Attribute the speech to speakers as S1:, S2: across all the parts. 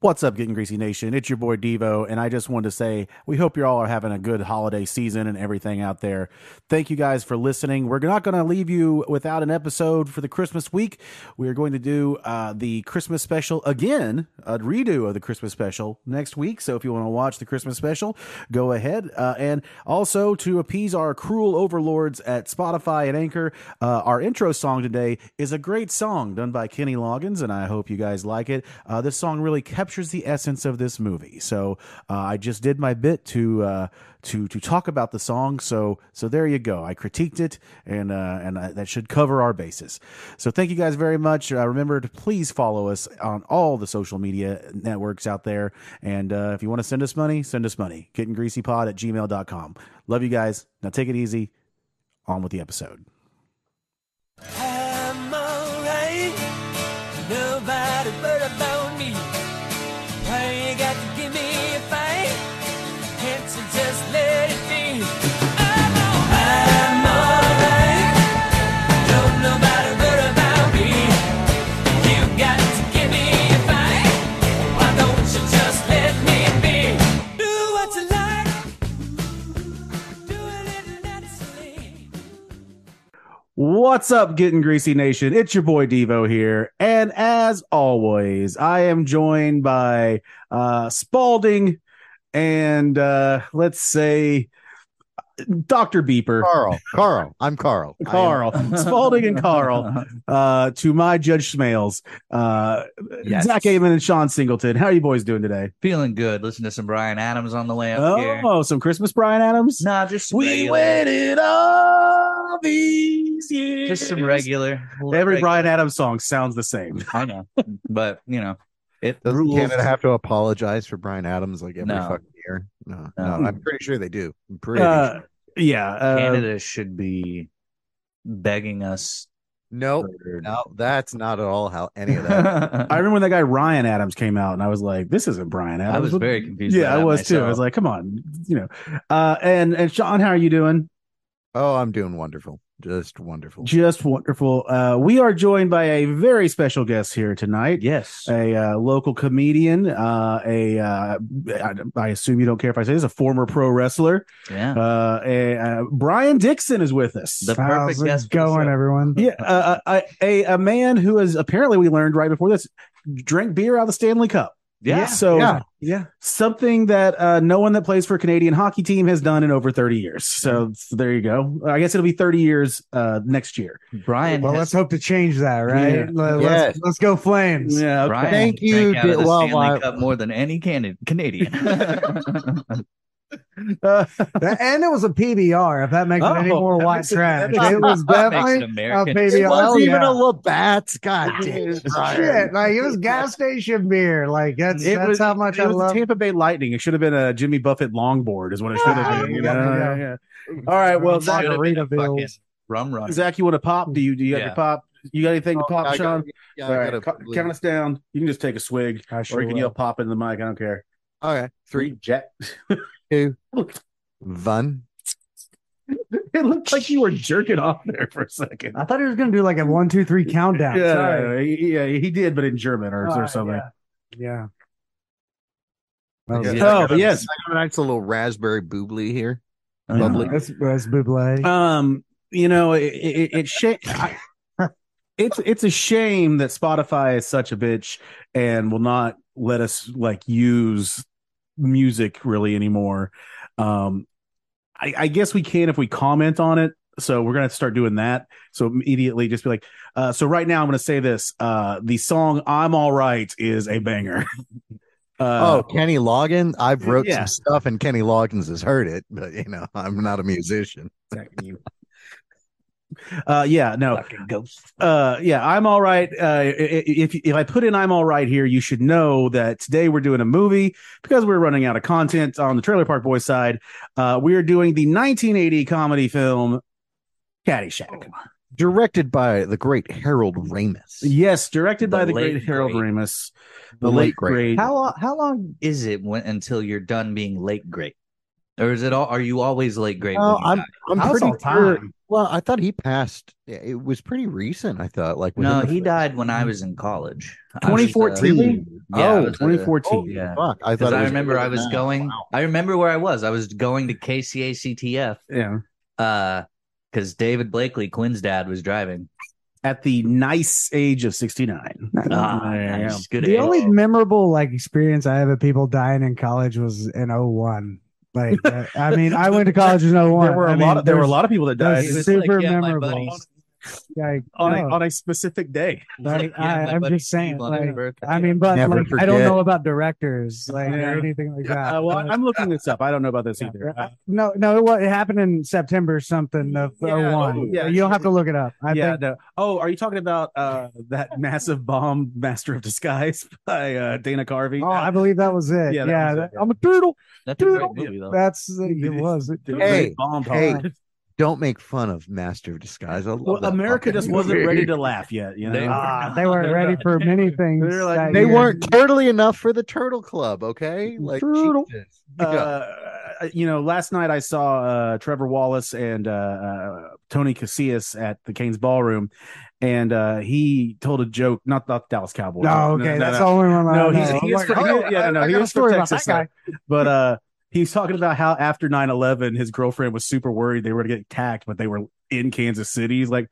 S1: What's up, Getting Greasy Nation? It's your boy Devo, and I just wanted to say we hope you all are having a good holiday season and everything out there. Thank you guys for listening. We're not going to leave you without an episode for the Christmas week. We are going to do uh, the Christmas special again, a redo of the Christmas special next week. So if you want to watch the Christmas special, go ahead. Uh, and also to appease our cruel overlords at Spotify and Anchor, uh, our intro song today is a great song done by Kenny Loggins, and I hope you guys like it. Uh, this song really captures the essence of this movie. So uh, I just did my bit to uh, to to talk about the song. So so there you go. I critiqued it, and uh, and I, that should cover our bases. So thank you guys very much. Uh, remember to please follow us on all the social media networks out there. And uh, if you want to send us money, send us money. GettingGreasyPod at gmail.com. Love you guys. Now take it easy. On with the episode.
S2: I'm alright. Nobody but about me. Why you got to give me a fight? Can't you just let it be? I'm alright. I'm alright. Don't nobody but about me. You got to give me a fight. Why don't you just let me be? Do what you like. Do it naturally.
S1: What's up, Getting Greasy Nation? It's your boy Devo here. And as always, I am joined by uh, Spalding and uh, let's say Dr. Beeper.
S3: Carl. Carl. I'm Carl. I am-
S1: Carl, Spalding and Carl, uh, to my Judge Smales, uh,
S4: Yes.
S1: Zach Amon and Sean Singleton. How are you boys doing today?
S4: Feeling good. Listen to some Brian Adams on the way up here.
S1: Oh, some Christmas Brian Adams.
S4: Nah, just some
S1: we
S4: regular.
S1: waited all these years.
S4: Just some regular.
S1: Every
S4: reg-
S1: Brian Adams song sounds the same.
S4: I know, but you know, it
S3: Doesn't
S4: rules.
S3: Canada have to apologize for Brian Adams like every
S4: No.
S3: fucking year? No,
S4: No.
S3: no, I'm pretty sure they do. I'm pretty
S1: Uh,
S3: sure.
S1: Yeah. uh,
S4: Canada should be begging us.
S3: Nope.
S4: for-
S3: No, that's not at all how any of that.
S1: Oh, I remember when that guy Ryan Adams came out, and I was like, "This isn't Brian Adams."
S4: I was very confused.
S1: yeah,
S4: by
S1: I
S4: that
S1: was too. I
S4: myself.
S1: was like, "Come on, you know." Uh, and and Sean, how are you doing?
S3: oh, I'm doing wonderful. Just wonderful.
S1: Just wonderful. Uh, we are joined by a very special guest here tonight.
S4: yes.
S1: A uh, local comedian, uh, a uh, I, I assume you don't care if I say this, a former pro wrestler.
S4: yeah.
S1: Uh, a, uh, Brian Dixon is with us.
S4: The perfect guest for the
S5: going,
S4: show.
S5: everyone.
S1: yeah, uh, a, a a man who is apparently we learned right before this drank beer out of the Stanley Cup.
S4: Yeah.
S1: So
S3: Yeah.
S5: Yeah.
S1: something that uh, no one that plays for a Canadian hockey team has done in over 30 years. So, so there you go. I guess it'll be 30 years uh, next year.
S4: Brian.
S5: Well,
S4: has-
S5: let's hope to change that, right?
S1: Yeah.
S5: Let,
S3: Yes.
S5: us let's go Flames.
S1: Yeah. okay.
S4: Brian
S3: Thank
S4: drank
S3: you,
S4: Out of the
S3: well,
S4: Stanley
S3: I-
S4: Cup more than any Canad- Canadian.
S1: Uh,
S5: That- and it was a PBR, if that makes
S1: Oh,
S5: it any more
S1: that
S5: white
S1: makes it-
S5: trash.
S1: that makes
S5: It was
S1: uh,
S4: That makes an
S5: definitely a
S4: American.
S3: It
S5: PBR.
S3: wasn't even
S5: Oh, yeah.
S3: a Labatt's. God damn it, Brian.
S5: Shit, like it was gas station beer. Like that's
S1: It
S5: that's
S1: was-
S5: how much
S1: it
S5: I
S1: was the
S5: love.
S1: Tampa Bay Lightning. It should have been a Jimmy Buffett longboard, is what it should have been. you know?
S5: Yeah.
S1: Yeah. All right. Well, Zach,
S4: Should've been a
S5: Margaritaville.
S4: fucking Rum run.
S1: Zach, you want to pop? Do you do you have
S4: Yeah.
S1: your pop? You got anything to
S3: Oh,
S1: pop,
S3: I
S1: Sean?
S3: gotta- yeah, I
S1: All right,
S3: gotta
S1: ca-
S3: believe-
S1: count us down. You can just take a swig,
S5: I
S1: or
S5: sure
S1: you can
S5: will.
S1: yell "pop" in the mic. I don't care.
S3: Okay. Three,
S1: jet.
S3: one.
S1: it looked like you were jerking off there for a second.
S5: I thought he was gonna do like a one, two, three countdown.
S1: Yeah,
S5: Sorry.
S1: he- yeah, he did, but in German or, or
S5: Ah,
S1: something.
S5: Yeah.
S3: I
S5: yeah.
S3: got-
S4: Yeah.
S3: I got
S1: Oh,
S3: a-
S1: yes.
S3: I got a nice little raspberry boobly here.
S4: Uh,
S3: Lovely.
S5: That's that's Buble.
S1: Um, you know, it, it, it sha- I- it's it's a shame that Spotify is such a bitch and will not let us like use music really anymore. Um, I, I guess we can if we comment on it. So we're gonna start doing that. So immediately, just be like, uh, so right now, I'm gonna say this: uh, the song "I'm All Right" is a banger. Uh,
S3: oh, Kenny Loggins. I've wrote
S1: yeah.
S3: some stuff, and Kenny Loggins has heard it, but you know, I'm not a musician.
S1: uh, yeah, no,
S4: fucking ghost.
S1: uh yeah i'm all right uh i- i- if if i put in i'm all right here you should know that today we're doing a movie because we're running out of content on the trailer park boys side uh we're doing the 1980 comedy film caddyshack
S4: Oh,
S3: Directed by the great Harold Ramis.
S1: yes directed by
S4: The
S1: the great
S4: late
S1: harold
S4: great-
S1: ramis
S3: The late great.
S4: How long? How long is it when, until you're done being late? Great. or is it all? Are you always late grade?
S3: Well,
S4: when you
S3: I'm
S4: die?
S3: I'm
S5: That was
S3: pretty
S5: all
S3: sure.
S5: time.
S3: Well, I thought he passed. yeah, It was pretty recent. I thought like within
S4: no,
S3: the
S4: he died when I was in college. I was, uh,
S1: 2014.
S5: Really?
S4: yeah, I
S1: oh,
S4: was, uh,
S1: 2014.
S3: Oh,
S4: yeah.
S3: Fuck, I
S4: Because
S3: thought. it
S4: I
S3: was
S4: remember
S3: earlier
S4: I was
S3: than that.
S4: going.
S3: Wow.
S4: I remember where I was. I was going to KCACTF
S5: Yeah.
S4: uh, because David Blakely, Quinn's dad, was driving.
S1: At the nice age of 69.
S5: Oh,
S4: Ah,
S1: There you
S4: nice. good
S5: The
S4: age.
S5: only memorable like experience I have of people dying in college was in 01. Like, uh, I mean, I went to college in 01.
S6: There were a
S5: I mean,
S6: lot. Of, there were a
S5: there's-
S6: lot of people that died
S5: there's-
S4: It was
S5: super
S4: yeah, my
S5: memorable.
S4: buddies-
S5: Like,
S6: on a,
S5: no.
S6: on a specific day.
S5: Like,
S4: yeah,
S5: I,
S4: my
S5: I'm
S4: buddy
S5: just saying.
S4: Steve on his
S5: Like,
S4: birthday.
S5: I mean, but
S3: Never
S5: like, I don't
S3: forget.
S5: know about directors, like
S6: Yeah.
S5: or anything like that.
S1: Uh, well,
S5: But-
S1: I'm looking this up. I don't know about this
S5: Yeah.
S1: either.
S5: Uh,
S1: Uh,
S5: no, no, it, wa- it happened in September something of
S1: Yeah,
S5: yeah,
S1: oh,
S5: 01.
S1: yeah,
S5: you don't have to look it up. I
S1: yeah.
S5: think
S1: no. Oh, are you talking about uh, that massive bomb, Master of Disguise by uh, Dana Carvey?
S5: Oh, I believe that was it.
S1: Yeah,
S5: Yeah,
S1: that was it,
S5: that-
S1: yeah. Oh.
S5: I'm a turtle.
S4: That's a
S5: Dude,
S4: great movie though.
S5: That's it was.
S1: The big
S3: Hey,
S1: bomb
S3: hey.
S1: part.
S3: Don't make fun of Master of Disguise. I love
S1: Well,
S3: that
S1: America
S3: fucking
S1: just wasn't
S3: movie.
S1: ready to laugh yet. You know,
S4: They-
S5: Ah, they weren't ready for many things.
S1: They're like-
S5: that
S3: They
S5: year.
S3: weren't turtly enough for the Turtle Club. Okay, like
S5: Turtle.
S3: Jesus. Yeah.
S1: uh, you know, last night I saw uh, Trevor Wallace and uh, uh, Tony Casillas at the Canes Ballroom, and uh, he told a joke. Not the Dallas Cowboys.
S5: No, okay,
S1: no,
S5: that's
S1: no.
S5: the only one. I
S1: No,
S5: know.
S1: he's-
S5: I'm
S1: he is
S5: like,
S1: from-
S5: oh,
S1: he- yeah,
S5: I-
S1: no,
S5: I
S1: he
S5: got a
S1: is from
S5: story about
S1: Texas,
S5: that guy.
S1: But uh, he's talking about how after 9-11, his girlfriend was super worried they were going to get attacked, but they were in Kansas City. He's like.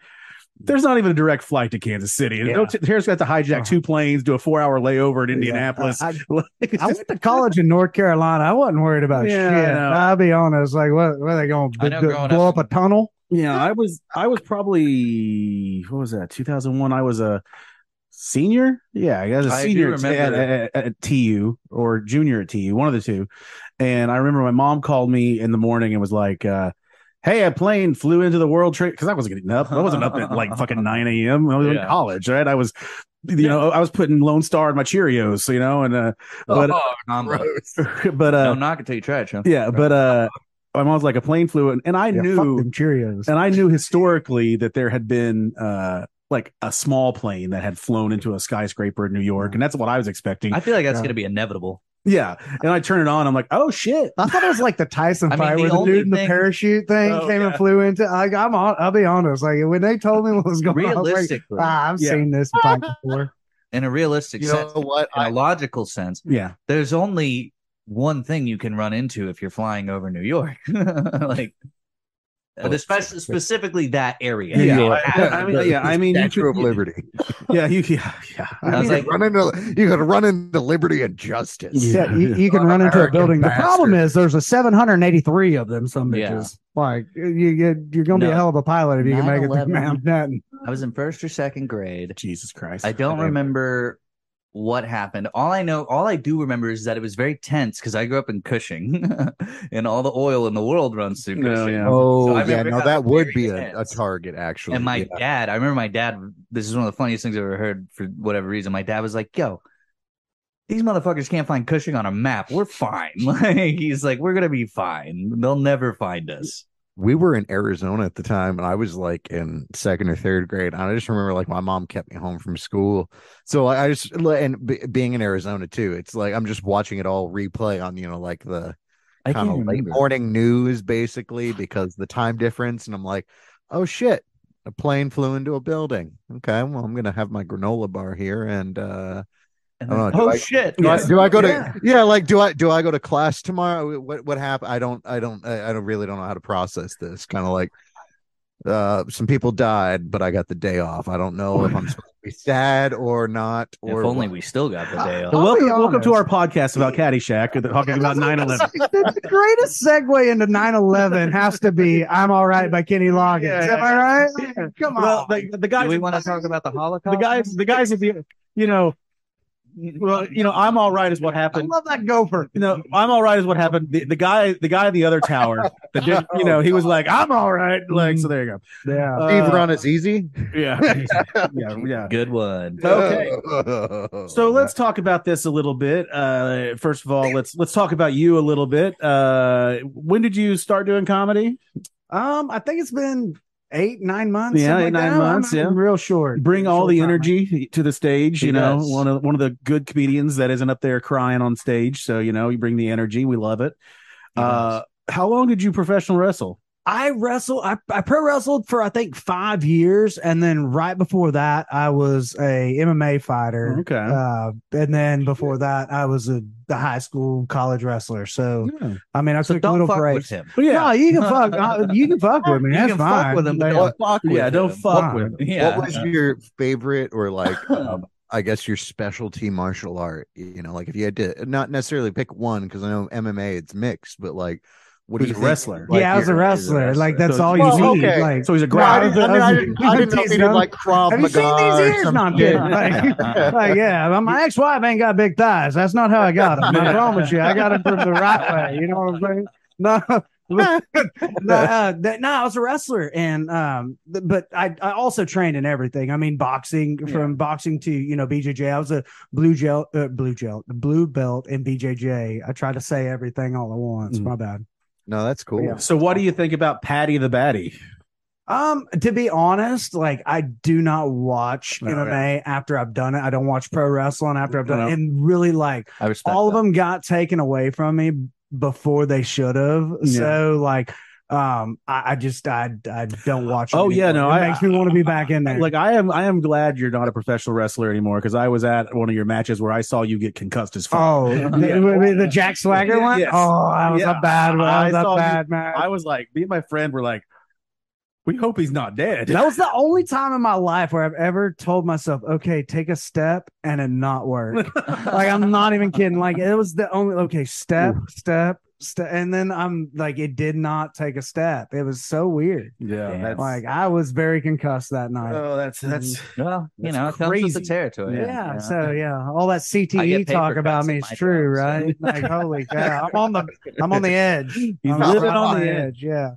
S1: There's not even a direct flight to Kansas City.
S5: Yeah. Uh-huh.
S1: Don't- Harris got to hijack two planes, do a four-hour layover in
S5: Yeah.
S1: Indianapolis.
S5: I-
S1: Like, it's
S5: I
S1: just-
S5: went to college in North Carolina. I wasn't worried about
S1: Yeah, I
S5: shit.
S1: know.
S5: I'll be honest. Like, what, what are they going
S4: I
S5: to
S4: know growing
S5: blow
S4: up-
S5: up a tunnel?
S1: Yeah, I was I was probably what was that? 2001. I was a senior. Yeah, I was a
S4: I do
S1: senior at, at,
S4: remember-
S1: at- at TU or junior at TU, one of the two. And I remember my mom called me in the morning and was like, uh, "Hey, a plane flew into the World Trade because I wasn't getting up. I wasn't up at like fucking 9 a.m. I was in
S4: Yeah.
S1: college, right? I was, you know, I was putting Lone Star in my Cheerios, you know, and uh, but
S4: oh, Rambo.
S1: but uh,
S4: Don't knock it till you try it, Sean.
S1: yeah, but uh, my mom was like, a plane flew, in, and I
S5: Yeah,
S1: knew.
S5: fuck them Cheerios.
S1: And I knew historically that there had been uh like a small plane that had flown into a skyscraper in New York, and that's what I was expecting.
S4: I feel like that's
S5: Yeah.
S4: gonna be inevitable.
S1: yeah, and I turn it on, I'm like, oh shit!
S5: I thought it was like the Tyson
S4: I mean,
S5: fight
S4: the
S5: where the
S4: only
S5: dude in the
S4: thing-
S5: parachute thing
S1: Oh,
S5: came
S1: yeah.
S5: and flew into. Like, I'm on. I'll be honest. Like when they told me what was going on, I was like,
S4: Realistically,
S5: ah, I've
S1: Yeah.
S5: seen this fight before.
S4: in a realistic
S3: You know
S4: sense,
S3: what?
S4: in
S3: I
S4: a logical sense,
S1: Yeah,
S4: there's only one thing you can run into if you're flying over New York, like,
S3: Oh,
S4: especially specifically that area.
S1: New
S4: You
S1: York.
S4: have
S1: I
S4: to
S1: mean,
S4: go-
S1: yeah, I mean, you
S3: Statue
S1: could-
S3: of Liberty.
S1: yeah, you, yeah, yeah.
S4: I was
S3: You
S4: like,
S3: could run into you could run into liberty and justice.
S1: Yeah.
S5: Yeah, you, you can run into a
S3: American
S5: building. The problem
S3: bastard.
S5: is there's a 783 of them. Some
S4: Yeah.
S5: bitches. Like you, you, you're gonna be
S4: No.
S5: a hell of a pilot if you can make it through
S3: 9/11.
S5: Manhattan.
S4: I was in first or second grade.
S1: Jesus Christ!
S4: I don't remember what happened. All I know, all I do remember is that it was very tense because I grew up in Cushing, and all the oil in the world runs through Cushing.
S1: No, yeah.
S3: Oh
S4: So I
S3: yeah,
S4: remember
S3: no,
S4: how
S3: that would
S4: very
S3: be a, a
S4: tense.
S3: target actually.
S4: And my
S3: yeah.
S4: dad, I remember my dad. This is one of the funniest things I've ever heard for whatever reason. My dad was like, "Yo, these motherfuckers can't find Cushing on a map. We're fine." Like he's like, "We're gonna be fine. They'll never find us."
S3: we were in Arizona at the time, and I was like in second or third grade. And I just remember like my mom kept me home from school, so like, I just and b- being in Arizona too, it's like I'm just watching it all replay on you know like the
S4: I
S3: kind
S4: can't
S3: of late
S4: remember.
S3: morning news basically because the time difference, and I'm like, oh shit, a plane flew into a building. Okay, well I'm gonna have my granola bar here, and uh,
S4: And
S3: I don't
S4: then-
S3: know, do
S4: oh
S3: I-
S4: shit!
S3: do I,
S4: Yeah.
S3: do I go to
S1: Yeah.
S3: yeah. like do I do I go to class tomorrow? What what happened? I don't I don't I I don't really don't know how to process this. Kind of like uh some people died, but I got the day off. I don't know if I'm supposed to be sad or not.
S4: If
S3: Or
S4: only
S3: what.
S4: we still got the day
S1: So
S4: off.
S5: I'll
S1: welcome,
S5: be
S1: welcome to our
S5: honest.
S1: podcast about Caddyshack, talking about 9/11.
S5: the greatest segue into 9/11 has to be "I'm All Right" by Kenny Loggins.
S1: Yeah, yeah,
S5: Am I right? Come on.
S1: Well, the, the guys,
S4: Do we want to talk about the Holocaust?
S1: the guys, the guys at the, you know, well, you know, I'm all right is what
S5: I
S1: happened.
S5: love that gopher.
S1: you know, I'm all right is what happened. The, the guy, the guy in the other tower, that did, you know, he was like, I'm all right. Like, so there you
S5: Yeah.
S1: go.
S3: Steve
S1: Uh,
S3: Ron is easy.
S1: yeah, yeah, yeah.
S4: Good one.
S1: Okay.
S3: Oh,
S1: So let's talk about this a little bit. Uh, first of all, let's let's talk about you a little bit. Uh, when did you start doing comedy?
S5: Um, I think it's been eight, nine months.
S1: Yeah,
S5: something
S1: eight,
S5: like
S1: nine
S5: that. I'm-
S1: months,
S5: I'm
S1: yeah.
S5: real short.
S1: Bring all
S5: Short
S1: the
S5: time.
S1: energy to the stage. You
S4: He
S1: know,
S4: does.
S1: one of one of the good comedians that isn't up there crying on stage. So you know, you bring the energy. We love it.
S4: He
S1: Uh, how long did you professional wrestle?
S5: I wrestled, I, I pro wrestled for I think five years, and then right before that, I was a MMA fighter.
S4: Mm-hmm.
S1: Okay.
S5: Uh, and then before that, I was a the high school college wrestler. So
S1: yeah.
S5: I mean, I
S4: So
S5: took little
S4: don't fuck
S5: breaks.
S4: with him.
S1: But yeah,
S5: No, you can fuck. uh, you can fuck with me.
S4: You
S5: That's
S4: can
S5: fine.
S4: fuck with him, but
S5: Yeah.
S4: don't fuck with
S1: yeah, don't
S4: him.
S1: fuck
S5: Fine.
S1: with me.
S4: Yeah.
S3: What was your favorite or like um, I guess your specialty martial art? You know, like if you had to not necessarily pick one because I know MMA it's mixed, but like what do
S1: He
S3: you
S1: was a
S3: think,
S1: wrestler.
S3: like,
S5: yeah, I was a
S3: your-
S5: wrestler. Like that's
S1: So-
S5: all you
S3: Well,
S5: need.
S3: okay.
S5: Like
S1: So he's a
S3: No, I
S1: grappler.
S3: didn't, I mean, I didn't, I didn't know if
S5: Tease
S3: he did
S5: them.
S3: like Krav
S5: Have you seen
S3: Maga
S5: these
S3: or
S5: ears?
S3: some
S5: Not
S3: shit.
S5: good. Like, like, yeah, my- my ex-wife ain't got big thighs. That's not how I got them. I promise you, I got them from the right way. You know what I'm saying? No. no, uh, that, no, I was a wrestler, and um, th- but I, I also trained in everything. I mean, boxing from boxing to you know BJJ. I was a blue gel, uh, blue gel, blue belt in BJJ. I tried to say everything all at once.
S1: Mm.
S5: My bad.
S3: No, that's cool.
S5: Yeah.
S1: So what do you think about Patty the Batty?
S5: Um, to be honest, like I do not watch
S1: No,
S5: MMA after I've done it. I don't watch pro wrestling after I've done
S1: No.
S5: it. And really, like
S4: I respect
S5: all of
S4: that.
S5: them got taken away from me before they should have.
S1: Yeah.
S5: So, like, um, I, I just I I don't watch. it
S1: Oh, yeah,
S5: anymore.
S1: no,
S5: it
S1: I-
S5: makes me want to be back in there.
S1: Like I am, I am glad you're not a professional wrestler anymore because I was at one of your matches where I saw you get concussed as fuck.
S5: oh, the, the Jack Swagger
S1: Yeah,
S5: one.
S1: yes.
S5: Oh, that was
S1: Yeah,
S5: a bad one.
S1: I
S5: That
S1: saw
S5: was
S1: you-
S5: a bad
S3: Oh,
S5: man.
S1: I was like, me and my friend were like, we hope he's not dead.
S5: That was the only time in my life where I've ever told myself, okay, take a step and it not work. like I'm not even kidding. Like it was the only okay, step, step, step. And then I'm like, it did not take a step. It was so weird.
S1: yeah,
S4: Damn.
S1: that's
S5: Like I was very concussed that night.
S1: oh, that's that's
S3: Mm-hmm.
S4: well, you
S1: That's
S4: know, it comes with the
S1: crazy.
S4: territory.
S5: yeah, so yeah, all that
S4: I get
S5: CTE
S4: paper
S5: talk
S4: cuts
S5: about
S4: in
S5: me is
S4: my
S5: true,
S4: job, so-
S5: right? Like holy cow, I'm on the I'm on the edge. I'm
S1: living
S5: right
S1: on the
S5: Yeah,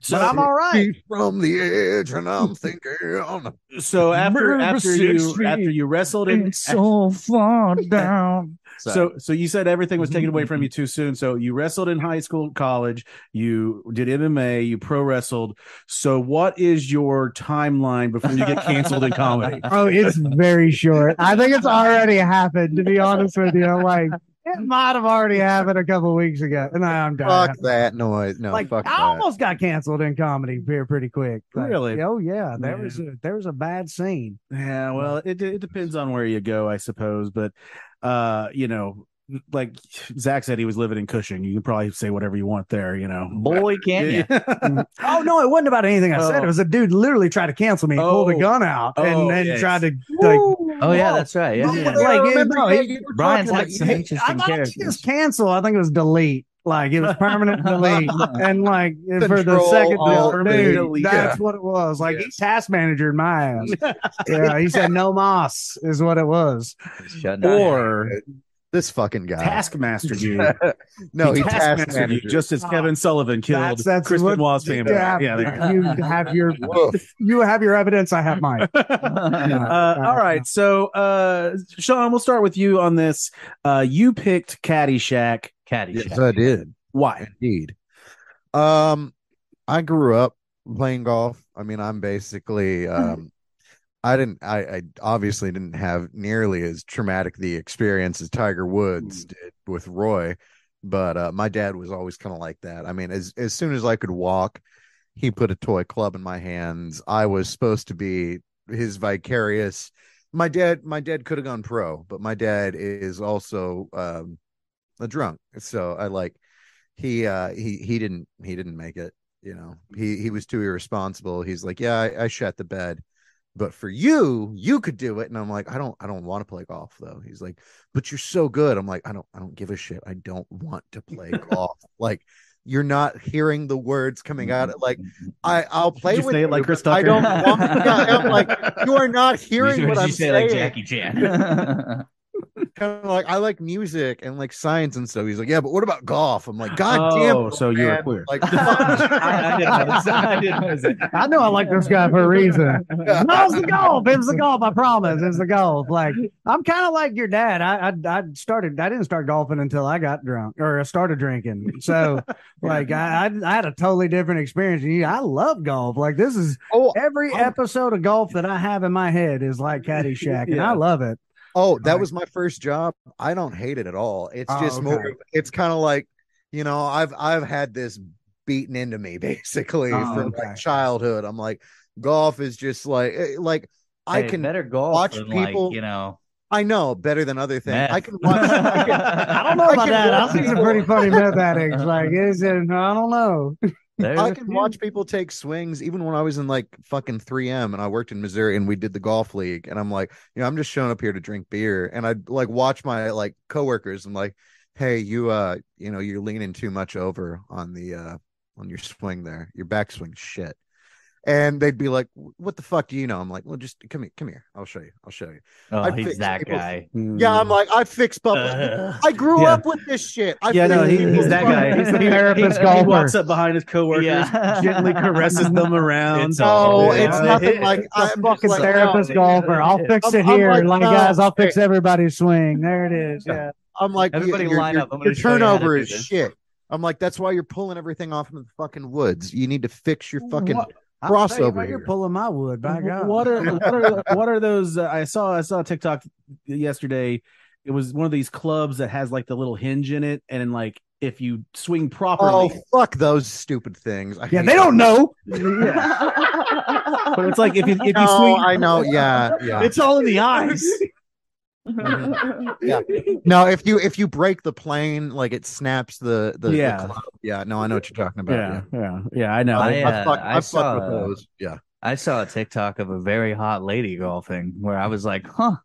S1: so.
S5: but I'm all right.
S3: She's From the edge, and I'm thinking oh, on the
S1: so after
S4: Number
S1: after you
S4: 60.
S1: after you wrestled and
S4: so far down.
S1: So, so you said everything was taken away from you too soon. So you wrestled in high school, college, you did MMA, you pro wrestled. So what is your timeline before you get canceled in comedy?
S5: Oh, it's very short. I think it's already happened, to be honest with you. Like it might have already happened a couple weeks ago. And I'm done.
S3: fuck that noise. No,
S5: like
S3: Oh, fuck
S5: I
S3: that.
S5: almost got canceled in comedy here pretty quick. Like,
S1: Really?
S5: Oh yeah. There
S1: Yeah.
S5: was a there was a bad scene.
S1: Yeah, well, it it depends on where you go, I suppose. But, uh, you know, like Zach said, he was living in Cushing. You can probably say whatever you want there. You know,
S4: Boy, can you?
S5: Oh no, it wasn't about anything I said.
S1: Oh.
S5: It was a dude literally tried to cancel me, He pulled
S1: Oh.
S5: a gun out,
S1: Oh,
S5: and then
S1: yes.
S5: tried to like
S4: Oh yeah, that's right. Yeah,
S5: Yeah.
S4: yeah.
S5: Like,
S3: I
S5: it-
S3: remember
S5: no,
S3: you
S5: it-
S3: were talking
S4: Brian's
S3: about-
S4: had some
S5: I
S4: interesting
S5: thought it
S4: characters.
S5: was cancel. I think it was delete. Like it was permanent delete, and like for the
S3: Control,
S5: second
S3: alt,
S5: dude,
S1: delete.
S5: that's what it was. Like he
S3: Yes.
S5: task manager my ass. yeah, he said no moss is what it was.
S4: Shut down.
S1: or
S3: This fucking guy.
S1: Taskmaster you.
S3: no, he task
S1: Taskmastered
S3: manager.
S1: you, just as Kevin Sullivan killed
S5: That's- that's
S1: Chris
S5: what-
S1: Benoit's family.
S5: Yeah,
S1: yeah there-
S5: you have your
S3: Woof.
S5: you have your evidence. I have mine.
S1: Uh, all right. So, uh, Sean, we'll start with you on this. Uh, you picked Caddyshack.
S4: Caddy.
S3: Yes, I did.
S1: Why?
S3: Indeed. Um, I grew up playing golf. I mean, I'm basically um, I didn't I, I obviously didn't have nearly as traumatic the experience as Tiger Woods did with Roy, but uh, my dad was always kind of like that. I mean, as as soon as I could walk, he put a toy club in my hands. I was supposed to be his vicarious. My dad, my dad could have gone pro, but my dad is also um, a drunk. So I like he uh he he didn't he didn't make it you know he he was too irresponsible he's like yeah i, I shut the bed but for you you could do it and i'm like i don't i don't want to play golf though he's like but you're so good i'm like i don't i don't give a shit i don't want to play golf like you're not hearing the words coming out like i i'll play
S1: Did you
S3: with
S1: say it
S3: you,
S1: like Chris
S3: but i
S1: Tucker?
S3: don't want yeah, i'm like you are not hearing
S4: you,
S3: what
S4: you
S3: i'm
S4: say
S3: saying
S4: like Jackie Chan.
S3: kind of like I like music and like science and stuff. He's like, yeah, but what about golf? I'm like, God
S1: Oh,
S3: damn.
S1: so you were
S3: man."
S1: queer.
S3: Like,
S4: I, I didn't know this. I didn't know this.
S5: I know I like this guy for a reason. No, it's the golf. It was the golf. I promise. It's the golf. Like I'm kind of like your dad. I, I I started. I didn't start golfing until I got drunk or I started drinking. So like I I, I had a totally different experience. than you. I love golf. Like this is
S3: oh,
S5: every episode of golf that I have in my head is like Caddyshack, and
S1: Yeah.
S5: I love it.
S3: oh, that
S5: Like-
S3: was my first job. I don't hate it at all. It's
S5: Oh,
S3: just
S5: okay.
S3: more. It's kind of like you know, I've I've had this beaten into me basically
S4: Oh,
S3: from
S5: okay.
S3: like childhood. I'm like, golf is just like eh, like I
S4: Hey,
S3: can
S4: better golf
S3: watch
S4: than,
S3: people-
S4: like, you know.
S3: I know better than other things. I
S4: Meth.
S3: can watch. I, can-
S5: I don't know
S3: I
S5: about
S3: can
S5: that.
S3: watch
S5: I think it's a
S3: people-
S5: pretty funny meth addicts. Like, is it? I don't know.
S4: There's
S3: I
S4: a
S3: can
S4: few.
S3: watch people take swings even when I was in like fucking 3M and I worked in Missouri and we did the golf league and I'm like, you know, I'm just showing up here to drink beer and I'd like watch my like coworkers and like, hey, you uh, you know, you're leaning too much over on the uh on your swing there. Your backswing shit. And they'd be like, "What the fuck do you know?" I'm like, "Well, just come here, come here. I'll show you. I'll show you."
S4: Oh,
S3: I
S4: he's
S3: fix
S4: that
S3: people.
S4: guy.
S1: Hmm.
S3: Yeah, I'm like, I fix bubble.
S4: Ugh.
S3: I grew
S4: Yeah.
S3: up with this shit. I
S1: yeah, no,
S3: fix
S1: he,
S3: people's
S1: he's that guy.
S3: fucking-
S1: He's the
S5: He-
S1: therapist
S5: he
S1: golfer.
S5: walks
S1: up behind his coworkers,
S4: Yeah.
S1: gently caresses them around.
S4: It's
S3: No,
S4: all-
S3: it's
S1: Yeah.
S3: nothing like
S5: A
S3: I'm just
S5: fucking
S3: like,
S5: therapist
S4: no,
S5: golfer. I'll fix
S3: I'm-
S5: it
S3: I'm
S5: here.
S3: like,
S5: like,
S3: no,
S5: guys, I'll fix everybody's swing. There it is. Yeah.
S3: I'm like, y-
S4: Everybody
S3: your,
S4: line
S3: your-
S4: up. I'm
S3: your
S4: gonna show you how to
S3: turnover
S4: do
S3: is
S4: this.
S3: shit. I'm like, that's why you're pulling everything off in the fucking woods. You need to fix your fucking.
S5: What-
S3: I'll tell you why,
S5: You're
S3: you're
S5: pulling my wood. By God.
S1: What are what are what are those? Uh, I saw I saw a TikTok yesterday. It was one of these clubs that has like the little hinge in it, and like if you swing
S3: Oh
S1: properly,
S3: fuck those stupid things! I
S5: yeah,
S3: hate
S5: they don't
S3: them.
S5: know.
S1: but it's like if you if you
S3: Oh. No,
S1: swing,
S3: I know. Yeah, yeah.
S1: it's all in the eyes.
S3: Yeah. No, if you if you break the plane, like it snaps the the the
S1: Yeah.
S3: club. yeah. No, I know what you're talking about.
S1: yeah,
S3: Yeah,
S1: yeah, yeah. I know.
S4: I,
S1: I,
S4: uh,
S3: I fuck, I
S4: I
S3: fuck
S4: saw
S3: with
S4: that.
S3: those. Yeah,
S4: I saw a TikTok of a very hot lady golfing where I was like, huh,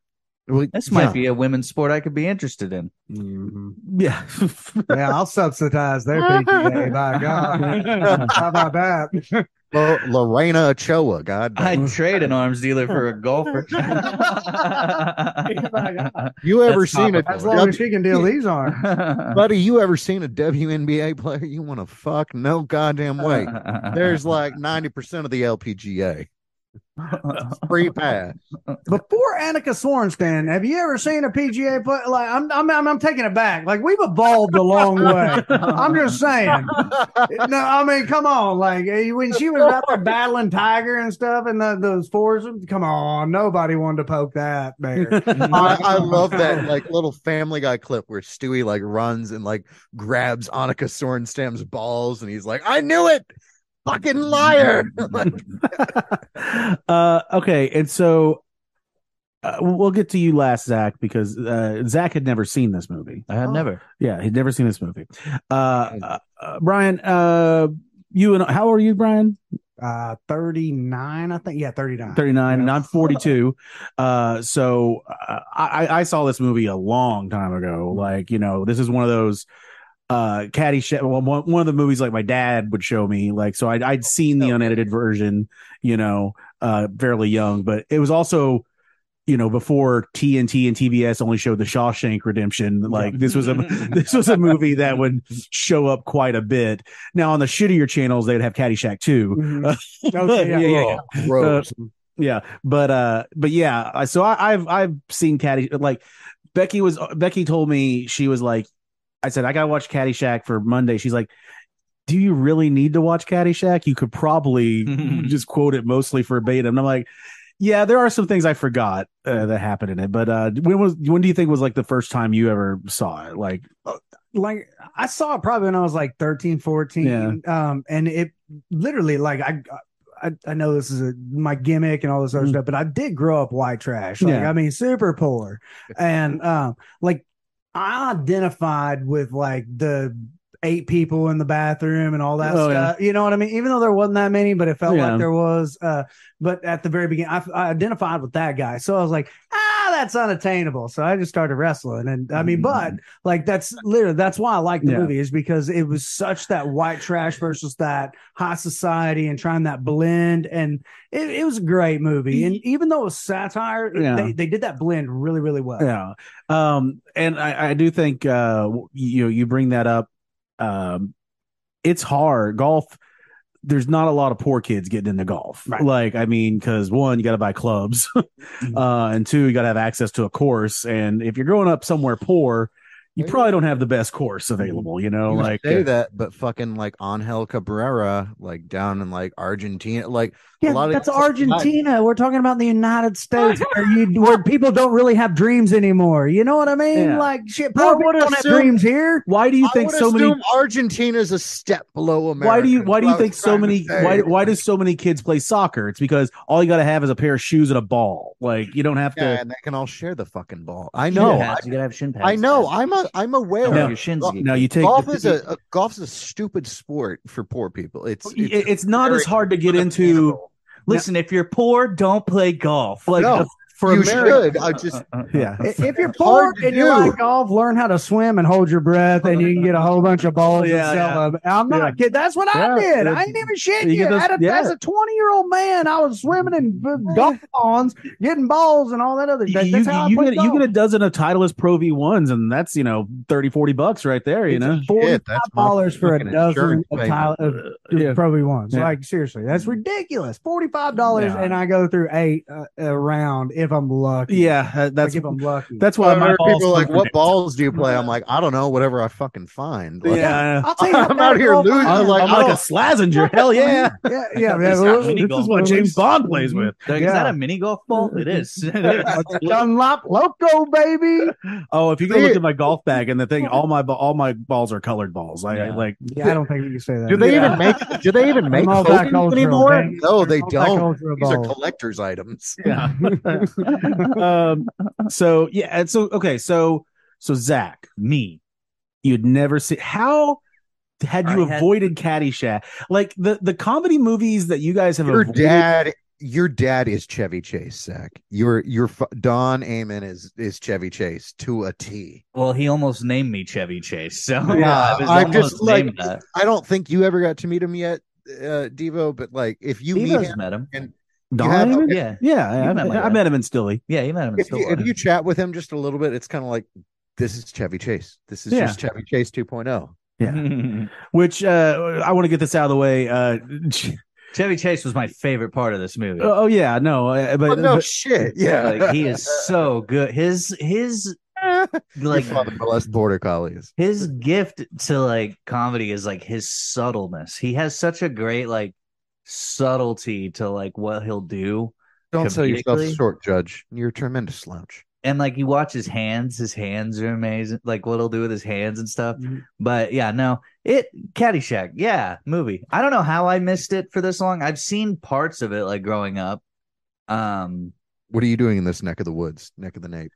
S3: Well,
S4: this might
S3: yeah.
S4: be a women's sport I could be interested in.
S1: yeah.
S5: Yeah, I'll subsidize their PGA. By God. How about that?
S3: Lo- Lorena Ochoa. God, damn.
S4: I'd trade an arms dealer for a golfer.
S3: you ever
S4: that's
S3: seen a
S5: As long as
S3: W-
S5: she can deal these arms.
S3: buddy? You ever seen a WNBA player? You want to fuck? No goddamn
S4: Uh,
S3: way. There's like 90% of the LPGA. Free pass.
S5: Before Annika Sorenstam, have you ever seen a PGA play? Like, I'm, I'm, I'm, I'm taking it back. Like, we've evolved a long way. I'm just saying. No, I mean, come on. Like, eh, when she was out there battling Tiger and stuff and the, those foursomes, come on. Nobody wanted to poke that bear.
S3: I, I love that like little Family Guy clip where Stewie like runs and like grabs Annika Sorenstam's balls and he's like, "I knew it, fucking liar."
S1: uh, okay, and so uh, we'll get to you last, Zach, because uh, Zach had never seen this movie.
S4: I have never.
S1: Yeah, he'd never seen this movie. Uh, uh, uh, Brian, uh, you and how old are you, Brian?
S5: Uh, 39, I think. Yeah, 39.
S1: Thirty nine, and
S5: Yeah.
S1: I'm forty two. Uh, so uh, I, I saw this movie a long time ago.
S5: Mm-hmm.
S1: Like you know, this is one of those uh Caddyshack. Well, one, one of the movies like my dad would show me. Like so, I'd, I'd seen
S5: Oh.
S1: the unedited version. You know, uh, fairly young, but it was also. You know, before TNT and TBS only showed The Shawshank Redemption, like this was a this was a movie that would show up quite a bit. Now on the shittier channels, they'd have Caddyshack too.
S5: Mhm. Okay, yeah.
S3: Oh, Gross.
S1: Yeah, but uh, but yeah, I- so I, I've I've seen Caddy like Becky was Becky told me she was like, I said I gotta watch Caddyshack for Monday. She's like, Do you really need to watch Caddyshack? You could probably just quote it mostly verbatim. And I'm like, Yeah, there are some things I forgot uh, that happened in it. But uh, when was when do you think was like the first time you ever saw it? Like,
S5: like I saw it probably when I was like 13, 14.
S1: Yeah.
S5: Um, and it literally like I, I, I know this is a, my gimmick and all this other
S1: Mm.
S5: stuff, but I did grow up white trash. Like,
S1: Yeah.
S5: I mean, super poor. And, um, like I identified with like the eight people in the bathroom and all that
S1: Oh, yeah.
S5: stuff. You know what I mean? Even though there wasn't that many, but it felt
S1: Yeah.
S5: like there was, uh, but at the very beginning, I, I identified with that guy. So I was like, ah, that's unattainable. So I just started wrestling. And I
S1: Mm.
S5: mean, but like that's literally that's why I like the
S1: Yeah.
S5: movie is because it was such that white trash versus that high society and trying that blend and it, it was a great movie and even though it was satire it-
S1: Mm-hmm. Yeah.
S5: they, they did that blend really really well
S1: yeah um and i i do think uh you know you bring that up um it's hard golf there's not a lot of poor kids getting into golf
S5: Right.
S1: like i mean because one you got to buy
S3: Mm-hmm.
S1: clubs uh and two you got to have access to a course and if you're growing up somewhere poor you probably don't have the best course available. You know,
S3: You
S1: like
S3: say
S1: uh,
S3: that, but fucking like Angel Cabrera, like down in like Argentina, like
S5: Yeah,
S3: lot of-
S5: that's Argentina. We're talking about the United States where you where people don't really have dreams anymore. You know what I mean?
S1: Yeah.
S5: Like shit,
S1: I
S5: poor people
S1: would
S5: don't have
S1: assume-
S5: dreams here.
S1: why do you
S3: I
S1: think
S3: would
S1: so many?
S3: assume Argentina's a step below America.
S1: Why do you why do you
S3: That's what I
S1: think
S3: was
S1: so
S3: trying to
S1: many
S3: say.
S1: why why do so many kids play soccer? It's because all you got to have is a pair of shoes and a ball. Like you don't have
S3: yeah,
S1: to.
S3: and they can all share the fucking ball. I know, I,
S4: you gotta have shin pads.
S3: I know. I'm a I'm aware.
S4: Don't
S1: No.
S4: let your shins get-
S1: Now you take
S3: golf
S1: the-
S3: is a, a golf's a stupid sport for poor people. It's
S1: It- It's, not as
S3: very
S1: hard to get into.
S3: unattainable.
S4: Listen, if you're poor, don't play golf.
S1: Like
S3: No,
S1: for
S3: you
S1: America,
S3: should. I just
S5: uh,
S1: yeah.
S5: I- If you're poor
S3: hard to
S5: and you
S3: do.
S5: like golf, learn how to swim and hold your breath, and you can get a whole bunch of balls.
S1: Yeah,
S5: and sell
S1: yeah.
S5: them. I'm not
S1: Yeah.
S5: kidding. That's what I
S1: Yeah,
S5: did.
S1: that's-
S5: I ain't even shit
S1: you
S5: you.
S1: get those-
S5: At a-
S1: yeah.
S5: As a 20 year old man, I was swimming in b- golf ponds, getting balls, and all that other.
S1: You,
S5: That, that's how I
S1: you get
S5: played
S1: you
S5: golf.
S1: get a dozen of Titleist Pro V ones, and that's you know 30, 40 bucks right there. You
S5: It's
S1: know,
S5: $45
S3: Shit, that's my
S5: dollars for a
S3: fucking
S5: dozen
S3: insurance
S5: of,
S3: payment.
S5: Tyler, of
S1: yeah.
S5: Pro V1s.
S1: Yeah.
S5: Like seriously, that's ridiculous. Forty five dollars,
S1: Yeah.
S5: and I go through eight uh, a round if I'm lucky.
S1: yeah, uh, that's
S5: like if I'm lucky.
S1: that's why
S3: Well,
S1: my balls
S3: people are like,
S1: come
S3: what
S1: from-
S3: balls do you play? I'm like, I don't know, whatever I fucking find. Like,
S1: Yeah,
S5: I'll tell you how
S3: I'm
S5: bad
S3: out here
S5: golf I
S3: losing,
S5: am.
S3: like,
S1: I'm like
S3: oh.
S1: a Slazenger. Hell yeah,
S5: yeah, yeah,
S4: It's
S5: yeah.
S4: not
S5: This
S4: mini
S5: is
S4: golf.
S5: what James
S1: Bond plays
S5: Mm,
S1: with.
S4: Like,
S5: Yeah.
S4: Is that a mini golf ball? It is.
S5: Dunlop Loco, baby.
S1: Oh, if you go
S3: See-
S1: look at my golf bag and the thing, all my ba- all my balls are colored balls. I, I
S4: Yeah.
S1: like
S5: Yeah, I don't think we can say that.
S3: Do they
S5: Yeah.
S3: even make? Do they even make
S5: Multicultural,
S3: Hogan's anymore?
S5: dang.
S3: No, they don't.
S5: Multicultural
S3: These are
S5: balls.
S3: collector's items.
S1: yeah. um, so yeah, and so okay, so so Zach, me, you'd never see how had you
S4: I had-
S1: avoided Caddyshack? Like the the comedy movies that you guys have
S3: Your
S1: avoided.
S3: dad, your dad is Chevy Chase, Zach. Your your fa- Don Amon is is Chevy Chase to a T.
S4: well, he almost named me Chevy Chase. So
S3: Yeah,
S4: I was
S3: I'm
S4: almost
S3: just like-
S4: named that.
S3: I don't think you ever got to meet him yet, uh, Devo. But like, if you
S4: He
S3: meet
S4: does
S3: him,
S4: met him.
S1: Don
S3: have-
S1: Lemon?
S4: Yeah.
S1: Yeah,
S4: You
S1: I,
S4: met my
S1: I
S4: dad.
S1: met him in Stilly.
S4: Yeah, you met him.
S3: if
S4: Still
S3: you, if you chat with him just a little bit, it's kind of like this is Chevy Chase. This is
S1: Yeah.
S3: just Chevy Chase oh. 2.0.
S1: Which uh, I want to get this out of the way. Uh,
S4: Chevy Chase was my favorite part of this movie.
S1: oh yeah, no, uh, but,
S3: Oh, no
S1: but-
S3: shit. Yeah,
S4: Like, he is so good. His his
S3: like
S4: like
S3: blessed border collies.
S4: his gift to like comedy is like his subtleness. He has such a great like subtlety to like what he'll do.
S3: Don't sell yourself
S4: comedically.
S3: short, Judge. You're a tremendous slouch.
S4: And like you watch his hands, his hands are amazing. Like what he'll do with his hands and stuff.
S5: Mhm.
S4: But yeah, no, it Caddyshack, yeah, movie. I don't know how I missed it for this long. I've seen parts of it like growing up. Um,
S3: What are you doing in this neck of the woods, neck of the nape?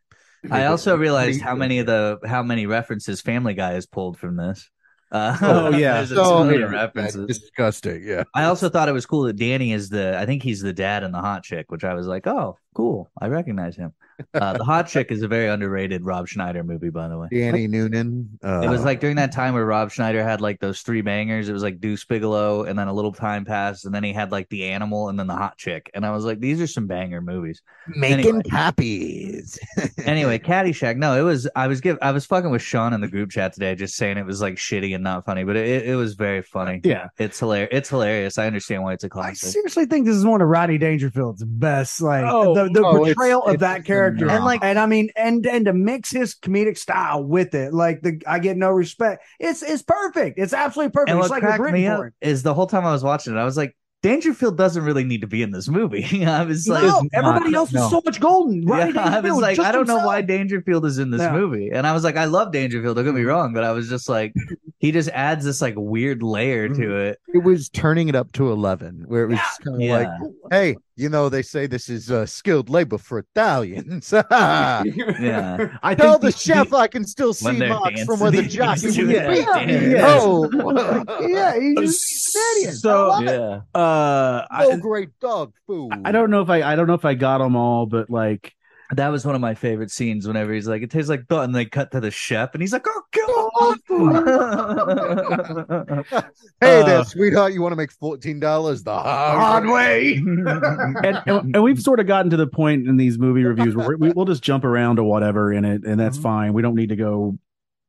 S4: I also
S3: What are
S4: realized
S3: you
S4: how
S3: doing?
S4: many of the how many references Family Guy has pulled from this. Uh,
S1: Oh, yeah.
S4: there's a
S3: So-
S4: ton of
S3: yeah,
S4: references.
S3: disgusting. Yeah.
S4: I also thought it was cool that Danny is the I think he's the dad in the hot chick, which I was like, oh, cool, I recognize him. Uh, the hot chick is a very underrated Rob Schneider movie, by the way.
S3: Danny Noonan. Uh,
S4: It was like during that time where Rob Schneider had like those three bangers. It was like Deuce Bigelow, and then a little time passed, and then he had like the animal, and then the hot chick. And I was like, these are some banger movies.
S3: making
S4: anyway.
S3: copies.
S4: Anyway, Caddyshack. No, it was. I was give. I was fucking with Sean in the group chat today, just saying it was like shitty and not funny, but it, it was very funny.
S1: yeah,
S4: It's hilarious. It's hilarious. I understand why it's a
S5: I
S4: classic.
S5: seriously think this is one of Rodney Dangerfield's best. Like
S1: Oh,
S5: the, the
S3: oh, it's-
S5: portrayal of
S3: it's
S5: that character,
S3: phenomenal.
S5: and
S4: And,
S5: like,
S4: like-
S5: and I mean, and and to mix his comedic style with it, like the I get no respect. It's it's perfect. It's absolutely perfect.
S4: And
S5: it's
S4: what
S5: like it's
S4: cracked me
S5: written
S4: up
S5: for it.
S4: is the whole time I was watching it, I was like, Dangerfield doesn't really need to be in this movie. I was like,
S5: no,
S1: it's not-
S5: everybody else
S1: no.
S5: was so much golden. Rodney
S4: yeah, I was
S5: Dangerfield,
S4: like,
S5: just
S4: I don't know
S5: himself.
S4: why Dangerfield is in this
S5: Yeah.
S4: movie. And I was like, I love Dangerfield. Don't get me wrong, but I was just like, he just adds this like weird layer to
S5: Mm-hmm.
S4: it.
S3: it was turning it up to 11, where it was kind of
S4: Yeah.
S3: like, hey, you know, they say this is uh, skilled labor for Italians. Tell
S4: Yeah.
S1: I think
S3: the chef I can still see
S4: When they're
S3: marks from where the
S4: dancing,
S3: jockey
S4: he's
S3: was
S4: doing that
S3: beating.
S4: dance.
S3: Oh,
S5: yeah, he's just he's an idiot.
S1: So-
S5: I love it.
S4: Yeah.
S1: uh,
S3: Oh,
S1: I,
S3: great dog food.
S1: I don't know if I I don't know if I got them all, but like
S4: That was one of my favorite scenes whenever he's like, it tastes like butt, and they cut to the chef, and he's like, oh, God.
S3: Hey there,
S1: Uh,
S3: sweetheart. You want to make fourteen dollars the hard way?
S1: and, and, and we've sort of gotten to the point in these movie reviews where we, we'll just jump around to whatever in it, and that's
S4: Mhm.
S1: fine. We don't need to go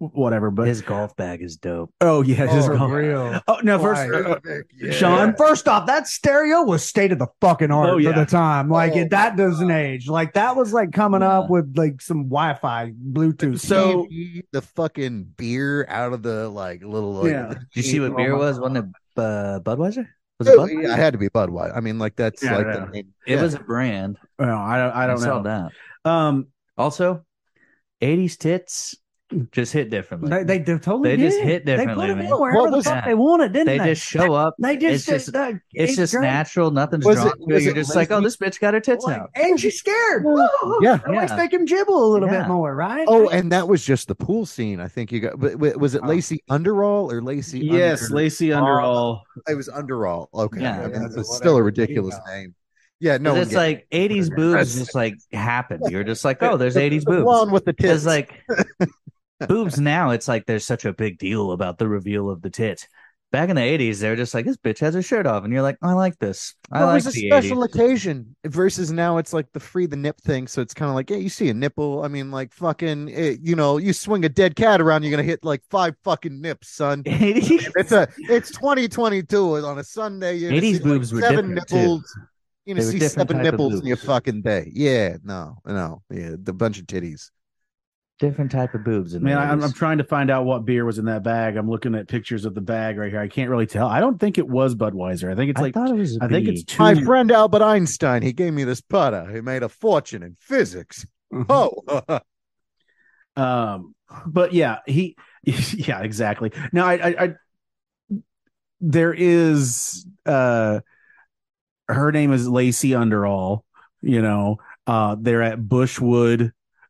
S1: whatever. But
S4: His golf bag is dope.
S1: oh yeah,
S3: Oh,
S1: just
S3: for
S1: gone.
S5: real.
S1: Oh no, first
S3: Like,
S1: uh, uh,
S3: yeah.
S5: Sean, first off, that stereo was state of the fucking art
S1: Oh, yeah.
S5: for the time. Like
S3: Oh,
S5: it, that doesn't age. Like that was like coming up with like some Wi-Fi, Bluetooth.
S1: So-
S3: TV, the fucking beer out of the like little like,
S5: Yeah. Did
S4: Did you see
S5: Oh
S4: what beer
S5: my
S4: was? Wasn't it uh, Budweiser? Was it
S3: Oh,
S4: Budweiser?
S3: yeah, I had to be Budweiser. I mean, like that's
S5: Yeah,
S3: like
S5: yeah.
S3: the main-
S4: It
S3: yeah.
S4: was a brand.
S1: no, I don't, I
S4: I
S1: don't
S4: saw
S1: know.
S4: that.
S1: Um,
S4: Also, 80s tits just hit differently.
S5: they, they did- totally
S4: They just
S5: did.
S4: hit differently,
S5: They put it
S4: man.
S5: in wherever
S3: What
S5: the
S3: was
S5: fuck
S4: that?
S5: they wanted, didn't
S4: They
S5: they?
S4: just show up.
S5: They just.
S4: it's just-
S5: they-
S4: It's just
S5: great.
S4: natural. Nothing's
S3: Was
S4: drawn.
S3: it- was
S4: You're
S3: it
S4: just like, oh,
S3: lazy?
S4: this bitch got her tits
S5: Like,
S4: out.
S5: and she's scared.
S3: Yeah.
S5: At least
S4: Yeah.
S5: they can jibble a little
S4: Yeah.
S5: bit more, right?
S3: Oh, and that was just the pool scene. I think you got. But, but was it
S5: Oh.
S3: Lacey Underall or Uh-huh. Lacey?
S1: yes,
S3: Under-
S1: Lacey Underall.
S3: It was Underall. Okay,
S4: Yeah.
S3: I mean,
S5: Yeah,
S3: it's
S5: so
S3: still a
S5: whatever.
S3: ridiculous
S5: Yeah.
S3: name. Yeah, no.
S4: 'Cause
S3: one
S4: it's
S3: gets
S4: like 80s boobs
S3: That's-
S4: just like happened. You're just like, oh, there's 80s
S3: the
S4: boobs.
S3: blonde with the tits.
S4: Because like boobs now, it's like there's such a big deal about the reveal of the tit. Back in the '80s, they were just like, "This bitch has her shirt off," and you're like, "I like this. I
S3: Well,
S4: like
S3: it was a
S4: the
S3: special
S4: 80s."
S3: occasion versus now it's like the free the nip thing. So it's kind of like, yeah, you see a nipple. I mean, like fucking, eh, you know, you swing a dead cat around, you're gonna hit like five fucking nips, son.
S4: 80s,
S3: It's a it's 2022 and on a Sunday. You're gonna
S4: 80s
S3: see, like,
S4: boobs were
S3: seven
S4: different, too.
S3: nipples. You know,
S4: They were
S3: see
S4: different
S3: seven
S4: type of
S3: nipples in your
S4: boobs.
S3: fucking day. Yeah, no, no, yeah, the bunch of titties.
S4: different type of boobs. In the
S1: Man, I- I'm,
S4: 80s.
S1: I'm trying to find out what beer was in that bag. I'm looking at pictures of the bag right here. I can't really tell. I don't think it was Budweiser. I think it's
S4: I
S1: like
S4: thought it was. a
S1: I think
S4: bee.
S1: it's two.
S3: My friend Albert Einstein, he gave me this putter. He made a fortune in physics.
S4: Mm-hmm.
S3: Oh,
S1: Um, but yeah, he, yeah, exactly. Now, I, I, I there is, uh, her name is Lacey Underall, you know, uh, they're at Bushwood.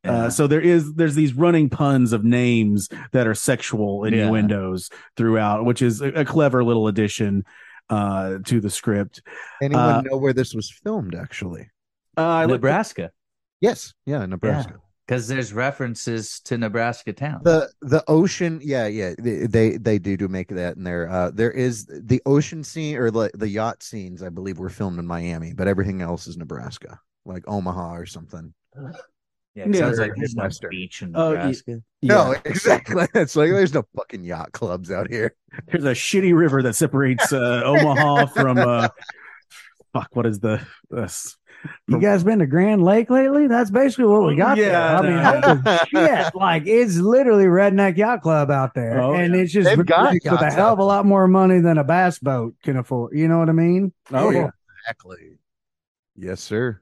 S1: Uh,
S4: Yeah.
S1: so there is there's these running puns of names that are sexual
S4: Yeah.
S1: innuendos throughout, which is a, a clever little addition uh, to the script.
S3: anyone
S1: Uh,
S3: know where this was filmed? Actually,
S1: Uh, I looked-
S4: Nebraska,
S3: yes, yeah, Nebraska.
S4: because there's references to Nebraska town.
S3: the the ocean yeah yeah they, they they do do make that in there uh there is the ocean scene or the, the yacht scenes i believe were filmed in miami but everything else is nebraska like omaha or something
S4: yeah, 'cause I
S1: Yeah.
S4: was like, there's no
S3: Midwestern.
S4: beach in
S1: Oh, yeah.
S4: Nebraska.
S3: no exactly it's like there's no fucking yacht clubs out here
S1: there's a shitty river that separates uh, Omaha from uh, fuck. What is the this?
S5: You guys been to Grand Lake lately? That's basically
S1: Oh,
S5: what
S4: Oh,
S5: we got
S1: Yeah,
S5: there. I mean,
S1: no.
S5: holy shit, like it's literally redneck yacht club out there,
S1: Oh,
S5: and it's just
S3: They've got
S5: really with a
S3: yachts
S5: hell
S3: out
S5: of a lot more money than a bass boat can afford. You know what I mean?
S1: Oh, yeah.
S3: exactly yes sir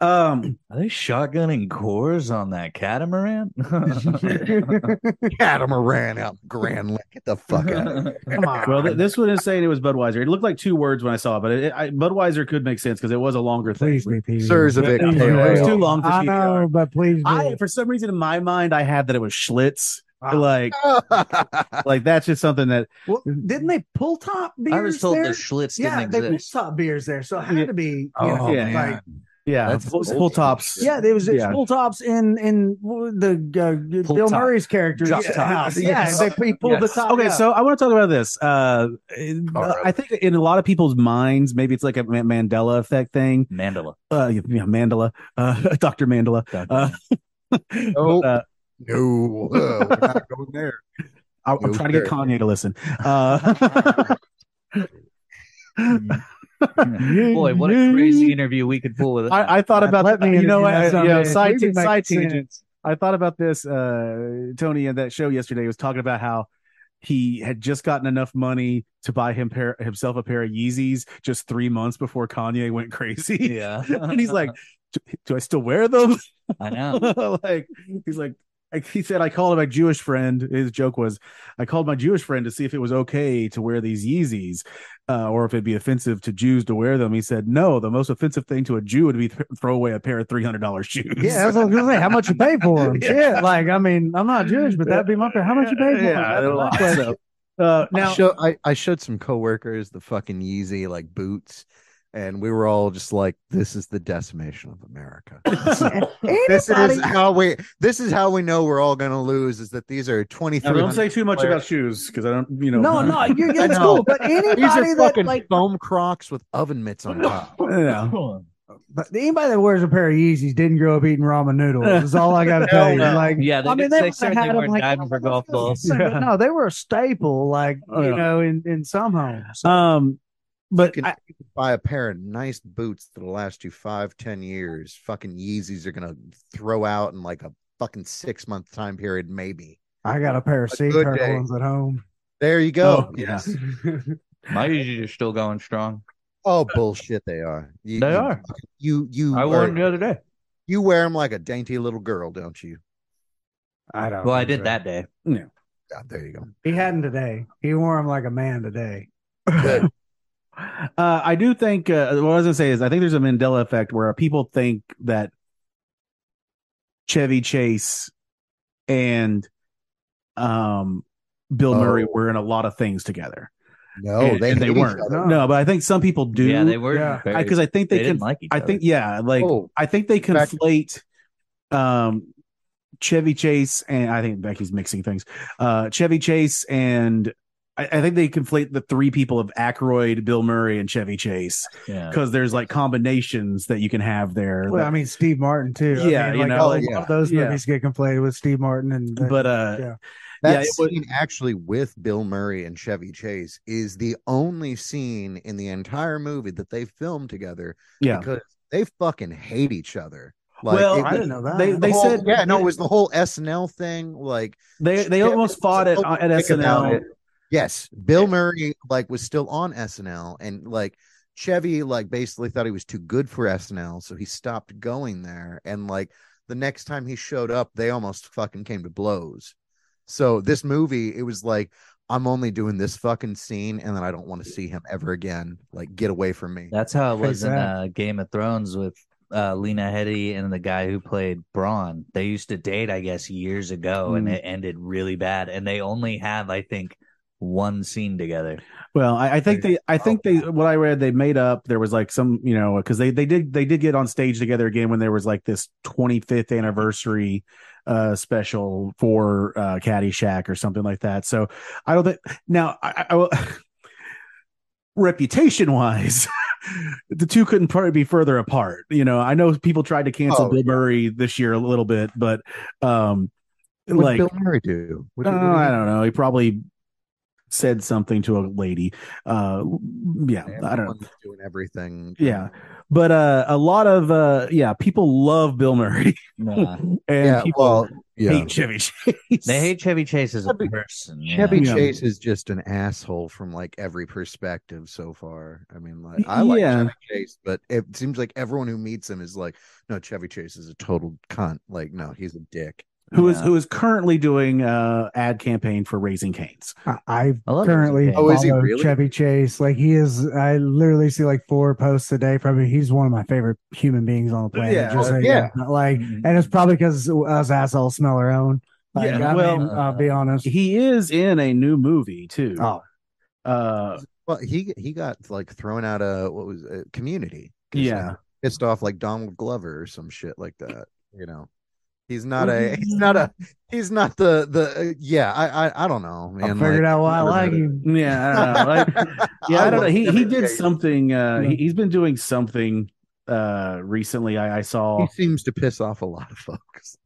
S1: Um,
S4: Are they shotgunning cores on that catamaran?
S3: catamaran out in grand lake get the fuck out of here.
S5: Come on.
S1: well, th- this one is saying it was Budweiser. It looked like two words when I saw it, but it, I, Budweiser could make sense because it was a longer thing.
S5: please be peace.
S3: sir's a big
S1: Yeah,
S3: pale
S1: it was
S3: ale.
S1: too long for
S5: I know,
S1: CPR.
S5: but please. Be.
S1: I, for some reason, in my mind, I had that it was Schlitz. Like, like that's just something that
S5: Well, didn't they pull top beers
S4: I was told
S5: there?
S4: the Schlitz didn't
S5: yeah, they pull
S4: exist.
S5: top beers there, so it
S1: Yeah.
S5: had to be.
S4: Oh,
S5: you know,
S1: yeah.
S5: like,
S1: yeah,
S3: That's
S1: full,
S3: old
S1: full
S3: school
S1: tops.
S3: shit.
S5: Yeah, there was
S1: Yeah.
S5: pull tops in in the uh,
S4: Pull
S5: Bill
S4: top.
S5: Murray's character
S4: Drop top.
S5: house.
S1: Yes.
S5: Yeah, they, he pulled
S4: Yes.
S5: the top.
S1: Okay,
S5: yeah.
S1: so I want to talk about this. Uh, in-
S3: Alright.
S1: I think in a lot of people's minds, maybe it's like a Ma- Mandela effect thing.
S4: Mandela.
S1: Uh, yeah, Mandela, uh, Doctor Mandela. Uh,
S3: Nope.
S1: uh,
S3: no uh, we're not going there
S1: I, I'm trying to get
S3: Okay.
S1: Kanye to listen. Uh,
S4: Boy, what a crazy interview we could pull with
S1: I, I thought about
S5: Let me
S1: you know,
S5: interview
S1: I,
S5: that
S1: you know,
S5: someday.
S1: side,
S5: Maybe
S1: t-
S5: it makes
S1: side
S5: sense.
S1: tangent. I thought about this. Uh, Tony in that show yesterday was talking about how he had just gotten enough money to buy him pair, himself a pair of Yeezys just three months before Kanye went crazy.
S4: Yeah.
S1: and he's like, do, do I still wear them?
S4: I know.
S1: like he's like I- he said I called my Jewish friend. His joke was I called my Jewish friend to see if it was okay to wear these Yeezys uh, or if it'd be offensive to Jews to wear them. He said no. The most offensive thing to a Jew would be th- throw away a pair of three hundred dollars shoes.
S5: Yeah, that's what I was gonna say. How much you pay for them? Shit, like I mean, I'm not Jewish, but that'd be my favorite. How much you pay for
S1: Yeah,
S5: them?
S1: a lot. So, uh,
S3: now, I,
S1: now
S3: show, I, I showed some coworkers the fucking Yeezy like boots, and we were all just like, "This is the decimation of America. this is how we. This is how we know we're all gonna lose. Is that these are twenty
S1: I
S3: three
S1: don't say too much about shoes because I don't. You know,
S5: no, no, you're
S3: I
S5: that's
S3: know.
S5: cool. But
S3: These are
S5: anybody that
S3: fucking
S5: like,
S3: foam Crocs with oven mitts on top.
S1: Yeah.
S5: But anybody that wears a pair of Yeezys didn't grow up eating ramen noodles. Is all I got to
S4: Hell
S5: tell you.
S4: no.
S5: Like,
S4: Yeah, they
S5: I mean,
S4: didn't-
S5: they,
S4: they
S5: must have
S4: certainly
S5: had them
S4: weren't
S5: like
S4: diving for golf balls.
S5: But no, they were a staple. Like
S1: Oh,
S5: you
S1: yeah.
S5: know, in in some homes.
S1: Um, but
S3: Fucking-
S1: I,
S3: buy a pair of nice boots that'll last you five, ten years. Fucking Yeezys are gonna throw out in like a fucking six month time period, maybe.
S5: I got a pair of sea
S3: good
S5: turtle
S3: day.
S5: ones at home.
S3: There you go.
S1: Oh, yeah.
S4: My Yeezys are still going strong.
S3: Oh bullshit, they are. You,
S4: They
S3: you-
S4: are.
S3: You you
S4: I wore
S3: are-
S4: them the other day.
S3: you wear them like a dainty little girl, don't you?
S5: I don't.
S4: Well, I did that day.
S3: Ah, there you go.
S5: He hadn't today. He wore them like a man today.
S3: Good.
S1: uh, I do think uh, what I was gonna say is I think there's a Mandela effect where people think that Chevy Chase and um Bill
S3: Oh.
S1: Murray were in a lot of things together.
S3: No,
S1: and,
S3: they
S1: and
S3: hate each
S1: weren't.
S3: other.
S5: other.
S1: No, but I think some people do.
S4: Yeah, they were.
S5: Yeah.
S4: very-
S1: because I think they,
S4: they
S1: can.
S4: didn't like each
S1: I
S4: other.
S1: think yeah, like
S3: Oh,
S1: I think they
S3: Back-
S1: conflate um Chevy Chase and I think Becky's mixing things. Uh Chevy Chase and I, I think they conflate the three people of Aykroyd, Bill Murray, and Chevy Chase
S4: Yeah.
S1: because there's like combinations that you can have there.
S5: Well,
S1: that-
S5: I mean, Steve Martin too. I
S1: Yeah,
S5: mean,
S1: you
S5: like,
S1: know,
S5: all-
S3: yeah.
S5: all those
S1: Yeah.
S5: movies get conflated with Steve Martin and.
S1: but uh
S5: yeah.
S1: Yeah,
S3: That
S1: it was-
S3: scene actually with Bill Murray and Chevy Chase is the only scene in the entire movie that they filmed together
S1: yeah.
S3: because they fucking hate each other.
S1: Well,
S5: I didn't know that.
S1: They
S3: the
S1: they
S3: whole-
S1: said
S3: yeah, no, it was the whole SNL thing. Like,
S1: they they almost fought it on- at
S3: Think about
S1: SNL.
S3: it. yes, Bill Murray like was still on SNL, and like Chevy like basically thought he was too good for SNL, so he stopped going there. And like the next time he showed up, they almost fucking came to blows. So this movie, it was like I'm only doing this fucking scene, and then I don't want to see him ever again. Like, get away from me.
S4: That's how it was in
S5: Exact.
S4: uh, Game of Thrones with uh, Lena Headey and the guy who played Braun. They used to date, I guess, years ago, and
S1: Mm.
S4: it ended really bad. And they only have, I think, one scene together.
S1: Well, I, I think they, I think they, what I read, they made up. There was like some, you know, because they, they did, they did get on stage together again when there was like this 25th anniversary uh special for uh Caddyshack or something like that. So I don't think now I, I will. Reputation wise, the two couldn't probably be further apart. You know, I know people tried to cancel
S3: Oh,
S1: Bill Murray this year a little bit, but um,
S3: What did
S1: like
S3: Bill Murray do? What did-
S1: no,
S3: what did he
S1: I
S3: do?
S1: don't know. He probably said something to a lady. Uh, yeah, I don't know.
S3: Everyone's Doing everything.
S1: Yeah. But uh, a lot of uh, yeah, people love Bill Murray
S4: Nah.
S1: and
S3: Yeah.
S1: people
S3: Well, yeah.
S1: hate Chevy Chase.
S4: they hate Chevy Chase as a
S3: Chevy-
S4: person. yeah.
S3: Chevy
S1: Yeah.
S3: Chase is just an asshole from like every perspective so far. I mean, like I like
S1: Yeah.
S3: Chevy Chase, but it seems like everyone who meets him is like, no, Chevy Chase is a total cunt. Like, no, he's a dick.
S1: who is
S4: Yeah.
S1: who is currently doing uh ad campaign for Raising Canes.
S5: I, I
S4: I love
S5: currently
S4: Chevy Chase. Oh,
S3: is he
S5: follow
S3: really?
S5: Chevy Chase. Like he is. I literally see like four posts a day from him. He's one of my favorite human beings on the planet.
S1: Yeah.
S5: Just so you
S3: uh, Yeah.
S5: know. Like, and it's probably because us assholes smell our own. Like,
S1: Yeah,
S5: I
S1: well-
S5: mean, I'll be honest.
S1: He is in a new movie too.
S5: Oh,
S1: Uh,
S3: Well, he he got like thrown out of what was uh, Community. 'cause he
S1: yeah.
S3: pissed off like Donald Glover or some shit like that. You know, he's not a he's not a he's not the the uh, yeah. I I, I don't know.
S5: I
S3: Man,
S5: figured
S3: like,
S5: out why I
S3: whatever
S5: like
S3: it is.
S5: him.
S1: Yeah, I don't know. Like, yeah, I, don't know.
S3: love
S1: He he
S3: Chevy
S1: did
S3: Chase.
S1: something. Uh,
S5: Yeah.
S1: he, he's been doing something uh recently. I, I saw.
S3: He seems to piss off a lot of folks.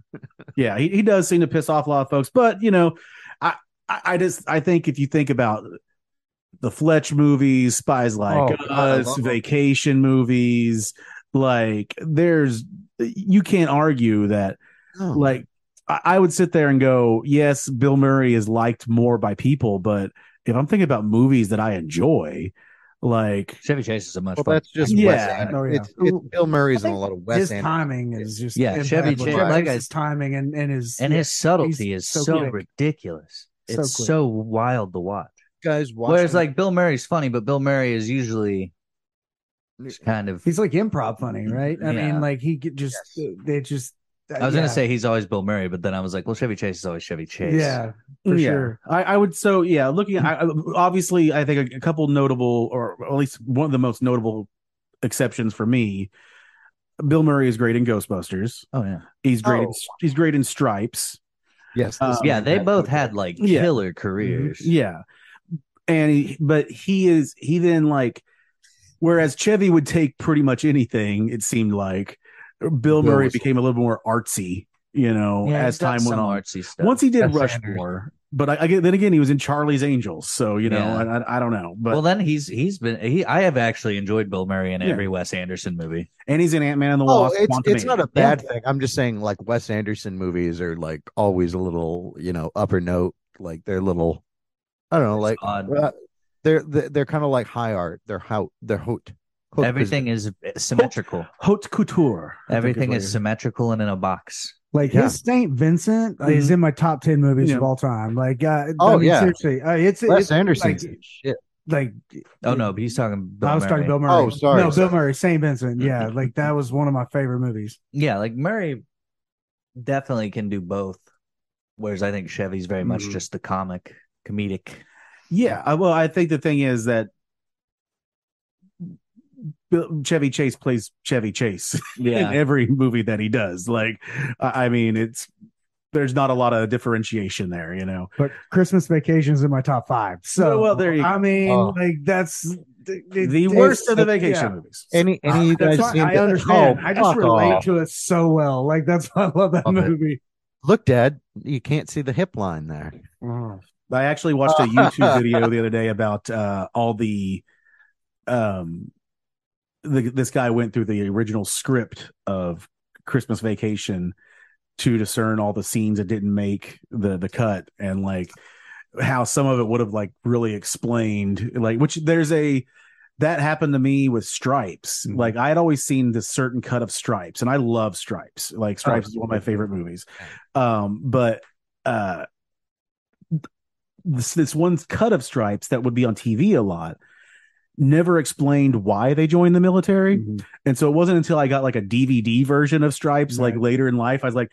S1: yeah he, he does seem to piss off a lot of folks but you know I, I i just i think if you think about the fletch movies spies like
S3: Oh, God, I
S1: us
S3: love them.
S1: vacation movies like there's you can't argue that
S3: No.
S1: like I, I would sit there and go yes bill murray is liked more by people but if i'm thinking about movies that i enjoy like
S4: Chevy Chase is a much
S3: Well,
S4: fun.
S3: that's just Wes
S1: Yeah.
S3: Anderson.
S5: Oh, yeah.
S3: It's, it's Bill Murray's in
S5: I
S3: a
S5: think
S3: lot of Wes
S5: his
S3: Anderson.
S5: timing is just
S4: Yeah, Chevy
S5: impeccable.
S4: Chase-
S5: Like,
S4: like I-
S5: his timing and and his
S4: and his subtlety
S5: he's
S4: is
S5: so
S4: so,
S5: quick.
S4: ridiculous.
S5: So
S4: it's
S5: quick.
S4: so wild to watch.
S3: guys watch
S4: Whereas,
S3: him.
S4: like Bill Murray's funny, but Bill Murray is usually kind of.
S5: he's like improv funny, right? I
S4: Yeah.
S5: mean, like he could just
S3: Yes.
S5: they just.
S4: I was gonna say he's always Bill Murray, but then I was like, well, Chevy Chase is always Chevy Chase.
S5: yeah, for
S1: Yeah.
S5: sure.
S1: I, I would so yeah. Looking, I, I- obviously, I think a, a couple notable, or at least one of the most notable exceptions for me. Bill Murray is great in Ghostbusters.
S4: Oh yeah.
S1: He's great. In,
S3: Oh.
S1: he's great in Stripes.
S3: yes,
S1: uh,
S3: this
S4: yeah,
S3: man
S4: they
S3: had-
S4: both had like
S1: Yeah.
S4: killer careers.
S1: Yeah, and he, but he is he then like Whereas Chevy would take pretty much anything, it seemed like. Bill
S3: Bill
S1: Murray
S3: was-
S1: became a little more artsy, you know, as
S4: he's got
S1: time went
S4: some
S1: on.
S4: artsy stuff.
S1: Once he did
S3: That's
S1: Rushmore, but I, I get- then again he was in Charlie's Angels, so you know,
S4: Yeah.
S1: I, I, I don't know. But
S4: well, then he's he's been he. I have actually enjoyed Bill Murray in
S1: Yeah.
S4: every Wes Anderson movie.
S1: and he's in Ant Man and the
S3: Oh,
S1: Wasp.
S3: it's, it's
S1: Quantumania.
S3: not a bad thing. I'm just saying, like Wes Anderson movies are like always a little, you know, upper note. Like they're little, I don't know, like
S4: odd.
S3: uh, they're they're, they're kind of like high art. They're how they're haute. haute
S4: Everything is symmetrical.
S1: haute couture. I think
S4: Everything
S1: what
S4: is
S1: it
S4: symmetrical and in a box.
S5: Like
S3: Yeah.
S5: his Saint Vincent
S1: Mhm.
S5: is in my top ten movies
S1: Yeah.
S5: of all time. Like, uh, I
S3: Oh,
S5: mean,
S3: yeah.
S5: seriously, uh, it's
S3: business. Wes
S5: it's
S3: Anderson's
S5: like,
S3: shit.
S5: like
S4: Oh no, but he's talking. Bill
S5: I was
S4: Murray.
S5: talking Bill Murray.
S3: Oh, sorry.
S5: no,
S3: Sorry.
S5: Bill Murray, Saint Vincent. Yeah, like that was one of my favorite movies.
S4: Yeah, like Murray definitely can do both. Whereas I think Chevy's very much
S5: Mm-hmm.
S1: Mhm.
S4: just the comic, comedic.
S1: Yeah, I, well, I think the thing is that Bill- Chevy Chase plays Chevy Chase in every movie that he does. Like, I I mean, it's there's not a lot of differentiation there, you know.
S5: But Christmas Vacation is in my top five. So,
S1: well, there you go.
S5: I mean,
S3: Oh.
S5: like that's it- it-
S1: The
S5: it's-
S1: worst of the vacation
S5: yeah.
S1: movies.
S3: Any any of you
S5: That's
S3: guys?
S5: why
S3: seen
S5: I
S3: the-
S5: understand.
S3: Oh,
S5: I just
S3: fuck
S5: relate
S3: off.
S5: to it so well. Like that's why I love that
S3: Love it.
S5: movie.
S3: Look, Dad, you can't see the hip line there.
S1: I actually watched a YouTube video the other day about uh, all the, um, the, this guy went through the original script of Christmas Vacation to discern all the scenes that didn't make the the cut and like how some of it would have like really explained like which there's a that happened to me with stripes like i had always seen this certain cut of stripes and i love stripes like stripes is one of my favorite movies um but uh this this one cut of stripes that would be on tv a lot never explained why they joined the military
S3: Mm.
S1: and so it wasn't until I got like a DVD version of Stripes, like
S5: Right.
S1: later in life, I was like,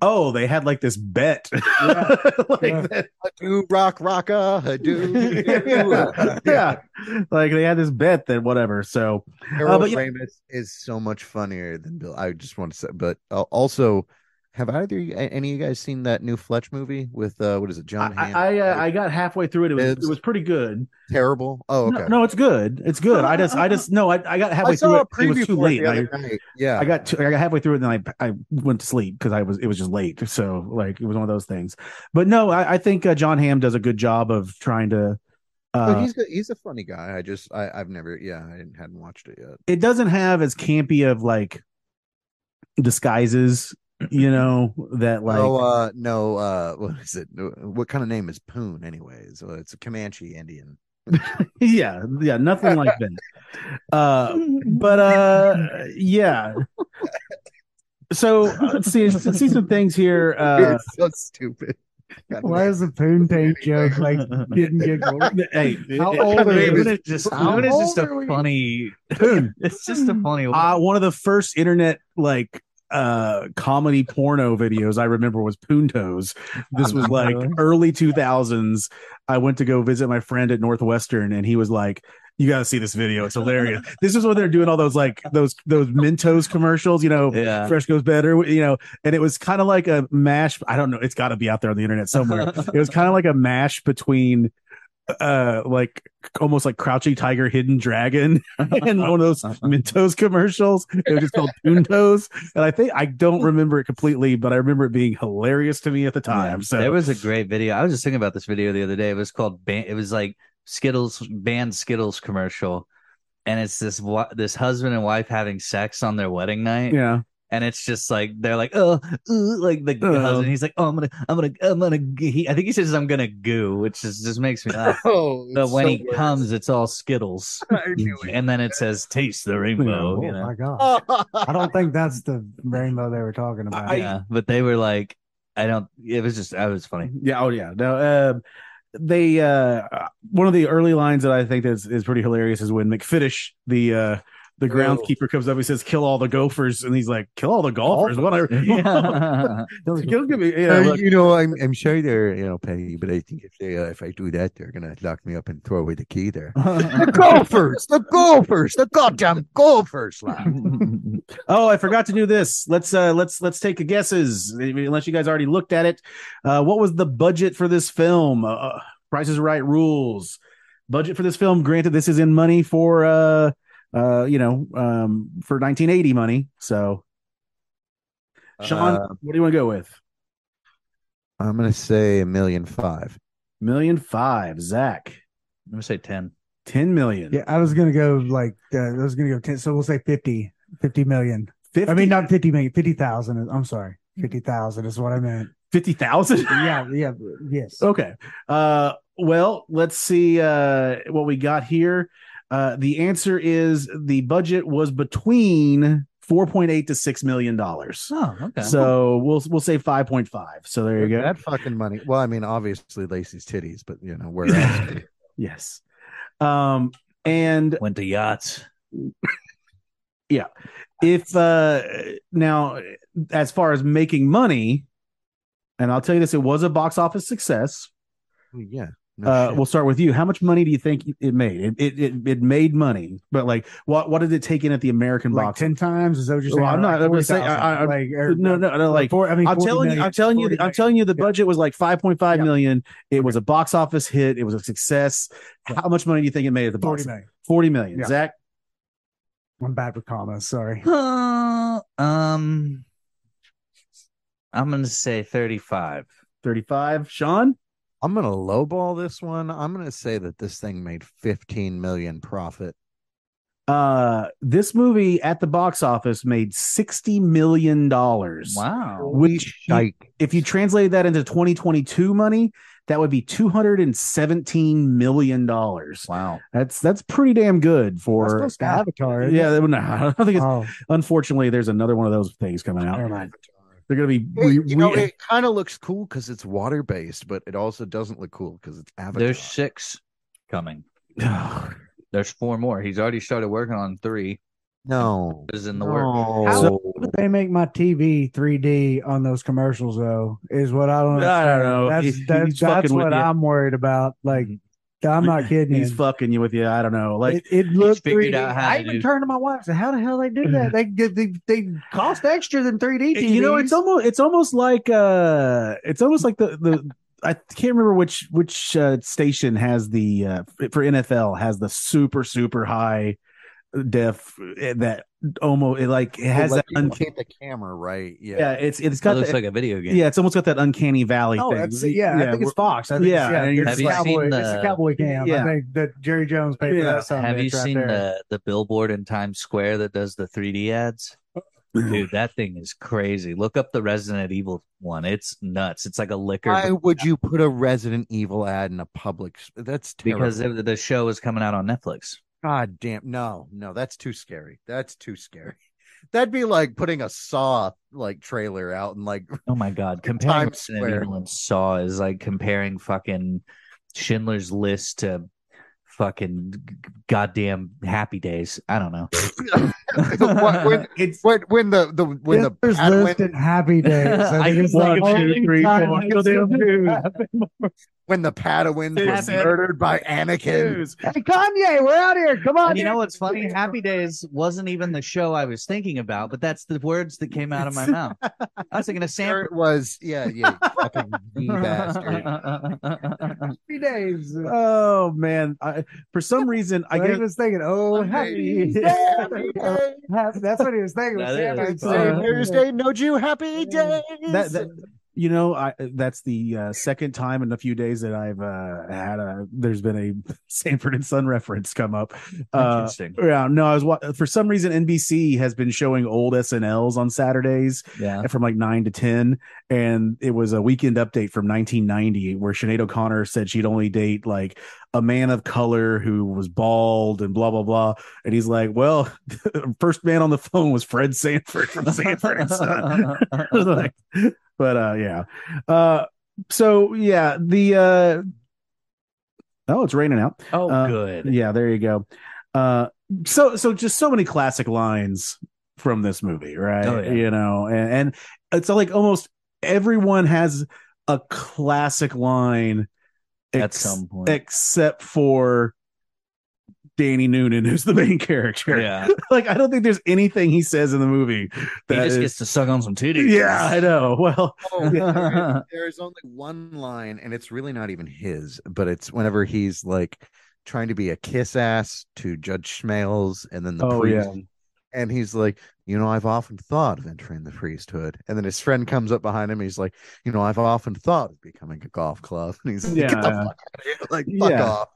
S1: oh, they had like this bet.
S5: Yeah.
S1: like
S5: Yeah.
S1: that-
S3: Hadoo rock
S4: uh,
S3: rocka hadoo.
S1: yeah. Like they had this bet that whatever. So
S3: Harold
S1: but yeah.
S3: Ramis is so much funnier than Bill. I just want to say, but uh, also, have either you- a- any of you guys seen that new Fletch movie with uh, what is it, John?
S1: I,
S3: Hamm?
S1: I, uh, I got halfway through it. It was,
S3: Dibs.
S1: it was pretty good.
S3: terrible. Oh,
S1: No-
S3: okay.
S1: No, it's good. It's good. I just, I just, no, I, I got halfway
S3: I saw
S1: through
S3: a
S1: it. It
S3: preview
S1: was too
S3: for it
S1: late.
S3: the
S1: I,
S3: other night. Yeah,
S1: I got, to, I got halfway through it and I, I went to sleep because I was, it was just late. So like it was one of those things. But no, I, I think uh, John Hamm does a good job of trying to.
S3: But
S1: Uh,
S3: he's a, he's a funny guy. I just I I've never yeah I didn't hadn't watched it yet.
S1: it doesn't have as campy of like disguises, you know, that like
S3: oh uh, no uh what is it? What kind of name is Poon anyways? Well, it's a Comanche Indian.
S1: yeah, yeah, nothing like that. Uh but uh yeah. So uh, let's see let's see some things here. Uh
S3: it's so stupid. God,
S5: Why is the poon paint joke like didn't get
S1: hey,
S5: How old are
S4: Poon
S5: you?
S4: is just,
S5: How
S4: Poon is
S5: old
S4: just a
S5: are we?
S4: funny.
S1: Poon.
S4: It's just a funny.
S1: uh, one of the first internet like uh comedy porno videos I remember was Puntos. This was like early 2000s. I went to go visit my friend at Northwestern and he was like you got to see this video. It's hilarious. this is when they're doing all those like those those Mentos commercials, you know,
S4: yeah.
S1: fresh goes better, you know, and it was kind of like a mash I don't know, it's got to be out there on the internet somewhere. it was kind of like a mash between uh like almost like crouching tiger hidden dragon and one of those mentos commercials it was just called puntos and i think i don't remember it completely but i remember it being hilarious to me at the time
S4: Yeah.
S1: so
S4: there was a great video. I was just thinking about this video the other day. It was called Ban- it was like Skittles band Skittles commercial, and it's this wa- this husband and wife having sex on their wedding night,
S1: yeah
S4: and it's just like they're like oh ooh, like the
S1: Oh.
S4: husband. He's like oh I'm gonna I'm gonna I'm gonna. g-" He, I think he says I'm gonna goo, which is, just makes me laugh.
S3: Oh,
S4: But
S3: it's
S4: when
S3: so
S4: he
S3: weird.
S4: comes, it's all Skittles,
S3: I knew it.
S4: and then it says taste the
S5: Oh
S4: rainbow. you know?
S5: my god!
S3: Oh,
S5: I don't think that's the rainbow they were talking about.
S4: yeah, but they were like, I don't. It was just I was funny.
S1: yeah oh yeah no um they uh one of the early lines that i think is is pretty hilarious is when mcfittish the uh the
S3: Oh.
S1: groundskeeper comes up. He says, "Kill all the gophers," and he's like, "Kill all the golfers." What I
S4: Yeah.
S1: Kill- give me- you know,
S3: Uh,
S1: look,
S3: you know, I'm I'm sorry they're you know petty, but I think if they uh, if I do that, they're gonna lock me up and throw away the key there. the golfers, the golfers, the goddamn golfers, lad.
S1: Oh, I forgot to do this. Let's uh let's let's take a guesses. Unless you guys already looked at it, uh, what was the budget for this film? Uh, Price is Right rules. Budget for this film. Granted, this is in money for uh uh, you know, um, for 1980 money. So, Sean,
S3: Uh,
S1: what do you want to go with?
S3: I'm gonna say a million five.
S1: Million five. Zach,
S4: I'm gonna say ten.
S1: ten million.
S5: Yeah, I was gonna go like uh, I was gonna go ten. So we'll say 50, 50 million.
S1: 50,
S5: I mean, not fifty million, fifty thousand. I'm sorry, fifty thousand is what I meant.
S1: fifty thousand.
S5: Yeah, yeah, yes.
S1: Okay. Uh, well, let's see uh, what we got here. Uh, the answer is the budget was between four point eight to six million dollars.
S4: Oh, okay.
S1: So we'll we'll say five point five. So there you go.
S3: That fucking money. Well, I mean, obviously Lacey's titties, but you know where else?
S1: Yes. Um, and
S4: Went to yachts.
S1: if uh now as far as making money, and I'll tell you this, it was a box office success.
S3: yeah. no
S1: Uh,
S3: shit.
S1: we'll start with you. How much money do you think it made? It it, it, it made money, but like what what did it take in at the American
S5: like
S1: box?
S5: ten times is that what you're saying?
S1: Well, I'm
S5: Or
S1: not-
S5: Like
S1: I'm just saying,
S5: 40,000?
S1: I- I-
S5: like or-
S1: no, no, no.
S5: or
S1: Like
S5: four, I mean,
S1: I'm
S5: 40
S1: telling you,
S5: million,
S1: I'm telling you,
S5: 40
S1: I'm
S5: million.
S1: telling you, the
S5: Yeah.
S1: budget was like 5.5
S5: Yeah.
S1: million. It was a box office hit. It was a success.
S5: Yeah.
S1: How much money do you think it made at the box?
S5: forty
S1: 40 million.
S5: million. Yeah.
S1: Zach,
S5: I'm bad with commas. Sorry.
S4: Uh, um, I'm gonna say thirty-five.
S1: 35. Sean,
S3: I'm gonna lowball this one. I'm gonna say that this thing made 15 million profit.
S1: uh, this movie at the box office made 60 million dollars.
S4: Wow.
S1: Which,
S3: Like
S1: if you translated that into 2022 money, that would be 217 million dollars.
S4: Wow.
S1: That's that's pretty damn good
S5: That's
S1: for.
S5: close to Avatar. isn't
S1: Yeah,
S5: it?
S1: that would- no, I don't think it's
S5: Oh,
S1: unfortunately, there's another one of those things coming out.
S5: never mind.
S1: They're gonna be
S3: It-
S1: re-
S3: you know,
S1: re-
S3: it kind of looks cool because it's water based, but it also doesn't look cool because it's Avatar.
S4: There's six coming. There's four more. He's already started working on three.
S3: no,
S4: This is in the work.
S3: no.
S5: How do they make my TV 3D on those commercials though? Is what I don't.
S1: I don't know.
S5: That's
S1: He's-
S5: that's,
S1: he's
S5: that's
S1: fucking with
S5: what
S1: you. Mm-hmm.
S5: I'm worried about. Like, I'm not kidding.
S1: he's
S5: you.
S1: fucking you with you. I don't know. Like
S5: it, it looked
S4: figured
S5: 3D.
S4: out how
S5: I
S4: to
S5: even
S4: do-
S5: turned to my wife and said, "How the hell they do that? They they, they, they cost extra than 3D TVs."
S1: you know, it's almost it's almost like uh, it's almost like the the. I can't remember which which uh, station has the uh, for NFL has the super super high def uh, that almost it like it has
S3: Like,
S1: that
S3: you
S1: un-
S3: can't the camera right? Yeah,
S1: yeah it's it's
S4: That
S1: got
S4: looks
S1: the-
S4: like a video game.
S1: yeah it's almost got that uncanny valley
S5: oh,
S1: thing
S5: that's, yeah, I think it's Fox. I think
S1: yeah, and
S5: it's,
S1: you're
S5: yeah,
S4: Have
S5: it's,
S4: you
S5: a cowboy,
S4: seen
S5: it's a
S4: the-
S5: cowboy cam.
S1: Yeah.
S5: I think that Jerry Jones paid
S1: Yeah.
S5: for that. Son of a
S4: Have you
S5: bitch Oh, right
S4: seen
S5: there.
S4: the the billboard in Times Square that does the 3D ads? Dude, that thing is crazy. Look up the Resident Evil one. It's nuts. It's like a liquor
S3: Why would you put a Resident Evil ad in a public? sp- That's terrible.
S4: because of the show is coming out on Netflix.
S3: God damn, no, no, that's too scary. That's too scary. That'd be like putting a Saw like trailer out and like
S4: Oh my god, comparing
S3: Times
S4: Resident
S3: Square.
S4: Evil and Saw is like comparing fucking Schindler's List to fucking goddamn Happy Days. I don't know.
S3: when, when,
S1: it's
S3: when, when the the when the
S5: Hitler's
S3: Batwing-
S5: list and happy days.
S4: I
S5: think it's
S1: one,
S5: like, "Oh,
S1: two,
S5: holy
S1: three,
S5: God,
S1: four.
S5: it's so bad.
S3: when the Padawans
S1: Yes.
S3: were murdered by Anakin.
S5: Hey, Kanye, we're out here. Come on.
S4: And you know
S5: dude.
S4: what's funny? Happy Days wasn't even the show I was thinking about, but that's the words that came out of my mouth. I was thinking of
S3: There
S4: Sam.
S3: it was. Yeah, yeah. you fucking wee bastard.
S5: Happy days.
S1: Oh man! I, for some reason, I
S5: I
S1: get
S5: was thinking, oh, happy.
S3: Thursday, happy day.
S5: Happy- That's what he was thinking. was
S4: That
S5: happy
S4: is
S5: days.
S3: Thursday,
S1: Uh,
S3: Thursday, no Jew, happy
S5: That-
S3: days.
S1: that, that you know I that's the uh, second time in a few days that I've uh, had a there's been a Sanford and Son reference come up. Uh,
S4: Interesting.
S1: yeah, no, I was wa- for some reason NBC has been showing old SNLs on Saturdays
S4: Yeah.
S1: from like nine to ten, and it was a weekend update from 1990 where Sinead O'Connor said she'd only date like a man of color who was bald and blah blah blah, and he's like, well, first man on the phone was Fred Sanford from Sanford and Son. Like, but uh yeah uh so yeah the uh oh it's raining out
S4: oh,
S1: Uh,
S4: good.
S1: yeah there you go uh so so just so many classic lines from this movie right
S4: Oh, yeah.
S1: you know and, and it's like almost everyone has a classic line
S4: At
S1: ex-
S4: some point.
S1: except for Danny Noonan, who's the main character,
S4: yeah.
S1: like I don't think there's anything he says in the movie
S4: He
S1: that
S4: just
S1: is-
S4: gets to suck on some titties.
S1: yeah, I know. Well,
S3: Oh, there- there is only one line, and it's really not even his, but it's whenever he's like, trying to be a kiss ass to Judge Schmales and then the
S1: Oh,
S3: priest.
S1: yeah.
S3: And he's like, you know, I've often thought of entering the priesthood. And then his friend comes up behind him. He's like, you know, I've often thought of becoming a golf club. And he's like, "Get the
S1: Yeah.
S3: fuck out of here." like, fuck
S1: Yeah.
S3: off.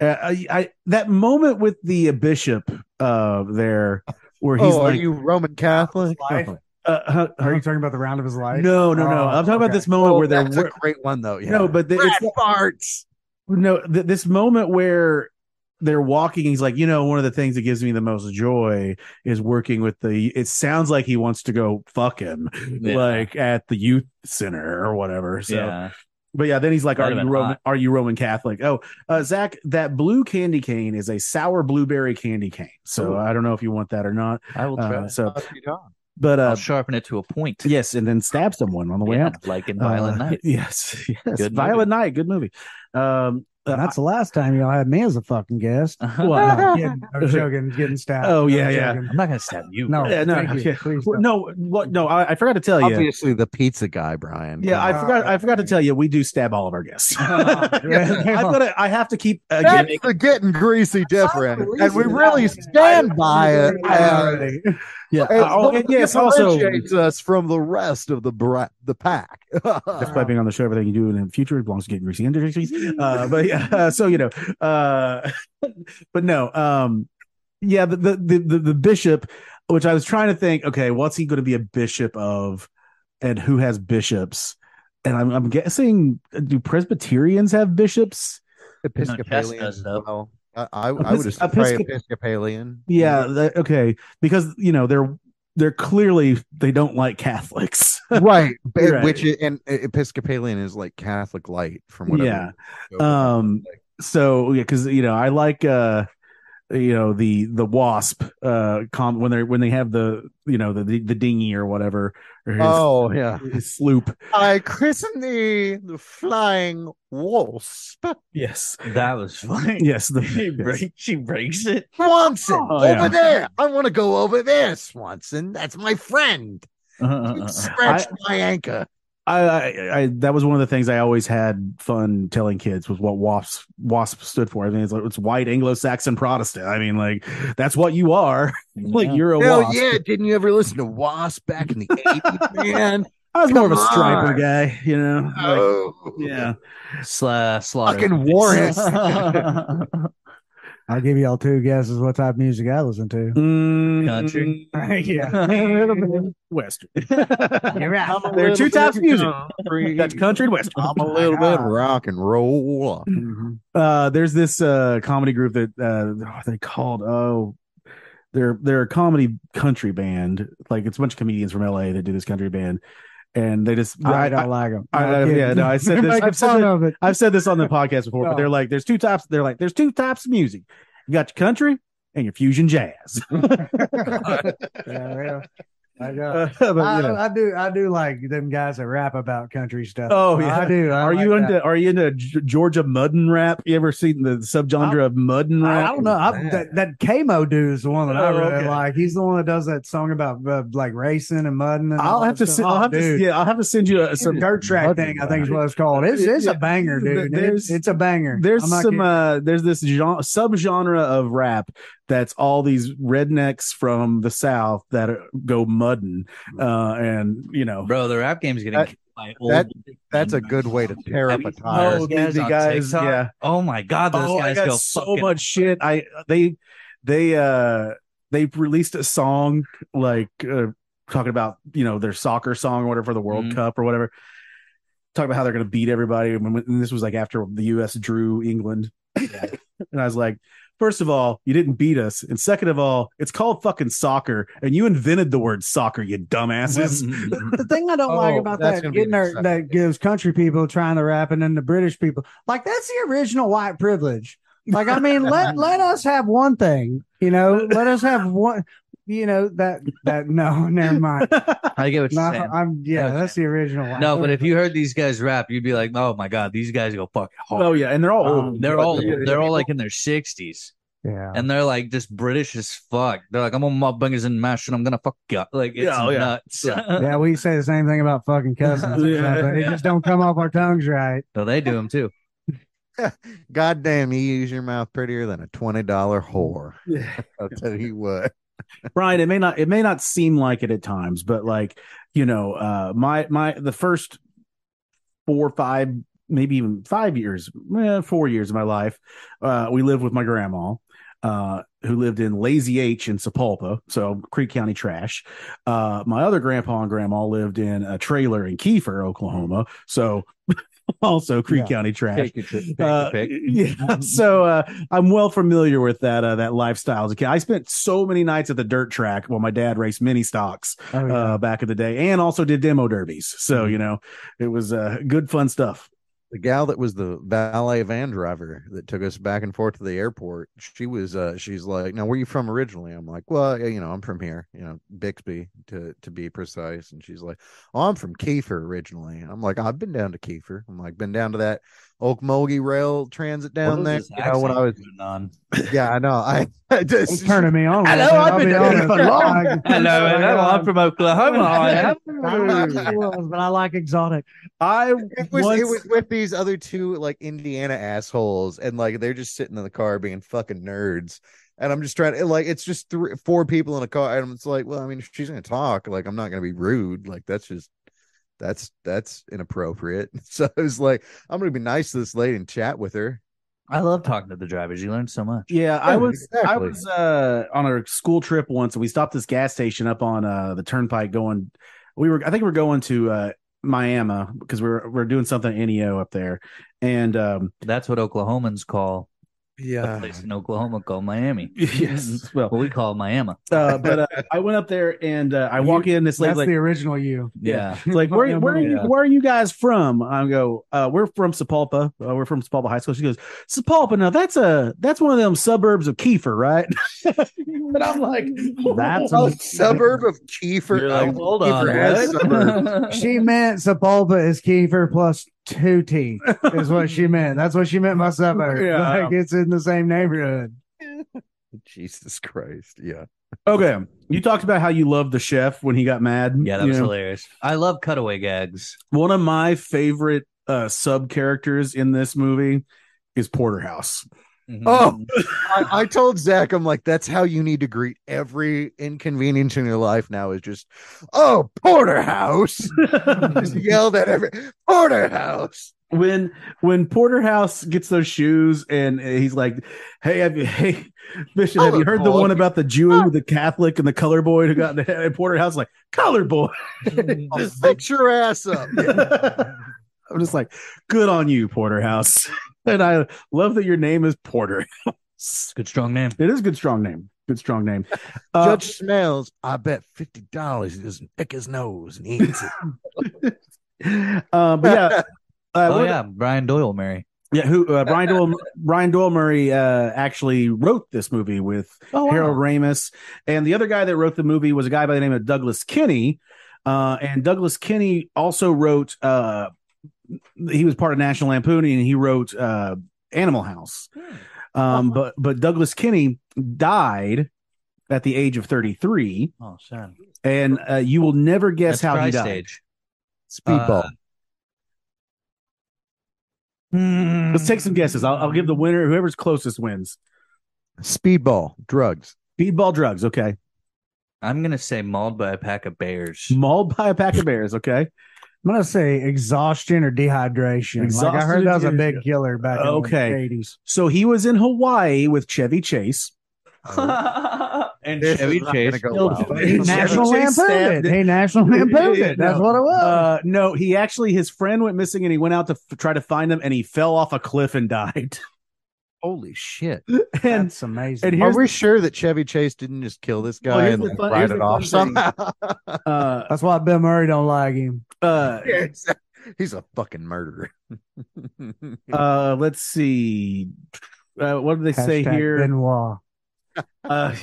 S1: Uh, I, I that moment with the bishop uh there where he's
S3: oh,
S1: like
S3: are you Roman Catholic?
S5: Life?
S3: No.
S1: uh, huh,
S5: Are you talking about the round of his life?
S1: no no no i'm talking about
S5: okay.
S1: this moment
S3: Oh,
S1: where they're
S3: that's a
S1: wor-
S3: great one though. Yeah.
S1: no but the, it's,
S3: farts.
S1: no th- this moment where they're walking he's like you know one of the things that gives me the most joy is working with the it sounds like he wants to go fuck him like at the youth center or whatever so
S4: yeah.
S1: But yeah, then he's like, "Are
S4: That'd have
S1: you
S4: been
S1: Roman?
S4: hot.
S1: Are you Roman Catholic?" Oh, uh, Zach, that blue candy cane is a sour blueberry candy cane. So
S3: Ooh.
S1: I don't know if you want that or not.
S4: I will
S1: Uh,
S4: try.
S1: so, but
S4: I'll
S1: uh,
S4: sharpen it to a point.
S1: yes, and then stab someone on the way
S4: Yeah,
S1: out.
S4: like in Violent
S1: Uh,
S4: Night.
S1: Yes, yes.
S4: Good
S1: Violent Night, good movie. Um,
S5: And that's the last time y'all had me as a fucking guest.
S4: Uh-huh.
S1: Well,
S5: No, I'm kidding. I'm joking. Getting stabbed.
S1: Oh,
S5: I'm
S1: yeah, yeah.
S5: joking.
S4: I'm not gonna stab you.
S5: No,
S1: Yeah, no,
S5: thank you.
S1: yeah.
S5: Please
S1: well,
S5: don't.
S1: no, what? No, I, I forgot to tell you.
S3: Obviously, the pizza guy, Brian.
S1: Yeah, I
S5: Uh,
S1: forgot. I forgot to tell you. We do stab all of our guests. I've got to. I have to keep uh,
S3: That's
S1: gimmick.
S3: the getting greasy different, and we really
S5: I-
S3: stand by it. and-
S5: Already.
S1: Yeah.
S3: and
S1: Uh, oh,
S3: what
S1: and yes. Also,
S3: differentiates us from the rest of the bra- the pack.
S1: That's why being on the show, everything you do in the future belongs to getting greasy and greasy. Uh, but yeah, uh, so you know, uh, but no, um, yeah, the, the the the the bishop, which I was trying to think, okay, what's he going to be a bishop of, and who has bishops? And I'm, I'm guessing, uh, do Presbyterians have bishops?
S3: Episcopalian.
S4: Chess does,
S3: as
S4: though.
S3: well. I, I, I would
S1: Epis-
S3: assume probably
S1: Episcop-
S3: Episcopalian.
S1: Yeah, that- okay, because you know they're they're clearly they don't like Catholics.
S3: right. but-
S1: You're right.
S3: Which is, and e, Episcopalian is like Catholic light from what.
S1: Yeah. Um, so yeah because you know i like uh you know the the wasp uh com- when they're when they have the you know the the, the dinghy or whatever or his,
S3: Oh yeah.
S1: his sloop
S3: I christen thee the flying wasp.
S1: yes
S4: That was funny.
S1: yes the
S4: She
S1: yes.
S4: breaks. She breaks it.
S3: Swanson,
S1: Oh,
S3: over
S1: yeah.
S3: there. I want to go over there, Swanson. That's my friend.
S4: Uh, uh,
S3: You
S1: Uh-uh.
S4: uh, uh.
S3: scratched my anchor.
S1: I, I i that was one of the things i always had fun telling kids was what wasp wasp stood for i mean it's like it's white anglo-saxon protestant i mean like that's what you are like you're a
S3: Hell
S1: wasp
S3: yeah! Didn't you ever listen to Wasp back in the eighties, man?
S1: i was more of a
S3: Come
S1: striper
S3: on.
S1: guy you know like,
S3: Oh,
S1: yeah
S4: Sla- slaughter.
S3: fucking Warren.
S5: I'll give y'all two guesses what type of music I listen to.
S4: Country.
S1: Mm. western
S5: You're right.
S1: There are two types of music. That's country and western.
S3: I'm a little bit rock and roll.
S1: Uh, there's this uh, comedy group that uh, what are they called? Oh, they're they're a comedy country band. Like it's a bunch of comedians from LA that do this country band, and they just
S5: I
S1: I,
S5: don't like them.
S1: I- I- yeah, no, I said this-
S5: making
S1: I've said
S5: fun
S1: it.
S5: of it.
S1: have said this on the podcast before, but
S5: No.
S1: they're like there's two types. They're like there's two types of music. You got your country and your fusion jazz.
S5: Yeah, yeah. I got.
S1: Uh, but, you
S5: I,
S1: know.
S5: I do. I do like them guys that rap about country stuff.
S1: Oh, yeah.
S5: I do. I
S1: are
S5: like
S1: you
S5: that.
S1: into are you into G- Georgia mudden rap? You ever seen the subgenre of mudden
S5: I,
S1: rap?
S5: I don't know. I,
S3: Yeah.
S5: that that Kamo dude is the one that I
S1: Oh,
S5: really
S1: okay.
S5: like. He's the one that does that song about uh, like racing and mudding. And all
S1: I'll
S5: that
S1: have to.
S5: stuff.
S1: se- I'll
S5: Oh,
S1: have to.
S5: dude.
S1: Yeah, I'll have to send you uh,
S5: some
S1: some
S5: dirt track
S1: mudden
S5: thing. I
S1: rap.
S5: think is what it's called. It's it's
S1: Yeah.
S5: a banger, dude.
S1: There's-
S5: It's, it's a banger.
S1: There's
S5: I'm not
S1: some
S5: kidding.
S1: uh there's this genre subgenre of rap that's all these rednecks from the south that are, go mudding uh and you know
S4: Bro, the rap game's getting
S3: That-
S4: killed by
S3: that-
S4: old.
S3: That's a good way to tear up a tire.
S1: Oh,
S4: Oh, guys
S1: the
S4: on
S1: guys,
S4: TikTok?
S1: yeah.
S4: Oh my god, those
S1: oh I
S4: guys
S1: got
S4: go
S1: so
S4: fucking-
S1: much shit I they they uh they released a song like uh, talking about you know their soccer song or whatever for the World
S4: Mhm.
S1: Cup or whatever talking about how they're going to beat everybody and this was like after the US drew England and I was like First of all, you didn't beat us. And second of all, it's called fucking soccer. And you invented the word soccer, you dumbasses.
S4: Mm-hmm.
S5: the thing I don't like
S3: Oh,
S5: about
S3: that's
S5: that
S3: gonna be
S5: getting
S3: an
S5: our,
S3: exception.
S5: that gives country people trying to rap and then the British people like that's the original white privilege. Like I mean, let let us have one thing, you know. Let us have one, you know that that no, never mind.
S4: I get what
S5: No,
S4: you're saying.
S5: I'm yeah,
S4: Okay.
S5: that's the original. White
S4: No, but if
S5: privilege.
S4: you heard these guys rap, you'd be like, "Oh my god, these guys go fucking hard."
S1: oh, yeah. And they're all old.
S4: they're all
S1: Yeah.
S4: they're all like in their sixties,
S5: yeah,
S4: and they're like just British as fuck. They're like, "I'm on my bangers and mash, and I'm gonna fuck you." up." Like it's
S1: Yeah, oh, yeah.
S4: nuts.
S5: yeah, we say the same thing about fucking cousins.
S1: Yeah.
S5: yeah, they just don't come off our tongues right.
S4: no, they do them too.
S3: Goddamn, you use your mouth prettier than a twenty dollar whore. I'll tell you what.
S1: Brian, it may not it may not seem like it at times, but like you know, uh, my my the first four, five, maybe even five years, eh, four years of my life, uh, we lived with my grandma, uh, who lived in Lazy H in Sepulpa, so Creek County trash. Uh, my other grandpa and grandma lived in a trailer in Kiefer, Oklahoma, so also Creek
S3: Yeah.
S1: County trash.
S3: Take your t- take your
S1: Uh,
S3: pick.
S1: yeah, so uh, I'm well familiar with that uh, that lifestyle as a kid. I spent so many nights at the dirt track while my dad raced mini stocks
S5: Oh, yeah.
S1: uh, back in the day, and also did demo derbies. So you know, it was uh, good fun stuff.
S3: the gal that was the valet van driver that took us back and forth to the airport she was uh she's like now where you from originally i'm like well you know i'm from here you know bixby to to be precise and she's like oh, i'm from kiefer originally and i'm like i've been down to kiefer i'm like been down to that okmulgee rail transit down there you know when i was
S4: on.
S3: yeah i know i, I
S5: It's
S3: just
S5: turning me on.
S3: Hello,
S5: I'll
S3: I've been
S5: be
S3: doing
S5: honest.
S3: it for long.
S4: Hello, hello. I'm from Oklahoma. I am.
S5: but I like exotic.
S1: I
S3: it was
S1: once-
S3: it was with these other two like Indiana assholes, and like they're just sitting in the car being fucking nerds. And I'm just trying to like it's just three four people in a car, and it's like, well, I mean, if she's gonna talk, like I'm not gonna be rude. Like that's just that's that's inappropriate. So I was like, I'm gonna be nice to this lady and chat with her.
S4: I love talking to the drivers. You learn so much.
S1: Yeah, I
S3: Yeah,
S1: was I
S3: exactly.
S1: was uh on a school trip once and we stopped this gas station up on uh the turnpike going we were I think we were going to uh Miami because we we're we we're doing something at NEO up there. And um
S4: That's what Oklahomans call a
S3: Yeah.
S4: place in Oklahoma called Miami.
S1: Uh-huh. yes, well
S4: What we call Miami.
S1: uh but uh, I went up there and uh, I
S5: You-
S1: walk in this lady
S5: That's
S1: like
S5: the original you.
S4: Yeah.
S1: It's like where where are you
S4: Yeah.
S1: where are you guys from? I go, uh, we're from Sepulpa. Uh, we're from Sepulpa High School. She goes, Sepulpa. Now that's a that's one of them suburbs of Kiefer, right? but I'm like,
S5: That's
S1: "Well,
S5: a-
S3: Suburb of Kiefer.
S4: You're like,
S3: Oh,
S4: hold
S3: Kiefer has suburbs.
S4: on. what?
S5: She meant Sepulpa is Kiefer plus two teeth is what she meant. That's what she meant by suburb.
S1: Yeah.
S5: Like it's in the same neighborhood.
S3: Jesus Christ. Yeah.
S1: Okay. You talked about how you loved the chef when he got mad.
S4: Yeah, that
S1: You
S4: was
S1: know,
S4: hilarious. I love cutaway gags.
S1: one of my favorite uh, sub characters in this movie is Porterhouse.
S4: Mm-hmm.
S3: Oh. I, I told Zach, I'm like, that's how you need to greet every inconvenience in your life now is just, oh, porterhouse. just yelled at every porterhouse.
S1: when when Porterhouse gets those shoes and uh, he's like, "Hey, have you, hey, Bishop, have you heard the one about the Jew, the Catholic, and the color boy who got in the and Porterhouse is like color boy?"
S3: I'll fix your ass up.
S1: I'm just like, "Good on you, Porterhouse," and I love that your name is Porterhouse.
S4: Good strong name.
S1: It is a good strong name. Good strong name. Uh,
S3: Judge Smells, I bet fifty dollars he doesn't pick his nose and eats it.
S1: um, but yeah, uh,
S4: oh
S1: what-
S4: yeah, Brian Doyle, Mary.
S1: yeah, Who uh, Brian Doyle? Brian Doyle Murray uh, actually wrote this movie with
S4: Oh,
S1: Harold Ramis, and the other guy that wrote the movie was a guy by the name of Douglas Kinney. Uh, and Douglas Kinney also wrote. Uh, he was part of National Lampoon, and he wrote uh, Animal House.
S4: Hmm.
S1: Um,
S4: Uh-huh.
S1: but but Douglas Kinney died at the age of 33
S4: Oh, sad.
S1: and uh, you will never guess
S4: That's
S1: how he died
S4: Tri-Stage.
S3: Speedball.
S4: Uh,
S1: Hmm. let's take some guesses I'll, I'll give the winner whoever's closest wins
S3: Speedball. Drugs.
S1: speedball drugs okay
S4: I'm gonna say mauled by a pack of bears.
S1: mauled by a pack of bears okay
S5: I'm gonna say exhaustion or dehydration. like I
S1: Exhaustion or
S5: heard that was a
S1: dehydration.
S5: big killer back
S1: Okay.
S5: in the 80s.
S1: so he was in hawaii with chevy chase
S4: and
S3: This
S4: Chevy
S3: is not
S4: Chase
S3: gonna go
S4: killed
S3: well.
S4: him.
S1: Chevy
S5: National
S1: Chase
S5: Lampoon.
S1: stabbed
S5: It.
S1: it.
S5: Hey, National Lampoon. It. That's
S1: No.
S5: what it was.
S1: Uh, no, he actually his friend went missing and he went out to f- try to find him and he fell off a cliff and died.
S3: Holy shit.
S1: and
S5: That's amazing.
S1: and
S3: Are
S1: here's-
S3: we sure that Chevy Chase didn't just kill this
S1: Well,
S3: guy
S1: here's
S3: and
S1: the
S3: like,
S1: fun- here's
S3: write it
S1: the
S3: off
S1: fun thing.
S3: somehow?
S1: uh,
S5: Oh, That's why Bill Murray don't like him.
S1: uh,
S3: Yes. He's a fucking murderer.
S1: uh, let's see. Uh, what do they say
S5: Hashtag
S1: here?
S5: Benoit.
S1: Uh,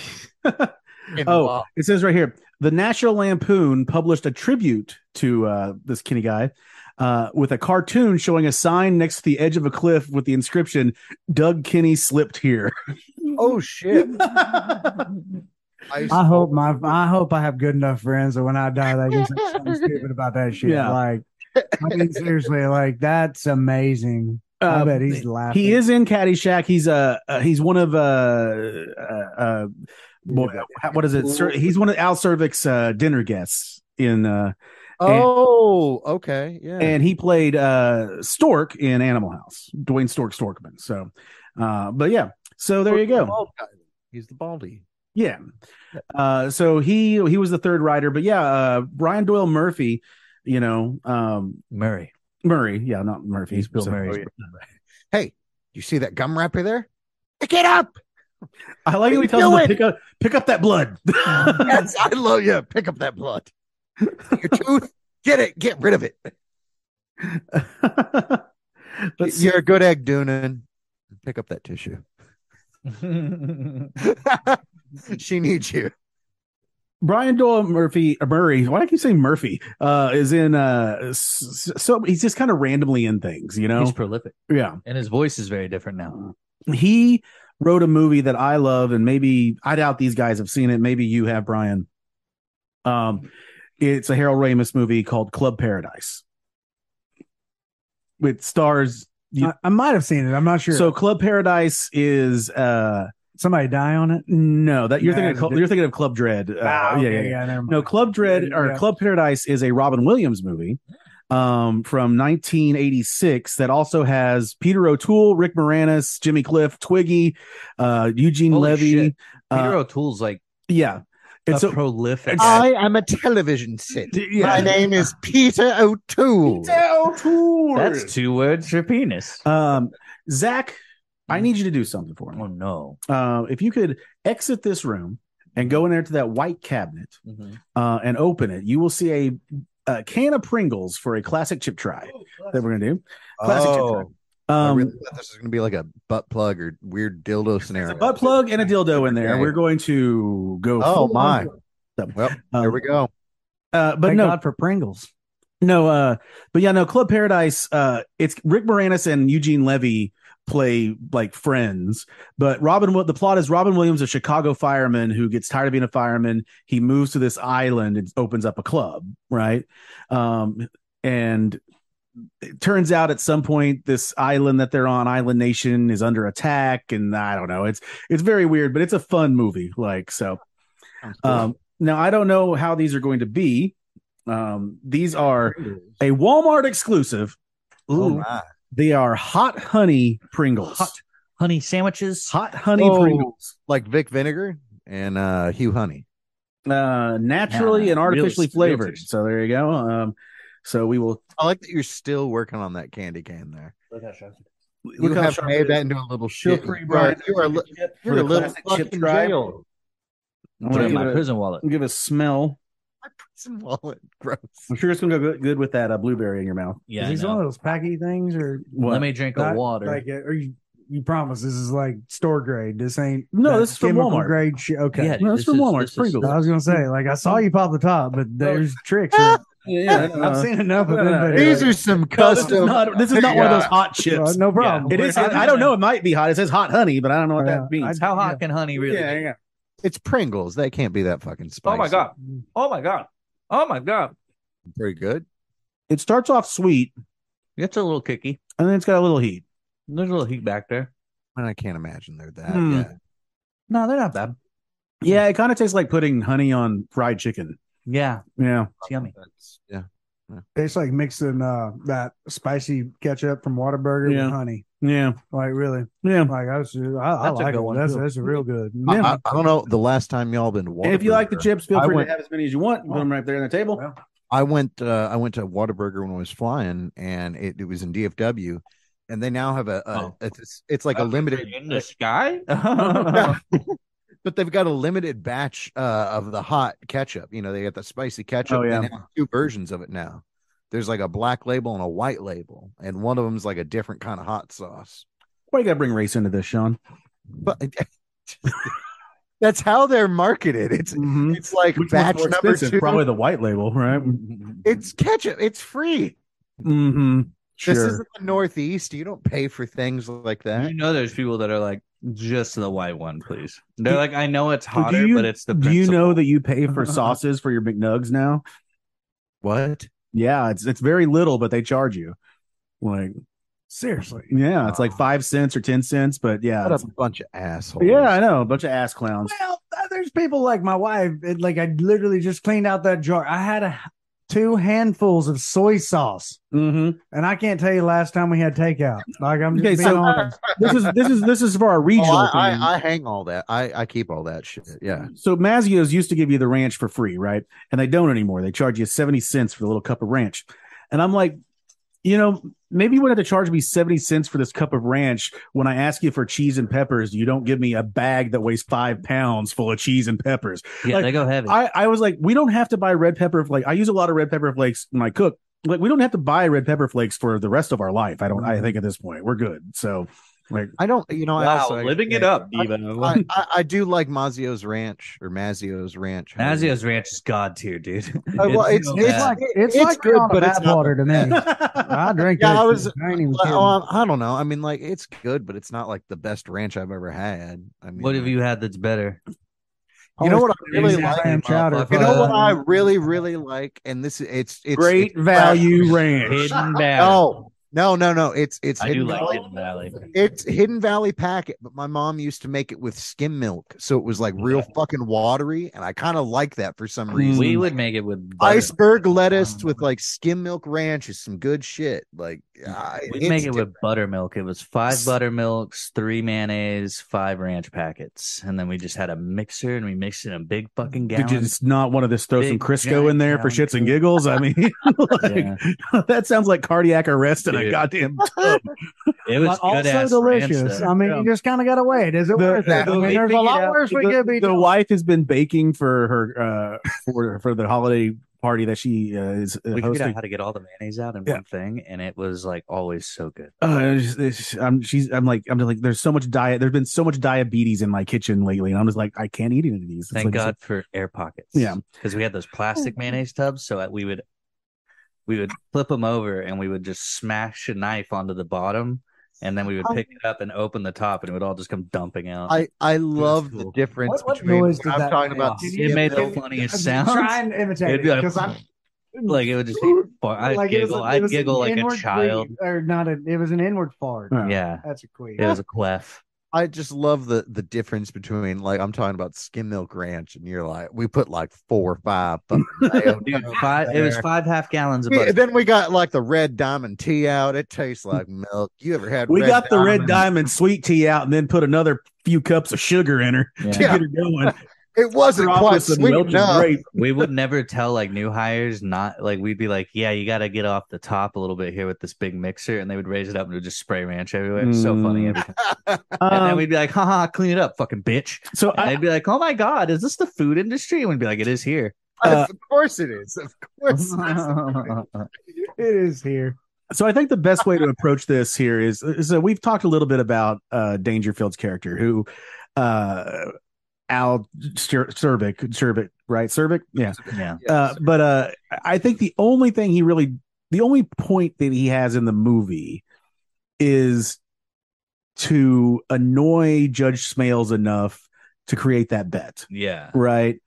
S1: oh, it says right here the National Lampoon published a tribute to uh, this Kenny guy uh, with a cartoon showing a sign next to the edge of a cliff with the inscription "Doug Kenny slipped here."
S3: oh shit.
S5: I hope my I hope I have good enough friends that when I die they can say something stupid about that shit.
S1: Yeah.
S5: Like I mean seriously, like that's amazing. I
S1: Uh,
S5: bet he's laughing.
S1: He is in Caddyshack. He's uh, uh he's one of uh, uh, uh boy, what is it? Sir, he's one of Al Cervic's uh, dinner guests in, uh,
S3: Oh, okay, yeah.
S1: and he played uh Stork in Animal House. Dwayne Stork Storkman. So, uh, but yeah. So there you go.
S3: He's the baldy.
S1: Yeah. Uh, so he he was the third writer, but yeah, uh, Brian Doyle Murphy, you know, um,
S4: Murray.
S1: Murray. Yeah, not Murphy.
S4: He's Bill
S1: So-
S3: Oh,
S4: Murray's
S3: Hey, you see that gum wrapper there? Pick it up.
S1: I like how he
S3: What are
S1: tells
S3: you
S1: him to
S3: doing?
S1: pick up pick up that blood.
S3: Yes, I love you. Pick up that blood. Your tooth. Get it. Get rid of it.
S1: Let's see.
S3: You're a good egg, Doonan. Pick up that tissue. she needs you.
S1: Brian Doyle Murphy uh, Murray. Why do I keep saying Murphy? Uh, is in uh, s- s- so he's just kind of randomly in things, you know.
S4: He's prolific,
S1: yeah,
S4: and his voice is very different now.
S1: he wrote a movie that I love, and maybe I doubt these guys have seen it. Maybe you have, Brian. Um, it's a Harold Ramis movie called Club Paradise. It stars you-
S5: I, I might have seen it. I'm not sure.
S1: so Club Paradise is uh
S5: somebody die on it.
S1: no that you're thinking of,
S5: Yeah,
S1: Cl-
S5: the-
S1: you're thinking of Club Dread. Uh, yeah,
S5: Ah, okay,
S1: yeah, yeah.
S5: never mind.
S1: No, Club Dread or
S5: Yeah.
S1: Club Paradise is a Robin Williams movie um, from 1986 that also has Peter O'Toole, Rick Moranis, Jimmy Cliff, Twiggy, uh, Eugene
S4: Holy
S1: Levy.
S4: shit. Peter
S1: Uh,
S4: O'Toole's like
S1: yeah,
S4: a
S1: it's a,
S4: prolific.
S3: I am a television set.
S1: yeah.
S3: My name is Peter O'Toole.
S1: O'Toole.
S4: That's two words for penis.
S1: um, Zach. I need you to do something for
S4: oh
S1: me.
S4: no.
S1: Uh, if you could exit this room and go in there to that white cabinet uh, and open it, you will see a, a can of Pringles for a classic chip try that we're gonna do. Classic chip try.
S3: I
S1: Oh, Um,
S3: really thought this was going to be like a butt plug or weird dildo scenario.
S1: a butt plug and a dildo in there.
S3: Okay.
S1: We're going to go.
S3: Oh,
S1: full
S3: my.
S1: on. So,
S3: Well,
S1: um,
S3: there we go.
S1: Uh, but
S5: Thank
S1: no,
S5: God for Pringles.
S1: no. Uh, but yeah, no. Club Paradise. Uh, it's Rick Moranis and Eugene Levy play like friends. But Robin, Wi- the plot is Robin Williams, a Chicago fireman who gets tired of being a fireman. He moves to this island and opens up a club, right? Um, and it turns out at some point this island that they're on, Island Nation, is under attack, and I don't know. It's it's very weird, but it's a fun movie. Like so. Um, now I don't know how these are going to be. Um, these are a Walmart exclusive.
S3: Oh,
S4: Ooh,
S3: my.
S1: They are hot honey Pringles.
S4: Hot. honey sandwiches.
S1: Hot honey
S3: Oh.
S1: Pringles.
S3: Like Vic Vinegar and uh, Hugh Honey.
S1: Uh, naturally
S4: Yeah,
S1: and artificially
S4: real-
S1: flavored.
S4: real taste.
S1: so there you go. Um, so we will
S3: I like that you're still working on that candy can there.
S1: look
S3: you
S1: how
S3: have
S1: sharp
S3: made
S1: it
S3: that
S1: is.
S3: into a little
S1: Feel
S3: shit.
S1: free,
S3: You
S1: Brian.
S3: are, you are, li- you're
S1: the
S3: a little
S1: classic chip
S3: fucking
S1: drive.
S3: jail.
S1: I'm
S4: Put it
S1: gonna
S4: in
S1: give
S4: my
S1: it,
S4: prison wallet.
S1: a, give it a smell.
S3: My prison wallet. Gross.
S1: I'm sure it's gonna go good- good with that uh, blueberry in your mouth.
S4: Yeah.
S5: is
S4: I
S5: these
S4: know.
S5: one of those packy things, or
S1: What?
S4: Let me drink
S5: Not
S4: a water.
S5: like, or you, you promise this is like store grade? This ain't
S1: No,
S5: that
S1: this is from
S5: chemical
S1: Walmart.
S5: grade. Shit. Okay,
S4: Yeah,
S1: No, it's
S4: this
S1: from
S4: is-
S1: Walmart.
S4: this
S1: It's Pringles.
S5: I was gonna say, like, I saw you pop the top, but there's tricks. in it.
S1: Yeah,
S5: I've seen enough of
S1: no,
S5: them.
S1: no,
S5: but-
S3: These are some
S1: No, this is
S3: custom.
S1: Uh, not, this is not one of those hot
S5: Uh,
S1: chips.
S5: no problem.
S1: It is. I don't know. It might be hot. It says hot honey, but I don't know what
S5: Yeah,
S1: that means.
S4: How hot can honey really?
S1: Yeah,
S4: be?
S1: yeah.
S3: It's Pringles. They can't be that fucking spicy.
S4: Oh my god. Oh my god. Oh my god.
S3: Pretty good.
S1: It starts off sweet,
S4: It's a little kicky.
S1: and then it's got a little heat.
S4: There's a little heat back there.
S3: And I can't imagine they're that.
S1: Hmm.
S3: Yeah.
S4: No, they're not bad.
S1: Yeah, it kind of tastes like putting honey on fried chicken.
S4: Yeah,
S1: Yeah,
S4: it's yummy.
S3: That's, yeah.
S5: It's like mixing uh, that spicy ketchup from Whataburger
S1: Yeah.
S5: with honey.
S1: yeah,
S5: Like really,
S1: yeah.
S5: like I, was, I, I
S4: That's a
S5: like
S4: good
S5: it.
S4: one,
S5: That's
S4: too.
S5: that's real good.
S3: I- I, I don't know. The last time y'all been to
S1: And if you like the
S3: Whataburger,
S1: chips, feel
S3: I
S1: free
S3: went- Oh.
S1: to have as many as you want. Put them right there on the table.
S3: I went uh, I went to Whataburger when I was flying and it, it was in DFW and they now have a, a
S4: Oh.
S3: it's- it's it's like a limited
S4: in the sky.
S3: but they've got a limited batch uh, of the hot ketchup. You know, they got the spicy ketchup
S1: Oh, yeah.
S3: and they have two versions of it now. There's like a black label and a white label, and one of them's like a different kind of hot sauce.
S1: Why you got to bring race into this, Sean?
S3: But that's how they're marketed. It's
S1: Mhm.
S3: it's like
S1: Which one's
S3: Mm-hmm. batch
S1: more
S3: number
S1: expensive?
S3: two. Mm-hmm.
S1: Probably the white label, right?
S3: It's ketchup. It's free.
S1: Mm-hmm. Sure.
S3: This is the Northeast. You don't pay for things like that.
S4: you know, there's people that are like just the white one, please. They're like, I know it's
S1: do
S4: hotter,
S1: you-
S4: but it's the.
S1: Do you
S4: principle.
S1: know that you pay for sauces for your McNugs now?
S3: What?
S1: Yeah, it's it's very little, but they charge you. Like
S5: Seriously.
S1: Yeah, it's like five cents or ten cents, but yeah,
S3: What
S1: it's-
S3: a bunch of assholes.
S1: yeah, I know, a bunch of ass clowns.
S5: Well, there's people like my wife. It, like I literally just cleaned out that jar. I had a, two handfuls of soy sauce,
S1: Mm-hmm.
S5: and I can't tell you last time we had takeout. Like I'm just
S1: Okay,
S5: being
S1: so-
S5: honest.
S1: This is this is this is for our
S3: Oh,
S1: regional.
S3: I,
S1: thing. Mm-hmm.
S3: I, I hang all that. I, I keep all that shit. Yeah.
S1: So Mazio's used to give you the ranch for free, right? And they don't anymore. They charge you 70 cents for the little cup of ranch. And I'm like, you know, maybe you would have to charge me 70 cents for this cup of ranch when I ask you for cheese and peppers. You don't give me a bag that weighs five pounds full of cheese and peppers.
S4: Yeah,
S1: Like,
S4: they go heavy.
S1: I, I was like, we don't have to buy red pepper flakes. I use a lot of red pepper flakes when I cook. Like, we don't have to buy red pepper flakes for the rest of our life. I don't, I think at this point, we're good. So, like,
S3: I don't, you know, I
S6: Wow,
S3: also,
S6: living it up, Devo.
S3: I, I, I do like Mazio's Ranch or Mazio's Ranch.
S4: Mazio's Ranch is god tier, dude.
S3: Uh, well, it's-
S4: so
S3: it's
S4: bad.
S5: like it's,
S3: It's
S5: like
S3: good,
S5: good,
S3: but
S5: but
S3: it's not
S5: water to me. I drink.
S3: Yeah,
S5: that
S3: I was- um,
S5: shit. I ain't even kidding.
S3: Well, I I don't know. I mean, like it's good, but it's not like the best ranch I've ever had. I mean,
S4: What have you had that's better?
S3: You know what I
S5: Always
S3: really
S5: been
S3: like?
S5: clam chowder.
S3: You know what
S4: Uh,
S3: I really, really like, and this it's it's
S1: great
S3: it's-
S1: value ranch.
S4: Hidden Valley.
S3: No, no, no, no. It's it's
S6: I do
S3: Oh, Hidden
S6: like
S3: Valley-
S6: Hidden Valley.
S3: it's Hidden Valley packet, but my mom used to make it with skim milk, so it was like real fucking watery, and I kind of like that for some reason.
S4: We would make it with butter.
S3: Iceberg lettuce with like skim milk ranch is some good shit. Like uh,
S4: We'd
S3: it's
S4: make it
S3: di-
S4: with buttermilk. It was five buttermilks, three mayonnaise, five ranch packets, and then we just had a mixer and we mixed it in a big fucking
S1: Did you
S4: gallon.
S1: just not want to just throw some
S4: Big
S1: Crisco
S4: giant
S1: in there for
S4: gallon
S1: shits and giggles? I mean, like, that sounds like cardiac arrest in a
S6: Dude.
S1: goddamn tub.
S4: It was
S5: But also
S4: good-ass ranch,
S5: delicious.
S4: though.
S5: I mean, you just kind of got to wait. Is it worth it? I
S1: the-
S5: mean, there's a lot worse we
S1: the-
S5: could be
S1: the
S5: doing.
S1: wife has been baking for her uh, for for the holiday party that she uh, is uh,
S4: we figured out
S1: hosting.
S4: how to get all the mayonnaise out in
S1: Yeah.
S4: one thing, and it was like always so good.
S1: Uh, it's- it's- I'm she's I'm like I'm like there's so much diet. There's been so much diabetes in my kitchen lately, and I'm just like I can't eat any of these. It's
S4: Thank
S1: like-
S4: God for air pockets.
S1: Yeah.
S4: because we had those
S5: Mm-hmm.
S4: plastic mayonnaise tubs, so that we would we would flip them over and we would just smash a knife onto the bottom, and then we would pick it up and open the top, and it would all just come dumping out.
S3: I I love the
S4: cool.
S3: difference
S5: What- what
S3: between
S5: noise
S3: when
S5: did
S3: I'm
S5: that
S3: talking
S5: make?
S3: about.
S5: Did
S3: skim
S4: Oh, it made the
S3: milk-
S4: funniest
S5: I'm
S4: sound.
S5: Try and imitate
S4: It'd be
S5: it
S4: like-
S5: because I'm
S4: like it would just be far. I'd
S5: like, it was
S4: giggle.
S5: a- it
S4: I'd
S5: was an
S4: giggle like a
S5: inward
S4: child.
S5: queef, or not a, it was an inward fart.
S1: Yeah.
S4: Yeah,
S5: That's a queen.
S4: it was a clef.
S3: I just love the the difference between like I'm talking about skim milk ranch, and you're like we put like four or five. fucking mayo
S4: Dude,
S3: down
S4: five, it was
S3: there.
S4: five half gallons of
S3: Yeah,
S4: butter.
S3: then we got like the red diamond tea out. It tastes like milk. You ever had?
S1: we got the red diamond sweet tea out, and then put another few cups of sugar in her to
S4: Yeah.
S1: get her going.
S3: It wasn't
S1: Drop
S3: quite
S1: with some
S3: sweet
S1: Welch's
S3: enough.
S1: grape.
S4: we would never tell like new hires not like we'd be like, yeah, you got to get off the top a little bit here with this big mixer, and they would raise it up and it would just spray ranch everywhere. It's so funny.
S1: Mm.
S4: Every time. and then
S1: Um,
S4: we'd be like, haha, clean it up, fucking bitch.
S1: so
S4: And
S1: I,
S4: they'd be like, oh my god, is this the food industry? And we'd be like, it is here.
S1: Uh,
S3: of course it is. Of course.
S5: It is here.
S1: so I think the best way to approach this here is so we've talked a little bit about uh, Dangerfield's character, who uh, Al Cer- Cervic, Cervic, right? Cervic, yeah.
S4: yeah,
S1: Uh, but uh, I think the only thing he really, the only point that he has in the movie is to annoy Judge Smales enough to create that bet,
S4: yeah.
S1: right?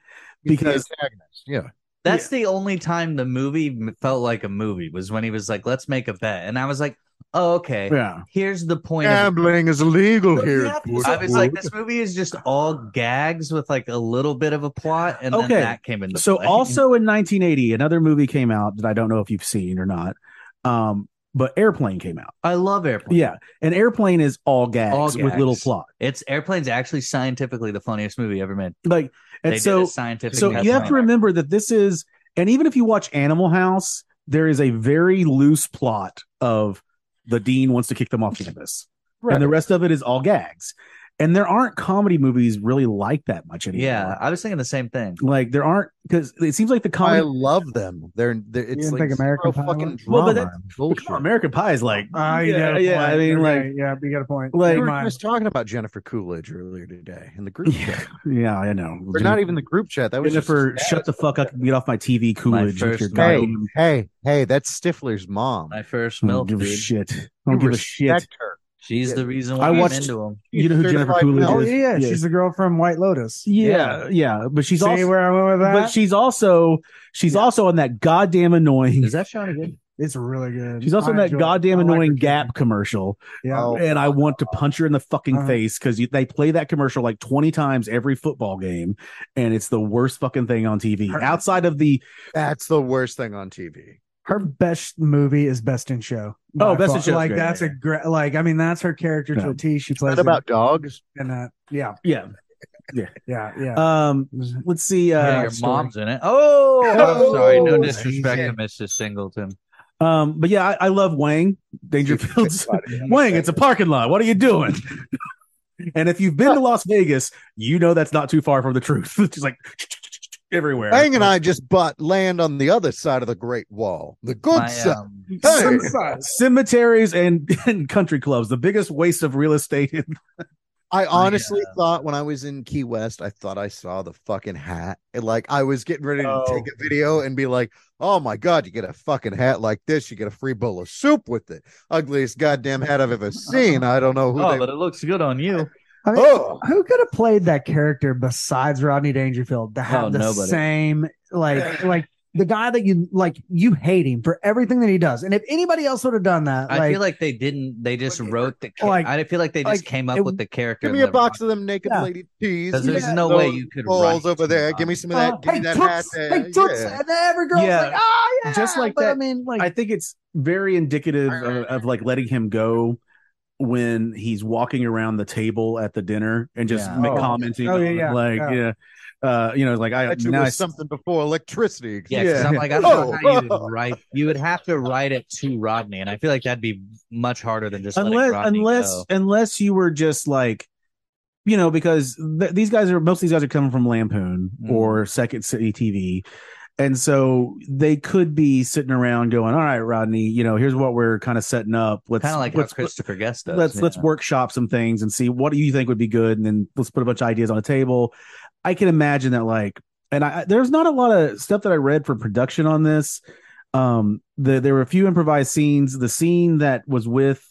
S1: Because
S3: yeah,
S4: That's the only time the movie m- felt like a movie was when he was like, let's make a bet, and I was like, oh okay,
S1: yeah,
S4: here's the point. of
S3: gambling is illegal here.
S5: Yeah,
S3: Porter.
S4: I was like, this movie is just all gags with like a little bit of a plot, and
S1: Okay.
S4: then that came into
S1: So
S4: play.
S1: also in 1980, another movie came out that I don't know if you've seen or not. Um, but Airplane came out.
S4: I love airplanes.
S1: Yeah, and Airplane is all gags,
S4: All
S1: with little
S4: gags.
S1: plot.
S4: it's airplanes actually scientifically the funniest movie ever made.
S1: Like, and
S4: they
S1: so
S4: did a scientific.
S1: so you have to remember that this is, and even if you watch Animal House, there is a very loose plot of the dean wants to kick them off campus, and the rest of it is all gags. And there aren't comedy movies really like that much anymore.
S4: Yeah, I was thinking the same thing.
S1: like there aren't because it seems like the
S3: I
S1: comedy
S3: love them. They're, they're it's
S5: didn't
S3: like
S5: think American
S3: zero
S5: Pie
S3: fucking
S5: was-
S1: Well,
S3: drama.
S1: but
S3: Bullshit.
S1: American Pie is like
S5: Ah, you
S1: yeah,
S5: got a
S1: yeah. I
S5: point.
S1: mean,
S5: You're
S1: like
S5: right. yeah, you got a point.
S1: like-
S3: we
S5: Never
S3: were
S5: mind.
S3: just talking about Jennifer Coolidge earlier today in the group chat.
S1: Yeah, I know.
S3: Or not even the group chat. That was just
S1: Jennifer,
S3: a
S1: shut the fuck up and get off my TV, Coolidge.
S4: My
S1: with your
S4: first
S1: goddamn-
S4: name.
S3: Hey, hey, that's Stifler's mom.
S4: My first
S1: I don't
S4: milk,
S1: give a
S4: dude.
S1: shit. I don't
S3: You
S1: give a shit.
S3: respect her.
S4: She's the reason
S1: I
S4: why I
S1: watched-
S4: watched into him.
S1: You know who Jennifer
S3: Certified
S1: Coolidge
S5: Oh
S3: milk.
S1: is?
S5: yeah,
S1: Yeah.
S5: she's the girl from White Lotus.
S1: Yeah, yeah, but she's
S5: See
S1: also,
S5: where I went with that?
S1: but she's also, she's also on that goddamn annoying.
S4: Is that Sean again?
S5: It's really good.
S1: She's also in
S5: I
S1: that
S5: enjoy it.
S1: goddamn
S5: Oh, I like her
S1: annoying
S5: character.
S1: Gap commercial,
S5: Yeah.
S3: Oh.
S1: and I want to punch her in the fucking
S5: Uh-huh.
S1: face because they play that commercial like twenty times every football game, and it's the worst fucking thing on TV.
S5: Her-
S1: Outside of the
S3: That's the worst thing on TV.
S5: Her best movie is Best in Show.
S1: Oh,
S5: by
S1: Best in
S5: far.
S1: Show's
S5: Like
S1: good,
S5: that's
S1: yeah.
S5: a great. Like I mean, that's her character to
S1: Yeah.
S5: a T. She plays
S3: That about dogs?
S5: in that. Yeah,
S1: yeah,
S5: yeah, yeah.
S1: um, let's see,
S4: Yeah,
S1: uh,
S4: your mom's in it. Oh, I'm sorry. No disrespect to
S3: shit.
S4: Mrs. Singleton.
S1: um, but yeah, I, I love Wang Dangerfield's Wang, it's a parking lot. What are you doing? and if you've been to Las Vegas, you know that's not too far from the truth. She's like everywhere.
S3: Ang and I just bought land on the other side of the Great Wall. The good
S4: My,
S3: side.
S4: um,
S3: Hey,
S1: Cemeteries and, and country clubs, the biggest waste of real estate. In,
S3: I honestly thought when I was in Key West, I thought I saw the fucking hat. And like I was getting ready to
S1: Oh.
S3: take a video and be like, oh my God, you get a fucking hat like this. You get a free bowl of soup with it. Ugliest goddamn hat I've ever seen. I don't know who
S4: oh,
S3: they
S4: but it looks good on you.
S5: I mean,
S3: Oh,
S5: who could have played that character besides Rodney Dangerfield to have
S4: Oh,
S5: the
S4: nobody.
S5: same like like the guy that you like you hate him for everything that he does. And if anybody else would have done that, like,
S4: I feel like they didn't. They just wrote the. Ca-
S5: Like-
S4: I feel like they just
S5: like,
S4: came up
S5: it-
S4: with the character.
S3: give me a
S4: and let it
S3: box of them naked
S5: Yeah.
S3: lady tees.
S4: Because there's
S3: Yeah,
S4: no way
S3: those
S4: you could
S3: balls
S4: write
S3: over there.
S4: two
S3: Give me some of
S5: uh,
S3: that. Give
S5: hey,
S3: me that
S5: Toots,
S3: hat.
S5: hey,
S3: there.
S5: Toots,
S3: Yeah.
S5: and every girl's
S1: Yeah.
S5: like, oh yeah,
S1: Just like
S5: but, I
S1: that-
S5: mean, like
S1: I think it's very indicative of, of like letting him go when he's walking around the table at the dinner and just
S4: Yeah.
S1: ma-
S5: Oh.
S1: commenting,
S5: Oh, yeah,
S1: on it,
S5: yeah,
S1: like yeah,
S5: yeah.
S1: Uh, you know, like I
S3: That shit
S1: now I
S3: was something before electricity.
S4: Yeah, 'cause
S1: Yeah.
S4: I'm like, I don't know
S3: Oh.
S4: how you would write. You would have to write it to Rodney, and I feel like that'd be much harder than just letting
S1: unless
S4: Rodney
S1: unless
S4: go.
S1: unless you were just like you know because th- these guys are most of these guys are coming from lampoon
S4: Mm.
S1: or second city tv and so they could be sitting around going all right rodney you know here's what we're kind of setting up let's
S4: kind of like
S1: let's
S4: how Christopher Guest does.
S1: let's
S4: yeah.
S1: let's workshop some things and see what do you think would be good and then let's put a bunch of ideas on a table i can imagine that like and i I- there's not a lot of stuff that i read for production on this um the, there were a few improvised scenes the scene that was with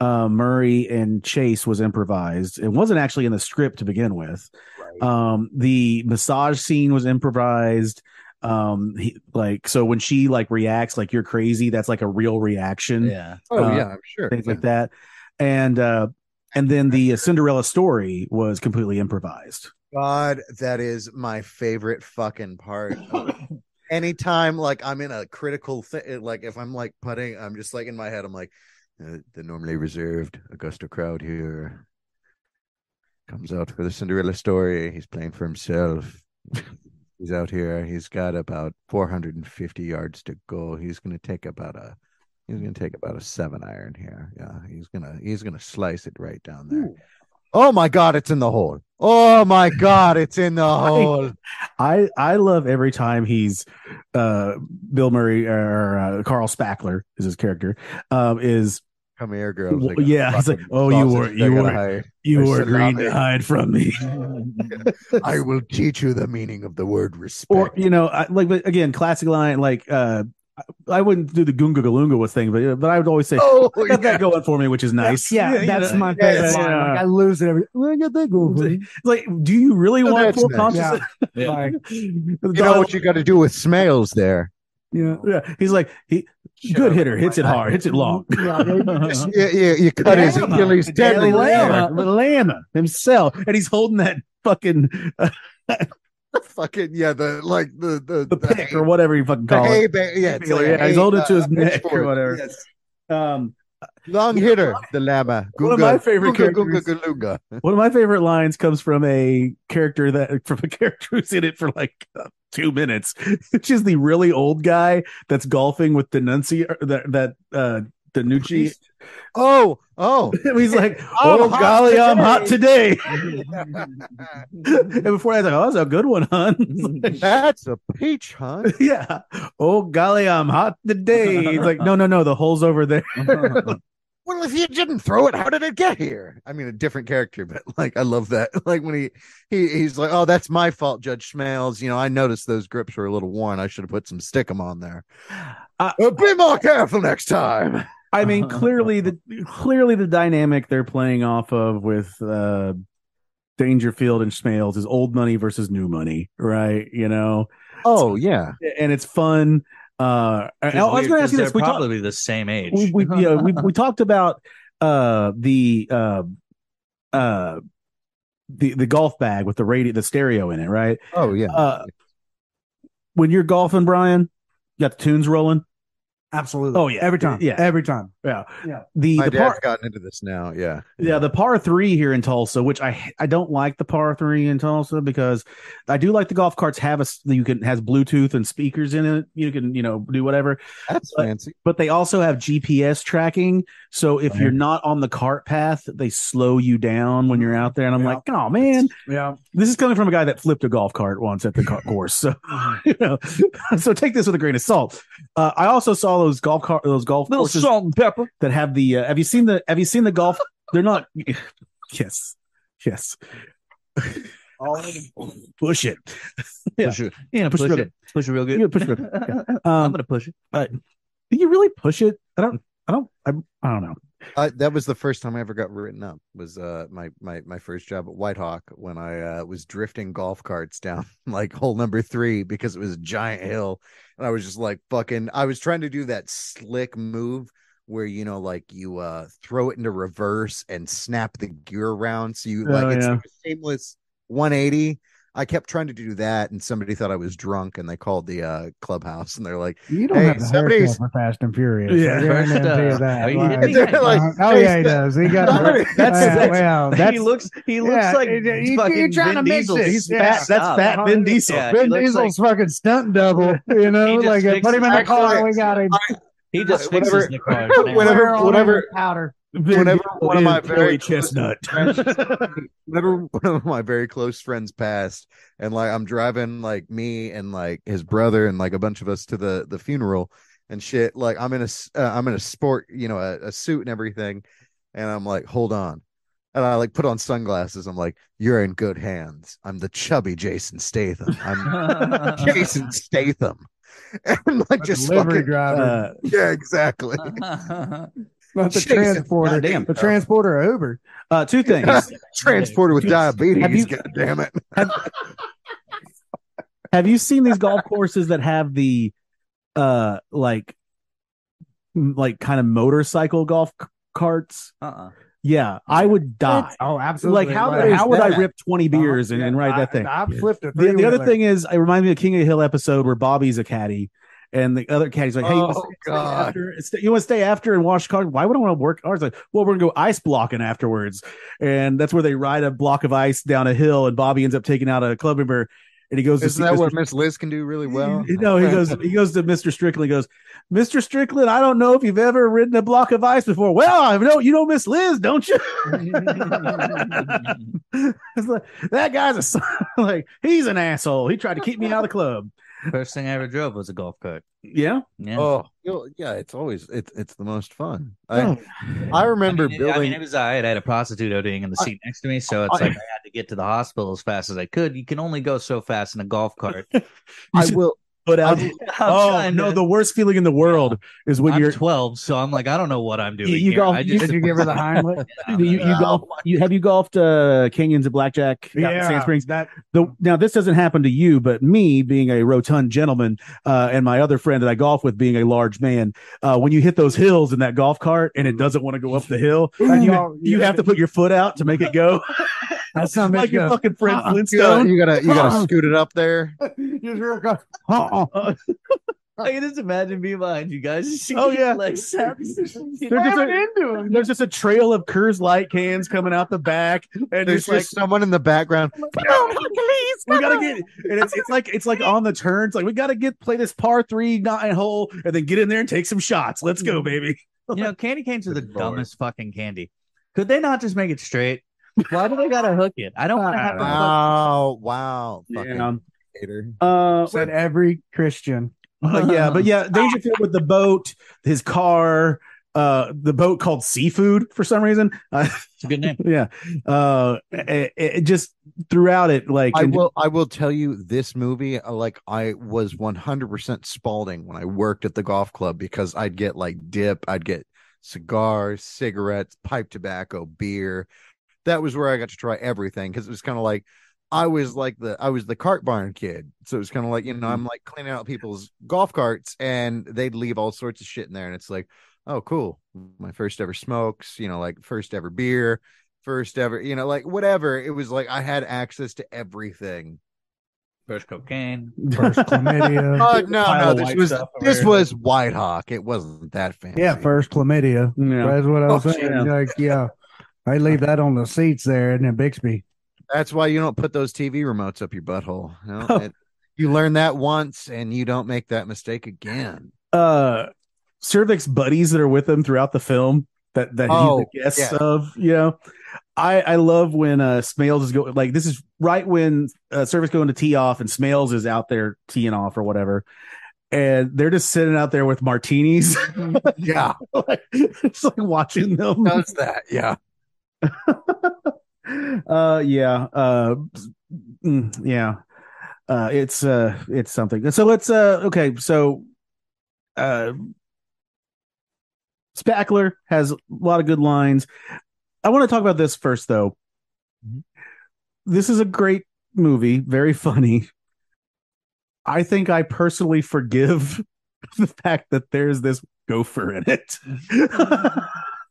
S1: uh murray and chase was improvised it wasn't actually in the script to begin with um the massage scene was improvised um he, like so when she like reacts like you're crazy that's like a real reaction
S4: Yeah.
S3: Oh
S1: Uh,
S3: yeah, I'm sure.
S1: things like that. And uh and then the uh, Cinderella story was completely improvised.
S3: God, that is my favorite fucking part. Anytime, like I'm in a critical thing, like if I'm like putting, I'm just like in my head, I'm like, uh, the normally reserved Augusta crowd here comes out for the Cinderella story. He's playing for himself. He's out here. He's got about 450 yards to go. He's gonna take about a. He's gonna take about a seven iron here. Yeah, he's gonna he's gonna slice it right down there. Oh my god, it's in the hole. Oh my god, it's in the hole.
S1: I I love every time he's uh Bill Murray or uh, Carl Spackler is his character um is
S3: Come here, girls. They
S1: Well,
S3: got
S1: yeah, he's like,
S3: fucking
S1: oh, you
S3: sausage
S1: were-
S3: they
S1: you
S3: gotta
S1: were-
S3: hire.
S1: you
S3: I
S1: were
S3: said
S1: green
S3: nothing.
S1: to hide from me.
S3: I will teach you the meaning of the word respect.
S1: or you know I, like but again classic line like uh I- I wouldn't do the Goonga Galunga was thing but but I would always say
S3: oh,
S1: I got that going for me which is nice.
S5: yeah,
S1: you
S5: that's
S1: know?
S5: my favorite
S1: Yes.
S5: line.
S1: Yeah.
S5: Like, I lose it every. Well, I got that going for me.
S1: like do you really
S3: Oh,
S1: want
S3: that's
S1: full
S3: nice.
S1: consciousness?
S4: Yeah.
S5: Like,
S3: you know what you got to do with smails there.
S5: yeah.
S1: yeah, he's like he
S3: Shut
S1: good
S3: up.
S1: hitter, hits it hard, hits it long.
S3: You, you, you cut his
S1: Lama.
S3: Achilles tendon.
S1: Lama, Lama himself, and he's holding that fucking uh,
S3: Fucking yeah, the like the the,
S1: the pick or whatever you fucking
S3: the
S1: call
S3: hay
S1: it.
S3: ba- yeah, it's like a
S1: Yeah, he's
S3: hay-
S1: holding it to
S3: uh,
S1: his
S3: a
S1: neck or
S3: pitchfork.
S1: whatever.
S3: Yes.
S1: Um,
S3: Long hitter, the llama.
S1: One of my
S3: Gunga-
S1: favorite
S3: Gunga- Gunga-
S1: characters-
S3: Gunga.
S1: one of my favorite lines comes from a character that from a character who's in it for like uh, two minutes, which is the really old guy that's golfing with Denunci that that uh Danucci.
S3: Oh, oh.
S1: he's like,
S3: I'm
S1: oh
S3: hot
S1: golly, I'm hot today. and
S4: Yeah.
S1: before I was like, oh, that's a good one, hun.
S3: That's a peach, huh?
S1: yeah. Oh golly, I'm hot today. It's like, no, no, no, the hole's over there.
S3: Well, if you didn't throw it, how did it get here? I mean, a different character, but like I love that. Like when he, he he's like, "Oh, that's my fault, Judge Smales. You know, I noticed those grips were a little worn. I should have put some stickum on there.
S1: Uh,
S3: Uh, be more careful next time."
S1: I mean, clearly the clearly the dynamic they're playing off of with uh Dangerfield and Smales is old money versus new money, right? You know,
S3: Oh yeah,
S1: and it's fun. Uh, I was going to ask you this: we talked,
S4: probably the same age.
S1: we, we, yeah, we, we talked about uh, the uh, uh, the the golf bag with the radio, the stereo in it, right?
S3: Oh yeah.
S1: Uh, when you're golfing, Brian, you got the tunes rolling.
S5: Absolutely.
S1: Oh, yeah.
S5: Every time.
S1: Yeah.
S5: Every time.
S1: Yeah,
S5: Yeah.
S1: The,
S3: my
S1: the
S3: dad's
S1: par,
S3: gotten into this now. Yeah.
S1: yeah, the par three here in Tulsa, which I I don't like the par three in Tulsa because I do like the golf carts have a s- you can has Bluetooth and speakers in it. You can you know do whatever.
S3: That's
S1: But-
S3: fancy.
S1: but they also have GPS tracking. So if
S4: Right.
S1: you're not on the cart path, they slow you down when you're out there. And I'm
S5: Yeah.
S1: like, oh man,
S5: Yeah.
S1: this is coming from a guy that flipped a golf cart once at the car- course. So
S4: Uh-huh.
S1: you know, so take this with a grain of salt. Uh, I also saw those golf car those golf
S4: little
S1: courses
S4: salt and pepper.
S1: that have the. Uh, have you seen the? Have you seen the golf? They're not. Yes, yes. push it. Yeah.
S3: Push it.
S4: Yeah,
S1: Push
S4: push,
S1: it real
S4: it. Push it real good.
S1: Yeah, push it real
S4: I'm
S1: Um,
S4: gonna push it.
S1: did you really push it? I don't. I don't. I, I don't know.
S3: I, Uh, that was the first time I ever got written up. Was uh my my my first job at Whitehawk when I uh, was drifting golf carts down like hole number three because it was a giant hill, and I was just like fucking. I was trying to do that slick move where you know like you uh throw it into reverse and snap the gear around so you like
S1: Oh,
S3: it's
S1: yeah.
S3: like a seamless 180. I kept trying to do that, and somebody thought I was drunk, and they called the uh clubhouse, and they're like,
S5: You don't
S3: Hey,
S5: have the haircut
S3: somebody's-
S5: for Fast and Furious.
S1: Yeah. Oh,
S5: I guarantee
S4: First, uh,
S5: you that.
S4: are you
S5: Like,
S4: kidding me?
S5: uh,
S3: Like,
S5: oh yeah, he
S3: Jason-
S5: does. He got.
S3: That's-
S5: yeah,
S4: that's-
S5: well,
S4: he
S5: that's-
S4: looks. He looks
S5: yeah,
S4: like
S5: it- you-
S4: fucking
S5: you're trying
S4: Vin
S5: to mix
S4: Diesel.
S5: it. He's fat-
S4: smashed
S1: that's
S4: up.
S1: fat Vin Diesel.
S4: Yeah, he
S5: Vin
S4: looks like-
S5: Diesel's fucking stunt double. You know,
S4: just
S5: like uh,
S4: fixes
S5: put him in the
S4: that
S5: car.
S3: car.
S5: We got him.
S4: he just fixes
S3: Whatever-
S4: the car.
S3: whatever-
S5: Wear on
S3: whatever-
S5: his powder.
S3: whenever one of my very close
S1: chestnut.
S3: friends- whenever one of my very close friends passed and like i'm driving like me and like his brother and like a bunch of us to the the funeral and shit like i'm in a s- uh, i'm in a sport you know a, a suit and everything and i'm like hold on and i like put on sunglasses i'm like you're in good hands i'm the chubby jason statham i'm jason statham and like just
S5: delivery
S3: fucking,
S5: driver.
S1: Uh,
S3: yeah exactly
S5: Not the
S3: Jesus,
S5: transporter.
S3: goddamn.
S5: The transporter Uber.
S1: uh, two things.
S3: transporter with
S1: Have
S3: diabetes
S1: you-
S3: god damn it
S1: have you seen these golf courses that have the uh like m- like kind of motorcycle golf c- carts?
S4: uh-uh.
S1: Yeah, I would die.
S5: Oh,
S1: Like
S5: absolutely.
S1: how
S5: Like,
S1: would, how would I
S3: that?
S1: rip twenty beers and, and ride that thing?
S5: I, I flipped it.
S1: the, the other thing is, it reminded me of King of the Hill episode where Bobby's a caddy, and the other caddy's like, "Hey, you wanna
S3: Oh,
S1: stay
S3: God.
S1: after- stay- you want to stay after and wash cars? Why would I want to work?" I was like, "Well, we're gonna go ice blocking afterwards," and that's where they ride a block of ice down a hill, and Bobby ends up taking out a club member, and he goes to
S3: Isn't
S1: see
S3: that
S1: Mr.
S3: what Miss Liz can do really well?
S1: No, he goes. He goes to Mr. Strickland. He goes, Mr. Strickland. I don't know if you've ever ridden a block of ice before. Well, I know you know Miss Liz, don't you? It's like, that guy's a son- like he's an asshole. He tried to keep me out of the club.
S4: First thing I ever drove was a golf cart.
S1: Yeah.
S4: Yeah.
S3: Oh, you'll- yeah, it's always it's it's the most fun.
S1: Oh.
S3: I I remember
S4: I mean, it- I mean,
S3: building
S4: it was all right. I had a prostitute ODing in the seat next to me, so it's
S1: I-
S4: like I had to get to the hospital as fast as I could. You can only go so fast in a golf cart.
S1: You
S3: I
S1: should
S3: will
S1: put out.
S4: I'm
S1: oh
S4: trying
S1: no,
S4: to-
S1: the worst feeling in the world is when
S4: I'm
S1: you're
S4: 12, so I'm like, I don't know what I'm doing.
S1: You- you
S4: here.
S1: golf-
S4: I
S1: you-
S4: just,
S5: Did you give her the Heimlich?
S1: you, you golf. You have you golfed uh, Canyons and Blackjack? out in Sand Springs.
S5: That
S1: The, now this doesn't happen to you, but me being a rotund gentleman, uh, and my other friend that I golf with being a large man, uh, when you hit those hills in that golf cart and
S5: Mm.
S1: it doesn't want to go up the hill, you,
S5: Oh,
S1: you have to put your foot out to make it go,
S5: That's not
S1: like your
S5: Michigan.
S1: fucking friend
S5: Uh-uh.
S3: You gotta
S1: Flintstone.
S3: you gotta, you gotta
S5: Uh-uh.
S3: scoot it up there.
S5: You're sure go-
S1: Uh-uh.
S4: I can just imagine being behind you guys.
S1: Oh, yeah.
S4: like saps.
S1: They're just
S5: Slam
S1: a-
S5: it into him.
S1: There's just a trail of Coors Light cans coming out the back, and
S3: There's
S1: it's like
S3: just someone in the background.
S1: we gotta get, and it's it's like it's like on the turns, like we gotta get play this par three nine hole, and then get in there and take some shots. Let's go, baby.
S4: You know, candy canes are the
S3: Good lord.
S4: dumbest fucking candy. Could they not just make it straight? Why do they gotta hook it? I don't want to have a fucking-
S3: Wow, wow, fucking
S1: Yeah.
S3: hater.
S1: Uh,
S5: Said every Christian.
S1: But yeah, but yeah, Dangerfield with the boat, his car, uh, the boat called Seafood for some reason. Uh,
S4: It's a good name.
S1: yeah, uh, it, it just throughout it, like
S3: I
S1: and-
S3: will I will tell you this movie uh, like I was 100% Spalding when I worked at the golf club because I'd get like dip, I'd get cigars, cigarettes, pipe tobacco, beer. That was where I got to try everything cuz it was kind of like I was like the I was the cart barn kid, so it's kind of like you know I'm
S1: Mm-hmm.
S3: like cleaning out people's golf carts, and they'd leave all sorts of shit in there, and it's like, oh cool, my first ever smokes, you know, like first ever beer, first ever, you know, like whatever. It was like I had access to everything.
S4: First cocaine.
S5: First chlamydia.
S3: Oh no,
S4: pile
S3: no,
S4: of
S3: this
S4: white
S3: was
S4: stuff over
S3: this
S4: here.
S3: was White Hawk. It wasn't that fancy.
S5: yeah, first chlamydia.
S1: Yeah.
S5: That's what I was
S1: Oh,
S5: saying.
S1: yeah.
S5: Like, yeah, I leave that on the seats there, and then Bixby.
S3: That's why you don't put those TV remotes up your butthole. No, it- you learn that once, and you don't make that mistake again.
S1: Uh, Cervix buddies that are with him throughout the film that that
S3: Oh,
S1: he's the guest
S3: yeah.
S1: of. You know, I I love when uh Smales is going like this is right when uh, Cervix going to tee off and Smales is out there teeing off or whatever. And they're just sitting out there with martinis,
S3: Yeah,
S1: just like watching them.
S3: does that? Yeah.
S1: uh yeah uh mm, yeah uh it's uh it's something so let's uh okay so uh spackler has a lot of good lines i want to talk about this first though
S5: Mm-hmm.
S1: this is a great movie very funny i think i personally forgive the fact that there's this gopher in it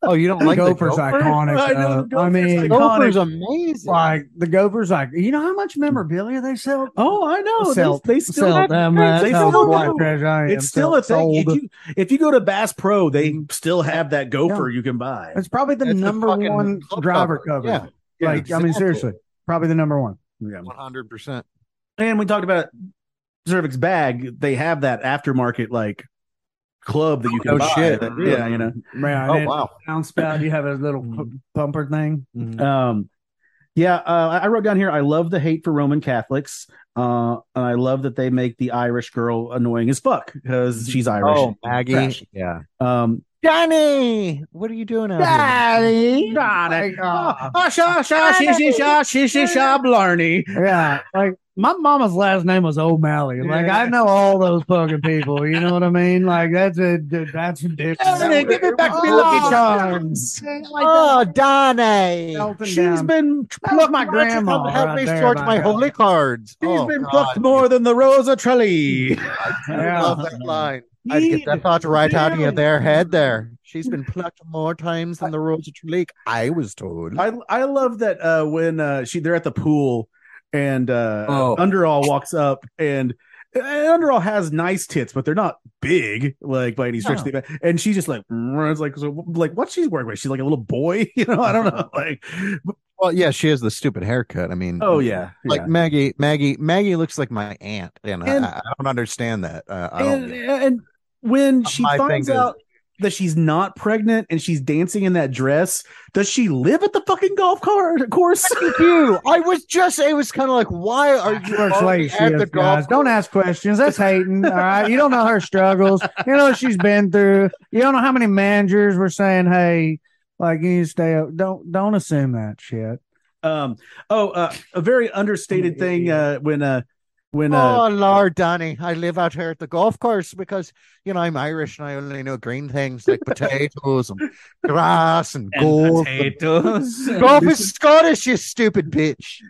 S3: Oh, you don't like the
S5: Gopher's
S3: gopher?
S5: iconic.
S1: I know,
S5: uh,
S1: the
S5: I
S1: Gopher's
S5: mean,
S1: iconic.
S3: Gopher's amazing.
S5: like the Gophers, like you know how much memorabilia they sell.
S1: oh i know
S5: Sell-
S1: they, they still
S5: sell
S1: have
S5: them.
S1: trades.
S5: That's
S1: They
S5: how
S1: still
S5: black
S1: do.
S5: treasure I am.
S1: it's still a thing.
S5: Sold.
S1: If you, if you go to Bass Pro, they still have that gopher you can buy.
S5: It's probably the
S3: That's
S5: number
S3: fucking
S5: one
S3: club
S5: driver cover.
S3: Yeah,
S5: like I mean,
S3: exactly.
S5: seriously, probably the number one.
S1: Yeah.
S3: one hundred percent.
S1: And we talked about Cervix Bag. They have that aftermarket like club that you can
S3: Oh,
S1: buy.
S3: shit.
S1: That-
S3: Really?
S1: Yeah, you know.
S5: Man,
S3: Oh
S5: and
S3: wow.
S5: downspout, you have a little p- pumper thing.
S1: Um, yeah, uh, I I wrote down here. I love the hate for Roman Catholics, uh, and I love that they make the Irish girl annoying as fuck because she's Irish.
S3: Oh, Maggie.
S1: Trash.
S3: Yeah.
S1: Um,
S3: Johnny, what are you doing out
S5: Like, ah.
S1: oh, sha sha she she sha she she sha blarney.
S5: Yeah, like my mama's last name was O'Malley. Like I know all those fucking people. You know what I mean? Like that's a dude, that's ridiculous.
S1: give me back my lucky charms.
S3: Oh, Donnie.
S5: Melting
S1: She's
S5: down.
S1: been
S5: That was my grandma
S3: Help
S5: right
S3: me
S5: there,
S3: sort
S5: my
S3: my
S5: God.
S3: holy cards.
S1: He's
S3: oh,
S1: been
S3: God.
S1: plucked more than the Rosa Trelly.
S3: I love that line. I'd get that thought right out of their head there. She's been plucked more times than the Rose of Treleak, I was told.
S1: I I love that uh, when uh, she they're at the pool and uh,
S4: Oh.
S1: Underall walks up and, and Underall has nice tits, but they're not big like by any stretch. of the ima- And she's just like runs like so, like what she's working with. She's like a little boy, you know. I don't know. Like
S3: well, yeah, she has the stupid haircut. I mean,
S1: oh yeah,
S3: Like
S1: yeah.
S3: Maggie, Maggie, Maggie looks like my aunt, and, I-
S1: And-
S3: I, I don't understand that. Uh, I don't
S1: And,
S3: get it.
S1: and when she
S3: My thing
S1: finds
S3: is-
S1: out. That she's not pregnant and she's dancing in that dress. Does she live at the fucking golf cart course?
S3: you. I was just. It was kind of like, why are you
S5: Works
S3: already
S5: like she
S3: at
S5: is,
S3: the golf?
S5: guys. Don't ask questions. That's hating. All right. You don't know her struggles. You know what she's been through. You don't know how many managers were saying, hey, like you need to stay out. Don't don't assume that shit.
S1: Um. Oh, uh, a very understated thing. Uh, when uh, when uh,
S3: Oh Lord, Donnie, I live out here at the golf course because you know I'm Irish and I only know green things like potatoes and grass and, golf. and-
S4: potatoes.
S3: golf is Scottish, you stupid bitch.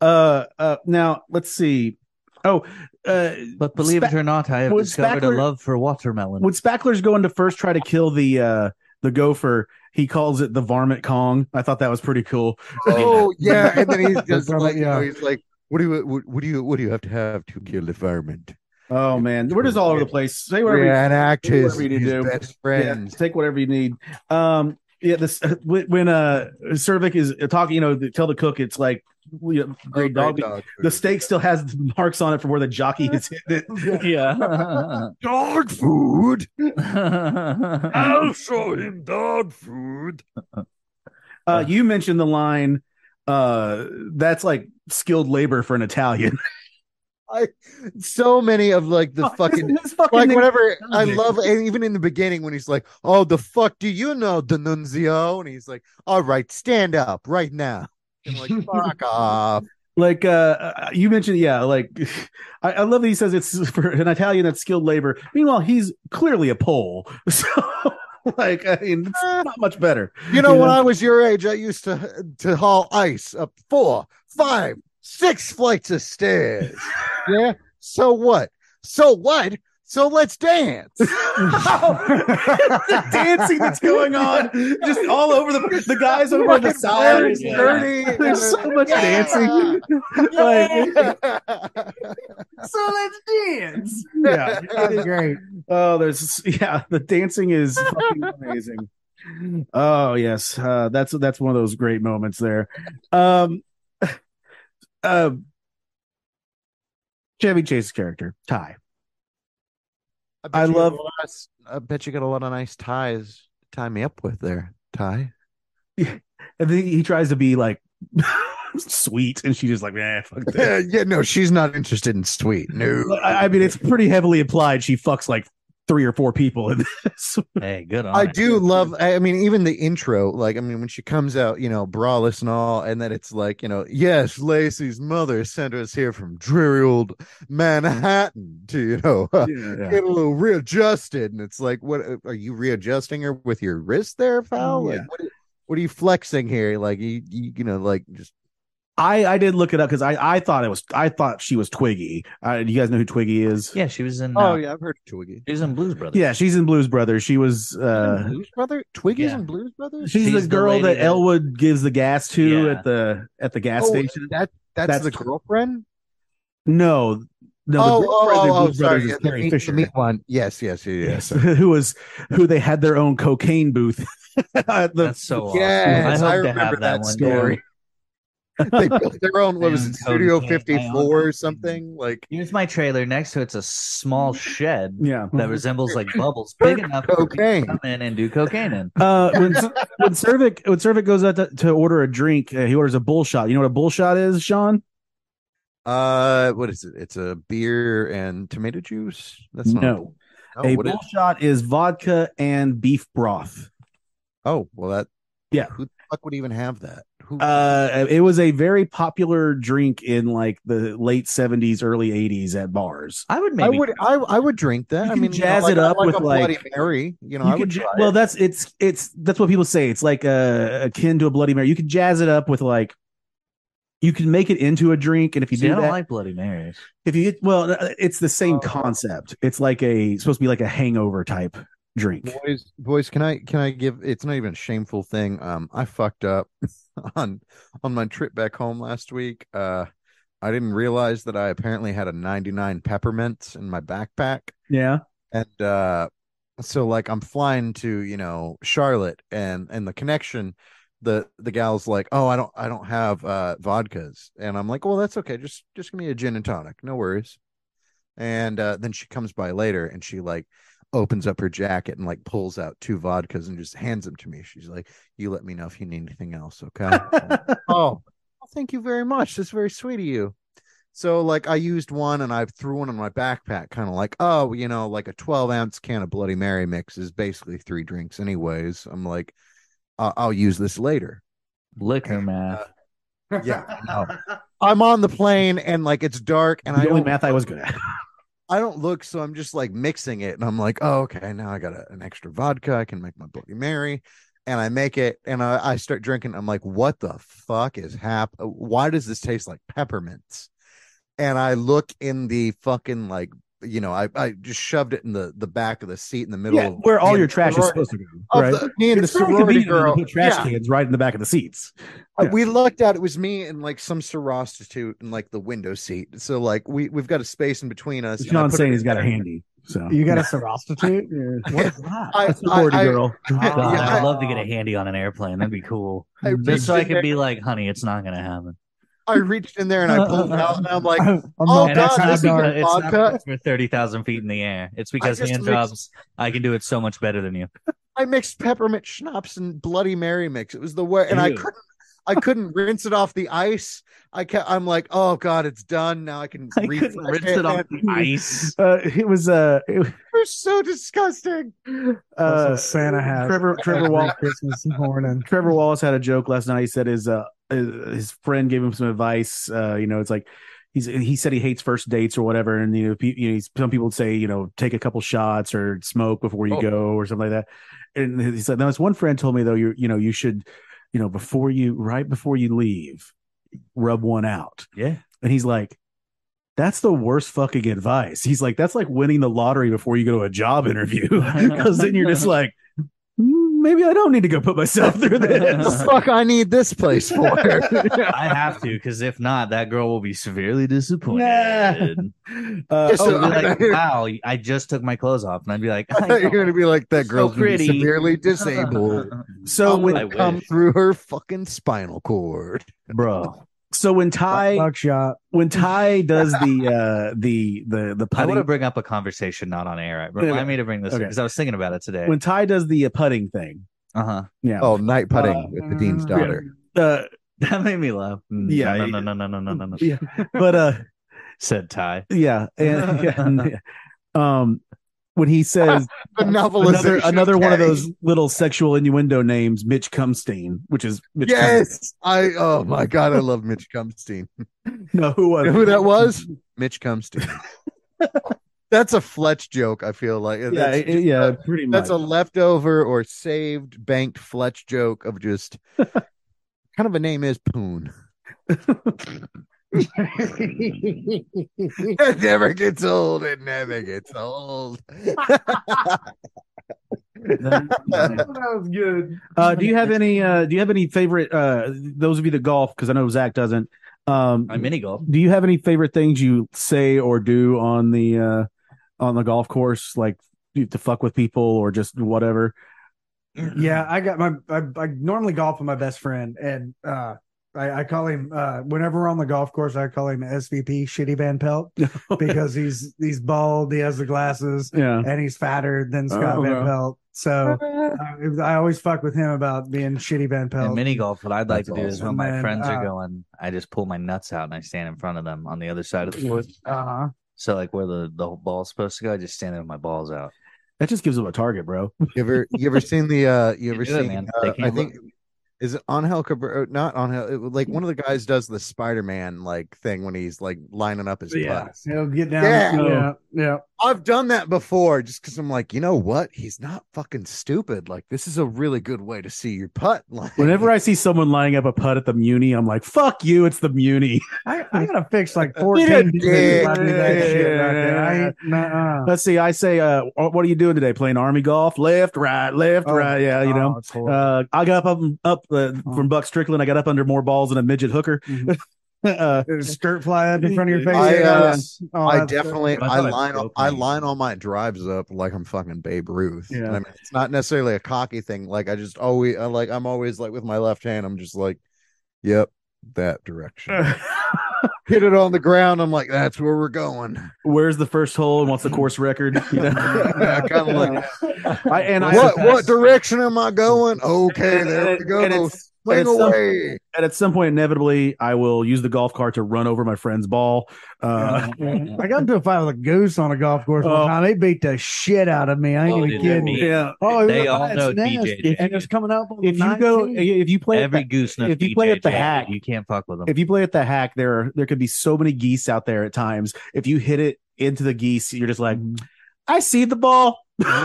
S1: uh, uh, now let's see. Oh, uh,
S4: But believe it or not, I have
S1: Would
S4: discovered a
S1: Spackler-
S4: love for watermelon.
S1: when Spackler's going to first try to kill the uh the gopher, he calls it the varmint Kong. I thought that was pretty cool.
S3: Oh yeah, and then he's just
S5: Probably,
S3: like, you know,
S5: yeah.
S3: he's like, what do you, what, what do you, what do you have to have to kill the varmint?
S1: Oh man, we're just all over the place. Say whatever. you-
S3: Reenact his,
S1: whatever you need
S3: his
S1: to do.
S3: best
S1: Yeah,
S3: friends.
S1: take whatever you need. Um, yeah, this when when, uh Cervic is talking, you know, tell the cook it's like you know, great
S3: Oh,
S1: dog. The
S3: food.
S1: steak still has the marks on it from where the jockey has hit it.
S4: yeah.
S3: dog food.
S4: oh,
S3: show him dog food.
S1: Uh, you mentioned the line uh, that's like skilled labor for an Italian.
S3: So many of like
S1: Oh,
S3: the fucking
S1: This fucking
S3: like
S1: name-
S3: whenever I
S1: Nick.
S3: love and even in the beginning when he's like, "Oh, the fuck do you know, Denunzio?" and he's like, "All right, stand up right now." And like, fuck off.
S1: like uh, you mentioned, yeah, like I, I love that he says it's for an Italian that's skilled labor. Meanwhile, he's clearly a Pole, so like I mean, it's not much better.
S3: You know,
S1: Yeah.
S3: when I was your age, I used to to haul ice up four, five, six flights of stairs. yeah. So what? So what? So let's dance.
S1: the dancing that's going on just all over the the guys over on the
S3: Fucking
S1: side.
S3: Larry's
S4: yeah.
S3: dirty.
S1: Oh, There's so much
S3: Yeah.
S1: dancing. like,
S4: so let's dance.
S1: yeah.
S5: That'd be great.
S1: Oh, there's yeah, the dancing is fucking amazing. Oh yes, uh, that's that's one of those great moments there. Um, uh, Chevy Chase's character Ty.
S3: bet you
S1: I
S3: got a
S1: love-
S3: lot of s- I bet you got a lot of nice ties to tie me up with there, Ty.
S1: And then he tries to be like sweet, and she just like, eh, fuck that.
S3: Yeah, yeah, no, she's not interested in sweet. No,
S1: I, I mean, it's pretty heavily implied she fucks like three or four people in this.
S4: Hey, good on
S3: I
S4: it.
S3: do love. I I mean, even the intro, like, I mean, when she comes out, you know, braless and all, and then it's like, you know, yes, Lacey's mother sent us here from dreary old Manhattan to, you know, uh, get a little readjusted, and it's like, what uh, are you readjusting her with your wrist there, pal? Like,
S1: Yeah.
S3: what, what are you flexing here? Like, you, you, you know, like just
S1: I I did look it up because I I thought it was I thought she was Twiggy. Uh, do you guys know who Twiggy is?
S4: Yeah, she was in.
S3: oh
S4: uh,
S3: yeah, I've heard of Twiggy.
S4: she was in Blues Brothers.
S1: Yeah, she's in Blues Brothers. She was uh
S3: Blues Brother, Twiggy's
S4: yeah.
S3: and Blues Brothers.
S1: she's,
S4: She's
S1: the
S4: the
S1: girl
S4: lady
S1: that
S4: that-
S1: Elwood gives the gas to
S4: Yeah.
S1: at the at the gas
S3: Oh,
S1: station.
S3: That that's,
S1: That's
S3: the
S1: Tw-
S3: girlfriend.
S1: No, no,
S3: oh,
S1: the
S3: oh,
S1: girlfriend in
S3: oh, oh,
S1: Blues
S3: sorry.
S1: Brothers
S3: yeah,
S1: is
S3: the
S1: Carrie
S3: meat- the
S1: Fisher.
S3: meat one. Yes, yes, yes. yes.
S1: who was who they had their own cocaine booth at the
S4: that's so awesome.
S3: Yes,
S4: I
S3: I,
S4: hope to
S3: remember
S4: have that
S3: that,
S4: one
S3: story. they built their own. What was it,
S4: Damn,
S3: Studio
S4: Cody Kane, my own
S3: 54 or
S4: Cody
S3: something? Like
S4: Here's my trailer. Next to it's a small shed
S1: yeah.
S4: that resembles like bubbles, big enough for people to
S3: cocaine.
S4: come in and do cocaine in.
S1: Uh, when when Servic when Servic goes out to, to order a drink, uh, he orders a bull shot. You know what a bull shot is, Sean?
S3: Uh, what is it? It's a beer and tomato juice. That's not
S1: No.
S3: Oh,
S1: a
S3: what is-
S1: bull shot is vodka and beef broth.
S3: oh, well, that.
S1: Yeah.
S3: Who the fuck would even have that? Who?
S1: Uh, it was a very popular drink in like the late seventies, early eighties at bars.
S4: I would
S3: I
S4: maybe.
S3: would. I, I would drink that.
S1: You
S3: I
S1: can
S3: mean, you know,
S1: jazz
S3: like
S1: it
S3: a-
S1: up
S3: like
S1: with,
S3: a Bloody
S1: like-
S3: Mary. You know,
S1: You
S3: I
S1: could
S3: would.
S1: ja-
S3: try it.
S1: well, that's it's it's that's what people say. It's like uh, akin to a Bloody Mary. You can jazz it up with like you can make it into a drink, and if you
S4: See,
S1: do
S4: I don't
S1: that,
S4: like Bloody Marys.
S1: if you get well, uh, it's the
S3: Oh.
S1: same concept. It's like a supposed to be like a hangover type drink.
S3: boys boys can i can i give it's not even a shameful thing um i fucked up on on my trip back home last week uh i didn't realize that i apparently had a 99 peppermints in my backpack
S1: Yeah,
S3: and uh so like i'm flying to you know charlotte and and the connection the the gal's like oh i don't i don't have uh vodkas and i'm like well that's okay just just give me a gin and tonic no worries and uh then she comes by later and she like opens up her jacket and like pulls out two vodkas and just hands them to me she's like you let me know if you need anything else okay oh well, thank you very much that's very sweet of you so like I used one and I threw one in my backpack, kind of like, oh, you know, like a 12 ounce can of Bloody Mary mix is basically three drinks, anyways. I'm like, I- I'll use this later.
S4: Liquor math.
S3: Yeah, I know. I'm on the plane and like it's dark and
S1: the
S3: I
S1: only
S3: don't,
S1: math I was good at.
S3: I don't look, so I'm just like mixing it and I'm like, oh, okay, now I got a, an extra vodka. I can make my Bloody Mary. And I make it and I, I start drinking. I'm like, what the fuck is hap? Why does this taste like peppermints? And I look in the fucking like, you know, I, I just shoved it in the, the back of the seat in the middle
S1: Yeah,
S3: of
S1: where all
S3: me
S1: your
S3: and the
S1: trash is
S3: sorority-
S1: supposed to go,
S3: of
S1: right?
S3: the- me and
S1: it's
S3: the
S1: very
S3: sorority
S1: convenient
S3: girl.
S1: to put trash
S3: Yeah.
S1: cans right in the back of the seats.
S3: Uh,
S1: Yeah.
S3: we lucked out it was me and like some prostitute in like the window seat so like we we've got a space in between us and I
S1: Sean's
S3: put
S1: saying
S3: it
S1: he's got a
S3: there.
S1: handy. So
S5: You got a substitute?
S3: What
S5: What's that?
S3: I,
S1: That's the
S3: I,
S1: Gordy
S3: I-
S1: girl.
S4: God,
S3: Uh, yeah, I-
S4: I'd love to get a handy on an airplane. That'd be cool.
S3: I
S4: Just so I
S3: reached in
S4: could be like, honey, it's not gonna happen.
S3: I reached in there and I pulled it out and I'm like
S5: I'm
S3: Oh,
S5: not
S4: and it's
S3: God,
S4: not
S3: this is
S4: because-
S3: good
S4: it's not
S3: vodka.
S4: because we're thirty thousand feet in the air. It's because
S3: just
S4: hand
S3: mixed-
S4: jobs. I can do it so much better than you.
S3: I mixed peppermint schnapps and Bloody Mary mix. It was the worst, and I
S4: Ew.
S3: couldn't. I couldn't rinse it off the ice. I kept, I'm like, oh god, it's done. Now I can
S4: I
S3: refresh
S4: could rinse it off the ice.
S1: Uh, it was uh, it,
S3: They're so disgusting.
S5: That's
S1: uh
S5: what Santa has.
S1: Trevor Trevor Wall
S5: Every Christmas morning.
S1: Trevor Wallace had a joke last night. He said his uh his friend gave him some advice. Uh, you know, it's like he's he said he hates first dates or whatever. And you know, pe- you know he's- some people would say you know take a couple shots or smoke before you
S3: Oh.
S1: go or something like that. And he said, now this one friend told me though you you know you should you know before you right before you leave rub one out.
S4: Yeah.
S1: And he's like, that's the worst fucking advice. He's like, that's like winning the lottery before you go to a job interview. Cause then you're just like, "Mm, maybe I don't need to go put myself through this.
S3: the fuck I need this place for?
S4: I have to, because if not, that girl will be severely disappointed.
S1: Uh,
S3: Just
S4: Oh,
S1: oh,
S4: you're like,
S3: I-
S4: wow, I just took my clothes off. And I'd be like, I know.
S3: You're gonna be like that girl's gonna be
S4: pretty.
S3: severely disabled.
S1: so
S4: Oh,
S1: when
S4: I
S3: Come
S4: wish.
S3: through her fucking spinal cord.
S4: bro.
S1: so when Ty
S5: Buckshot.
S1: when Ty does the uh the the the
S4: I want to
S1: putting
S4: bring up a conversation not on air.
S1: no.
S4: Remind me to bring this up
S1: Okay.
S4: because I was thinking about it today.
S1: when Ty does the uh, putting thing.
S4: Uh huh.
S1: Yeah.
S3: Oh, night putting
S1: Uh,
S3: with the dean's daughter.
S1: Uh,
S4: That made me laugh. Mm,
S1: Yeah,
S4: No, no, no, no, no, no, no, no.
S1: yeah. But uh
S4: Said Ty.
S1: yeah, and, yeah, um when he says
S3: The novelization.
S1: another another one of
S3: Kenny.
S1: those little sexual innuendo names, Mitch Cumstein, which is Mitch
S3: Yes, I. Oh my god, I love Mitch Cumstein.
S1: Cumstein. No, who was
S3: You know who that was? Mitch Cumstein. That's a Fletch joke. I feel like
S1: Yeah,
S3: that's,
S1: it- yeah, pretty much.
S3: that's a leftover or saved banked Fletch joke of just kind of a name is Poon. that never gets old. It never gets old.
S5: was good.
S1: Uh, do you have any? Uh, do you have any favorite? Uh, those of you that golf, because I know Zach doesn't. Um,
S4: I mini golf.
S1: do you have any favorite things you say or do on the uh, on the golf course, like you- to fuck with people or just whatever?
S5: Yeah, I got my. I, I normally golf with my best friend, and uh, I, I call him uh, whenever we're on the golf course. I call him SVP Shitty Van Pelt because he's he's bald. He has the glasses.
S1: Yeah,
S5: and he's fatter than Scott
S1: Oh,
S5: Van
S1: okay.
S5: Pelt. So uh, I always fuck with him about being shitty Van
S4: And
S5: Pelt.
S4: mini golf, what I'd like to do is
S5: Oh, awesome.
S4: when
S5: And
S4: my
S5: then,
S4: friends are
S5: uh,
S4: going, I just pull my nuts out and I stand in front of them on the other side of the course.
S5: Uh-huh.
S4: So like where the, the ball's supposed to go, I just stand there with my balls out.
S1: that just gives them a target, bro.
S3: You ever you ever seen the uh you
S4: Can't
S3: ever
S4: do that,
S3: seen
S4: man.
S3: uh,
S4: They
S3: I
S4: can't
S3: think is it Angel Cabrera not Angel it- like one of the guys does the Spider-Man like thing when he's like lining up his
S1: Yeah.
S3: putts.
S5: He'll get down.
S3: Yeah.
S5: yeah, yeah.
S3: I've done that before just cuz I'm like, you know what? He's not fucking stupid. Like this is a really good way to see your putt. Like
S1: Whenever I see someone lining up a putt at the Muni, I'm like, "Fuck you!" It's the Muni.
S5: I, I gotta fix like fourteen.
S3: You're a
S5: dudes if I do
S3: dick.
S5: that shit right there. I ain't- nuh-uh.
S1: Let's see. I say, uh, "What are you doing today? Playing army golf? Left, right, left,
S5: Oh,
S1: right." Yeah, you know.
S5: Oh, it's horrible.
S1: Uh, I got up up uh, from Buck Strickland. I got up under more balls than a midget hooker.
S5: Mhm.
S1: uh,
S5: There's skirt fly up in front of your face.
S3: I, uh,
S5: Oh,
S3: I
S5: that's-
S3: definitely
S4: But
S3: I
S4: I thought I'd
S3: line
S4: joke
S3: I
S4: on you.
S3: line all my drives up like I'm fucking Babe Ruth.
S1: Yeah.
S3: And I mean, it's not necessarily a cocky thing. Like I just always I like I'm always like with my left hand I'm just like yep, that direction. Hit it on the ground I'm like that's where we're going.
S1: where's the first hole and what's the course record? You know?
S3: I kind of like
S1: I, and I
S3: what what direction am I going? Okay, there we go.
S1: And it's-
S3: Swing
S1: and it's some-
S3: away.
S1: and at some point, inevitably, I will use the golf cart to run over my friend's ball. Uh,
S5: I got into a fight with a goose on a golf course
S1: Oh.
S5: one time. They beat the shit out of me. I ain't
S4: Oh,
S5: even
S4: did they
S5: kidding.
S4: beat-
S1: yeah.
S5: Oh, it
S4: They
S5: was-
S4: all
S5: it's
S4: know DJ
S5: nasty.
S4: did
S5: And
S4: it.
S5: it's coming up. On
S1: If you go, if you play, at
S4: Every
S1: the-
S4: goose knows
S1: if you play at the
S4: DJ,
S1: hack-
S4: you can't fuck with them.
S1: if you play at the hack, there are, there could be so many geese out there at times. If you hit it into the geese, you're just like,
S3: Mm-hmm.
S1: I see the ball.
S4: yeah.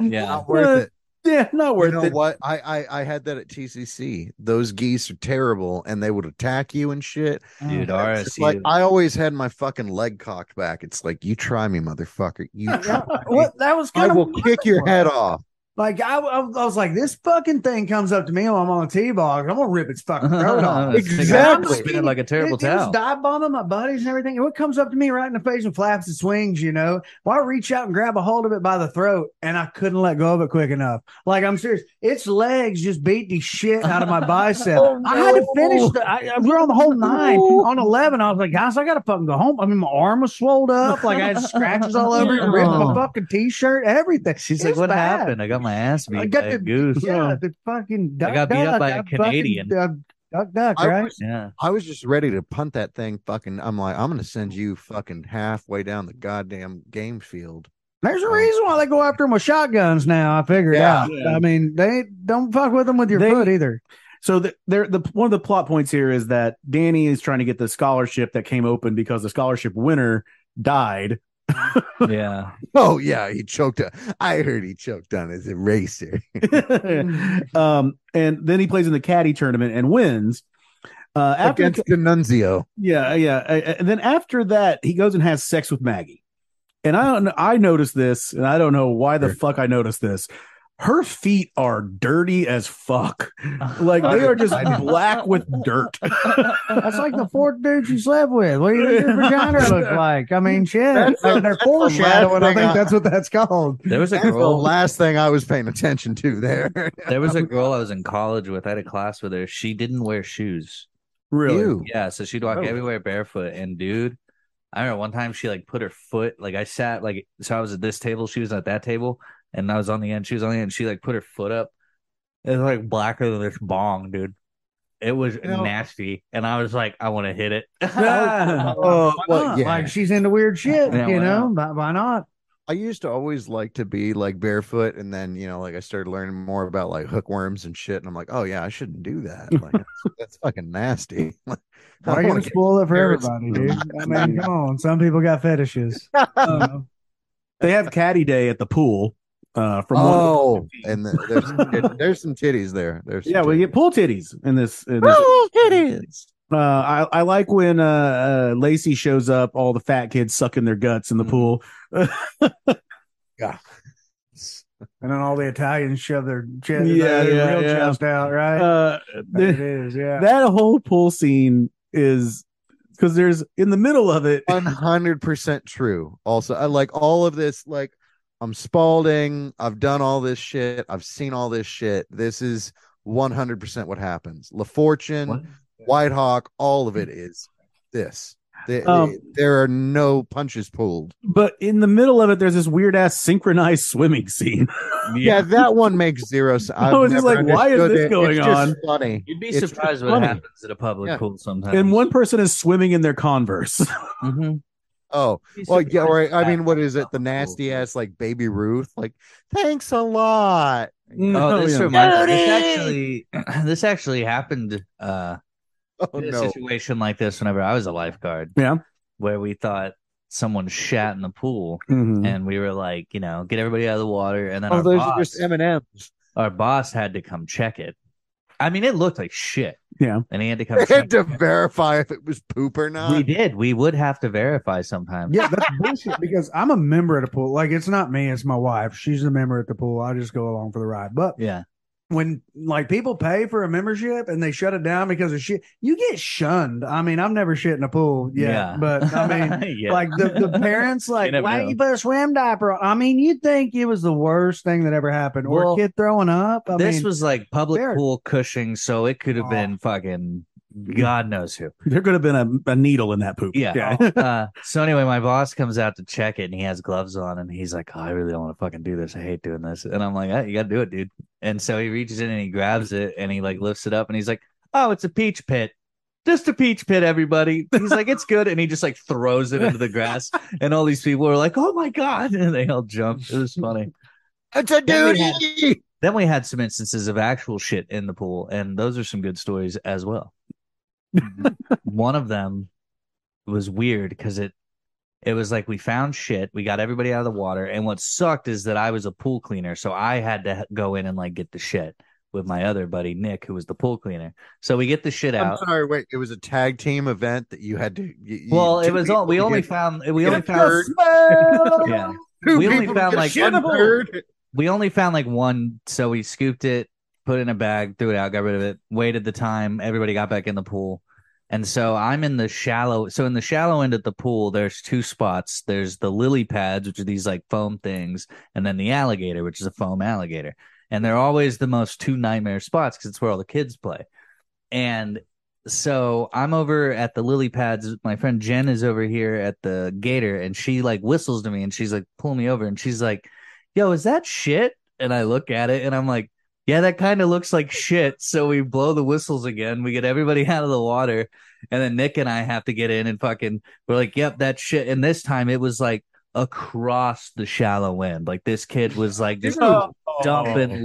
S3: Not worth it.
S1: Yeah, not
S3: You
S1: worth
S3: know
S1: it.
S3: what? I, I I had that at TCC. Those geese are terrible, and they would attack you and shit.
S4: Dude,
S3: It's
S4: RSU.
S3: like I always had my fucking leg cocked back. It's like you try me, motherfucker. You try me.
S5: What that was
S3: I
S5: kind of
S3: will kick your head off.
S5: Like I, I, was- I was like, this fucking thing comes up to me while I'm on a tee box. I'm gonna rip its fucking throat "Ah, off.
S3: Exactly.
S4: Spinning like a terrible
S5: It- it was
S4: towel.
S5: dive bombing my buddies and everything. And what comes up to me right in the face and flaps and swings, you know? Well, I reach out and grab a hold of it by the throat, and I couldn't let go of it quick enough. Like I'm serious. Its legs just beat the shit out of my bicep.
S4: Oh,
S5: I had to finish. The, I, I- we we're on the whole nine on eleven. I was like, guys, I gotta fucking go home. I mean, my arm was swelled up. Like I had scratches all over it, ripped
S4: Oh.
S5: my fucking t-shirt, everything.
S4: She's
S5: It
S4: like,
S5: was
S4: "What
S5: bad.
S4: happened? I got my ass beat
S5: I got
S4: by a
S5: the-
S4: goose."
S5: Yeah, the fucking duck.
S4: I got beat up
S5: duck,
S4: by a
S5: duck,
S4: Canadian.
S5: Fucking, duck, duck, duck,
S3: I
S5: right?
S3: was,
S4: Yeah.
S3: I was just ready to punt that thing. Fucking, I'm like, I'm gonna send you fucking halfway down the goddamn game field.
S5: There's a reason why they go after them with shotguns now. I figured
S3: Yeah.
S5: out. I mean, they don't fuck with them with your
S1: They-
S5: foot either.
S1: So the, there, the one of the plot points here is that Danny is trying to get the scholarship that came open because the scholarship winner died.
S4: Yeah.
S3: Oh yeah, he choked. A, I heard he choked on his eraser. Mm-hmm.
S1: um, and then he plays in the caddy tournament and wins.
S6: Uh, after
S3: Against Denunzio.
S6: yeah, yeah. Uh, uh, And then after that, he goes and has sex with Maggie. And I don't know, I noticed this, and I don't know why the
S3: Sure.
S6: fuck I noticed this. Her feet are dirty as fuck. Like they are just black with dirt.
S5: That's like the fourth dude you slept with. What do you think your vagina look like? I mean, shit.
S3: That's a-
S5: they're
S3: foreshadowing.
S5: I think that's what that's called.
S4: There was a
S3: That's the
S4: girl.
S3: last thing I was paying attention to there.
S4: There was a girl I was in college with. I had a class with her. She didn't wear shoes.
S6: Really?
S3: Ew.
S4: Yeah, so she'd
S3: Oh.
S4: walk everywhere barefoot. And dude, I remember one time she like put her foot like I sat like so I was at this table, she was at that table, and I was on the end. She was on the end. She like put her foot up. It was like blacker than this bong, dude. It was
S3: No.
S4: nasty, and I was like, I want to hit it.
S3: Oh, well,
S5: Huh,
S3: yeah.
S5: Like she's into weird shit,
S4: Yeah,
S5: you
S4: why
S5: know? Why, why not?
S3: I used to always like to be like barefoot, and then you know, like I started learning more about like hookworms and shit, and I'm like, oh yeah, I shouldn't do that. Like, that's, that's fucking nasty. Like, I
S5: Why
S3: don't
S5: you
S3: wanna
S5: gonna spoil it for
S3: embarrassed.
S5: everybody, dude? I mean, come on. Some people got fetishes. I don't know.
S6: They have caddy day at the pool. Uh, from one to
S3: oh,
S6: 15.
S3: and the, there's some tit- there's some titties there. There's some
S6: yeah, we
S3: titties.
S6: get pool titties in this. In this.
S3: titties.
S6: Uh, I I like when uh, uh Lacey shows up, all the fat kids sucking their guts in the
S4: Mm.
S6: pool.
S5: And then all the Italians shove their chest,
S6: Yeah,
S5: yeah,
S6: yeah,
S5: real
S6: yeah.
S5: chest out, right?
S6: Uh, the-
S5: There it is, yeah.
S6: that whole pool scene is because there's in the middle of it.
S3: One hundred percent true. Also, I like all of this. Like, I'm Spalding. I've done all this shit. I've seen all this shit. This is one hundred percent what happens. La Fortune.
S4: What?
S3: White Hawk, all
S4: Hmm.
S3: of it is this. The-
S6: Um,
S3: there are no punches pulled.
S6: But in the middle of it, there's this weird ass synchronized swimming scene.
S3: Yeah, that one makes zero sense.
S6: I was just like, why is this going on?
S3: Funny.
S4: You'd be
S3: It's just
S4: surprised what
S6: funny.
S4: happens at a public
S3: Yeah.
S4: pool sometimes.
S6: and one person is swimming in their Converse.
S4: Mhm.
S3: Oh,
S4: You'd be
S3: well, yeah,
S4: surprised
S3: right. I
S4: what
S3: mean, what is it? The
S4: happens at a public
S3: nasty
S4: pool.
S3: ass like Baby Ruth. Like, thanks a lot.
S4: Oh, this
S6: yeah.
S4: reminds this
S2: Jody!
S4: actually this actually happened uh
S3: Oh
S4: in a
S3: no.
S4: situation like this whenever I was a lifeguard.
S6: Yeah.
S4: Where we thought someone shat in the pool
S6: Mhm.
S4: and we were like, you know, get everybody out of the water and then
S3: Oh,
S4: our,
S3: those
S4: boss,
S3: are just M and M's.
S4: our boss had to come check it. I mean, it looked like shit.
S6: Yeah.
S4: And he had to come
S3: They
S4: check
S3: had to
S4: it.
S3: verify if it was poop or
S4: We
S3: not.
S4: did. We would have to verify sometimes.
S5: Yeah, that's bullshit because I'm a member at the pool. Like, it's not me, it's my wife. She's a member at the pool. I just go along for the ride. But
S4: Yeah.
S5: when like people pay for a membership and they shut it down because of shit, you get shunned. I mean, I've never shit in a pool yet, but I mean,
S4: Yeah.
S5: like the, the parents, like,
S4: never
S5: why
S4: know.
S5: you put a swim diaper on? I mean, you'd think it was the worst thing that ever happened, or
S4: Well,
S5: a kid throwing up. I
S4: this
S5: mean,
S4: was like public
S5: there-
S4: pool Cushing, so it could have
S5: Oh.
S4: been fucking God knows who.
S6: There could have been a, a needle in that poop.
S4: Yeah. uh, so anyway, my boss comes out to check it, and he has gloves on, and he's like, oh, "I really don't want to fucking do this. I hate doing this." And I'm like, "Hey, "You got to do it, dude." And so he reaches in and he grabs it, and he like lifts it up, and he's like, "Oh, it's a peach pit." Just a peach pit, everybody. He's like, it's good. And he just like throws it into the grass. And all these people are like, oh my God. And they all jump. It was funny.
S3: It's a
S4: Then we
S3: duty.
S4: Then we had some instances of actual shit in the pool. And those are some good stories as well. one of them was weird because it it was like we found shit we got everybody out of the water and what sucked is that i was a pool cleaner so i had to go in and like get the shit with my other buddy nick who was the pool cleaner so we get the shit
S3: I'm
S4: out
S3: sorry. Wait, it was a tag team event that you had to. you- you-
S4: well it
S3: two
S4: was all we
S3: people
S4: only
S3: get-
S4: found we
S3: get
S4: only
S3: a
S4: found
S3: third.
S4: yeah
S3: Two
S4: We only
S3: people
S4: found,
S3: get a
S4: like,
S3: shit
S4: one-
S3: bird.
S4: we only found like one so we scooped it put it in a bag threw it out got rid of it waited the time everybody got back in the pool and so i'm in the shallow so in the shallow end of the pool there's two spots there's the lily pads which are these like foam things and then the alligator which is a foam alligator and they're always the most two nightmare spots because it's where all the kids play and so i'm over at the lily pads my friend jen is over here at the gator and she like whistles to me and she's like pull me over and she's like yo, is that shit? And I look at it and I'm like, yeah, that kind of looks like shit. So we blow the whistles again. We get everybody out of the water. And then Nick and I have to get in and fucking, we're like, yep, that shit. And this time it was like across the shallow end. Like this kid was like just
S6: Oh.
S4: dumping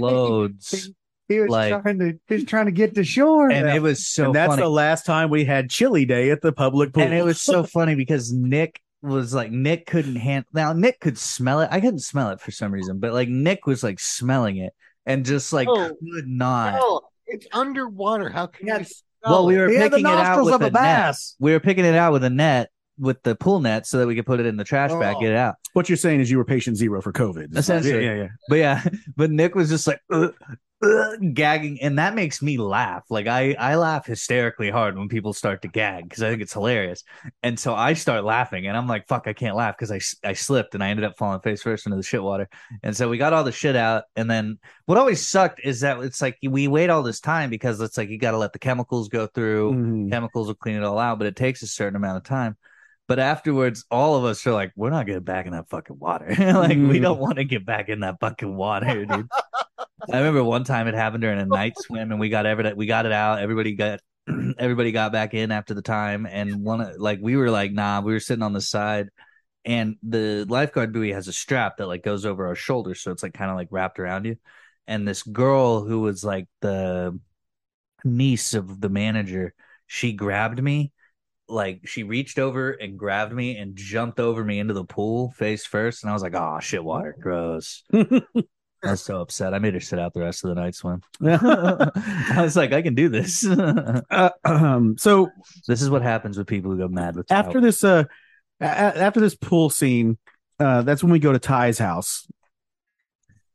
S4: loads.
S5: he was
S4: like-
S5: trying to he's trying to get to shore.
S4: And it was so
S6: and that's
S4: funny.
S6: the last time we had chili day at the public pool.
S4: And it was so funny because Nick was like Nick couldn't handle now Nick could smell it. I couldn't smell it for some reason, but like Nick was like smelling it and just like
S3: Oh,
S4: could not.
S3: No, it's underwater. How can you
S5: That's-
S4: Well, we were
S5: He had the
S4: picking it out
S5: nostrils
S4: with
S5: of
S4: a
S5: a
S4: net.
S5: bass.
S4: We were picking it out with a net, with the pool net, so that we could put it in the trash bag,
S5: Oh.
S4: get it out.
S1: What you're saying is you were patient zero for COVID.
S4: Essentially.
S1: Yeah, yeah, yeah.
S4: But yeah, but Nick was just like "Ugh, ugh," gagging, and that makes me laugh. Like I, I laugh hysterically hard when people start to gag because I think it's hilarious, and so I start laughing, and I'm like, "Fuck, I can't laugh" because I, s- I slipped and I ended up falling face first into the shit water, and so we got all the shit out, and then what always sucked is that it's like we wait all this time because it's like you got to let the chemicals go through,
S6: Mm-hmm.
S1: Mhm.
S4: chemicals will clean it all out, but it takes a certain amount of time. But afterwards, all of us are like, we're not getting back in that fucking water. like, we
S1: Mm.
S4: don't want to get back in that fucking water, dude. I remember one time it happened during a night swim, and we got every we got it out. Everybody got everybody got back in after the time, and one of- like we were like, nah, we were sitting on the side, and the lifeguard buoy has a strap that like goes over our shoulder, so it's like kind of like wrapped around you. And this girl who was like the niece of the manager, she grabbed me like she reached over and grabbed me and jumped over me into the pool face first and i was like oh shit water gross i was so upset i made her sit out the rest of the night swim i was like i can do this this
S1: Uh, um, so
S4: is what happens with people who go mad with
S1: after
S4: towels.
S1: this uh a- a- after this pool scene uh that's when we go to ty's house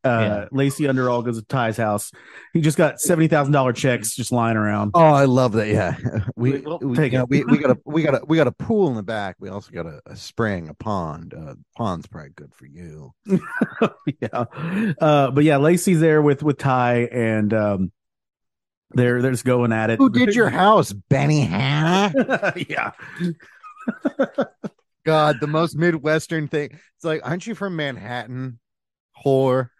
S1: uh
S4: Yeah.
S1: lacey underall goes to ty's house he just got $70000 checks just lying around
S3: Oh, I love that. Yeah, we
S1: Well,
S3: we,
S1: take
S3: you know,
S1: it.
S3: we we got a we got a we got a pool in the back. We also got a, a spring, a pond. Uh, pond's probably good for you.
S1: yeah uh but yeah lacey's there with with ty and um they're they're just going at it
S3: Who did your house, Benny Hanna?
S1: yeah
S3: God, the most midwestern thing. It's like, aren't you from Manhattan, whore?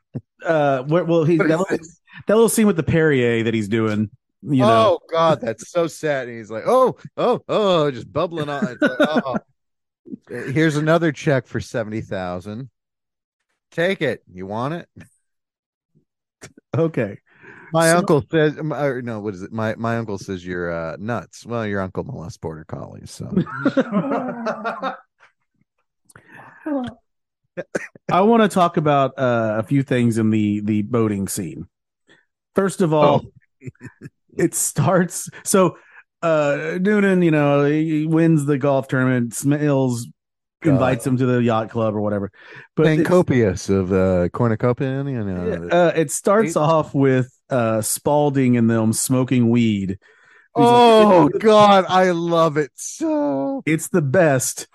S1: uh where, well he that, little- that little scene with the perrier that he's doing you know
S3: Oh God, that's so sad. And he's like, oh, oh, oh, just bubbling on. It's like, oh. Here's another check for seventy thousand. Take it. You want it? Oh.
S1: okay
S3: My
S1: So-
S3: uncle says, my, or no, what is it? My my uncle says you're uh, nuts. Well, your uncle molests border collies. So
S1: I want to talk about uh, a few things in the the boating scene. First of all,
S3: Oh.
S1: it starts so uh Noonan, you know, he wins the golf tournament. Smills invites him to the yacht club or whatever. But
S3: being
S1: it's-
S3: copious of uh, cornucopia. You know,
S1: uh, it starts
S3: Eight-
S1: off with uh Spalding and them smoking weed. He's
S3: oh
S1: like,
S3: God, I love it so.
S1: it's the best.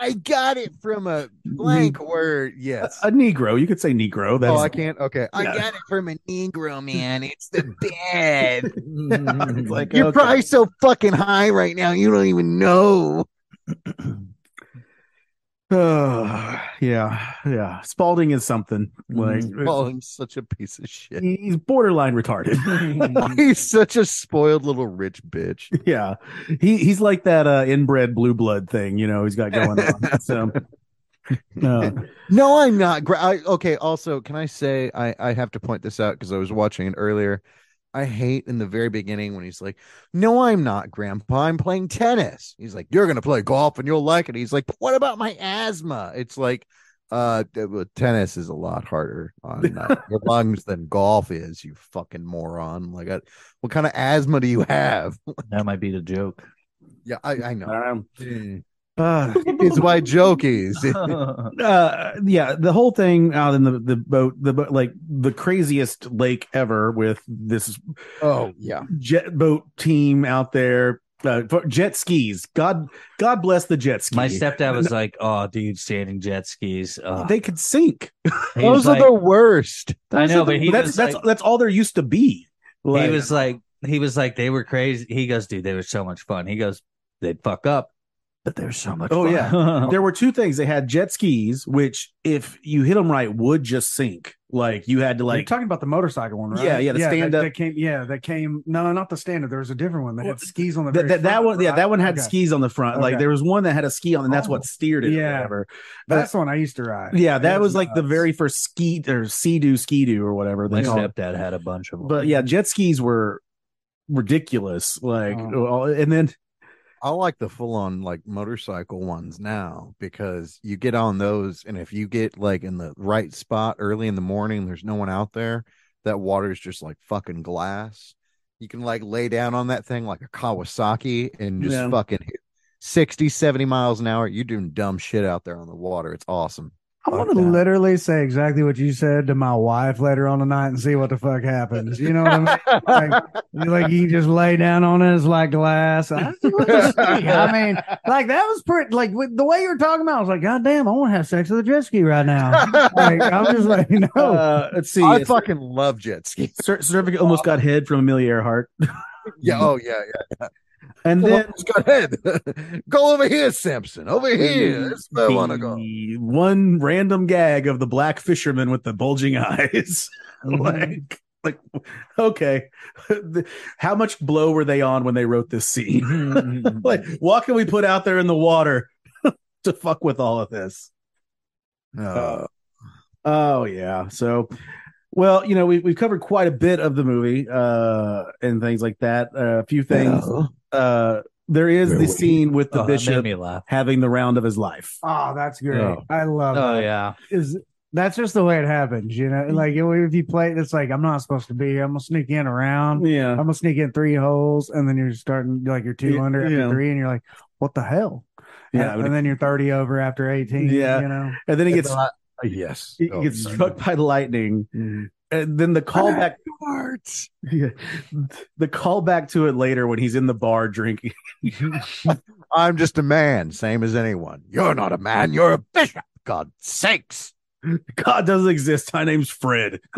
S3: I got it from a
S1: Mm-hmm.
S3: blank
S1: Uh,
S3: word. Yes.
S1: A Negro, you could say Negro. That's
S3: oh, I can't. Okay, I
S1: Yeah.
S3: got it from a Negro man. It's the bed.
S1: it's like
S3: You're
S1: okay.
S3: probably so fucking high right now. You don't even know.
S1: Oh, yeah, yeah. Spalding is something like
S4: Mm-hmm.
S3: Oh, I'm such a piece of shit.
S1: he's borderline retarded.
S3: He's such a spoiled little rich bitch.
S1: yeah, he he's like that uh, inbred blue blood thing. You know, he's got going on. So, uh,
S3: No, I'm not. Gra- I, okay. Also, can I say I I have to point this out because I was watching it earlier. I hate in the very beginning when he's like, "No, I'm not, Grandpa. I'm playing tennis." He's like, "You're gonna play golf and you'll like it." He's like, "But what about my asthma?" It's like, uh, th- well, tennis is a lot harder on uh, your lungs than golf is. You fucking moron! Like, I, what kind of asthma do you have?
S4: that might be the joke
S3: Yeah, I, I know.
S1: um,
S3: Mm.
S1: uh,
S3: It's why joke is.
S1: uh, yeah, the whole thing out in the the boat, the boat, like the craziest lake ever with this
S3: oh yeah.
S1: jet boat team out there. Uh, for- jet skis. God, God bless the jet skis.
S4: my stepdad was like oh dude standing jet skis uh,
S1: they could sink.
S3: Those are the worst.
S4: I know, but he
S1: that's
S4: was
S1: that's
S4: like-
S1: that's all there used to be.
S4: he was like he was like they were crazy he goes dude they were so much fun he goes they'd fuck up but they were so much
S1: Oh,
S4: fun.
S1: yeah. there were two things. They had jet skis, which if you hit them right, would just sink. Like you had to
S5: Like, You're
S1: like
S5: talking about the motorcycle one, right?
S1: Yeah, yeah, the stand
S5: that,
S1: up.
S5: That came, yeah, that came. No, not the stand up. There was a different one that
S1: Well,
S5: had skis on the.
S1: that,
S5: very
S1: that, that
S5: front,
S1: one. Yeah,
S5: right?
S1: that one had
S5: Okay.
S1: skis on the front. Like
S5: Okay.
S1: there was one that had a ski on, and that's
S5: Oh.
S1: what steered it.
S5: Yeah.
S1: or whatever.
S5: That's the one I used to ride.
S1: uh, Yeah, that
S5: It
S1: was like the
S5: nuts.
S1: very first ski or sea doo ski doo or whatever.
S4: my
S1: They call it.
S4: stepdad had a bunch of them
S1: But yeah, jet skis were ridiculous. Like
S5: Oh.
S1: all- and then
S3: I like the full on like motorcycle ones now because you get on those and if you get like in the right spot early in the morning, there's no one out there, that water's just like fucking glass. You can like lay down on that thing like a Kawasaki and just
S1: Yeah.
S3: fucking hit 60, 70 miles an hour. You're doing dumb shit out there on the water. It's awesome.
S5: I want to
S3: that.
S5: literally say exactly what you said to my wife later on tonight and see what the fuck happens. You know what I mean? Like, you- like you can just lay down on it, it's like glass. I, wanna see. I mean, like that was pretty. Like with the way you were talking about, it, I was like, God damn, I want to have sex with a jet ski right now. Like I'm just like, no.
S1: Uh, let's see.
S3: I
S1: Yes.
S3: fucking love jet ski.
S1: Cer- Cervic almost got head from Amelia Earhart,
S3: Yeah. Oh yeah. Yeah.
S1: and
S3: Well,
S1: then
S3: let's go ahead. go over here, Simpson. Over here. That's where I want to go.
S1: the one random gag of the black fisherman with the bulging eyes.
S3: Mm-hmm.
S1: like, like, okay, The- how much blow were they on when they wrote this scene? like, what can we put out there in the water to fuck with all of this?
S3: Uh,
S1: Oh yeah. So, well, you know, we we've covered quite a bit of the movie uh, and things like that. Uh, a few things. Uh, there is the scene with the
S4: Oh, that made
S1: bishop
S4: me laugh.
S1: having the round of his life.
S5: Oh, that's great.
S1: Oh.
S5: I love.
S4: Oh
S5: that.
S4: yeah.
S5: Is that's just the way it happens, you know? Like if you play, it, it's like I'm not supposed to be here. I'm gonna sneak in around.
S1: Yeah.
S5: I'm gonna sneak in three holes, and then you're starting like you're two
S1: Yeah,
S5: under after
S1: yeah.
S5: three, and you're like, what the hell?
S1: Yeah,
S5: and, and then you're thirty over after eighteen.
S1: Yeah.
S5: you know.
S1: And then he gets
S3: It's not- yes.
S1: he
S3: Oh,
S1: gets
S3: sorry.
S1: struck by lightning. And then the callback Yeah. the callback to it later when he's in the bar drinking.
S3: I'm just a man, same as anyone. You're not a man. You're a bishop. God sakes.
S1: God doesn't exist. My name's Fred.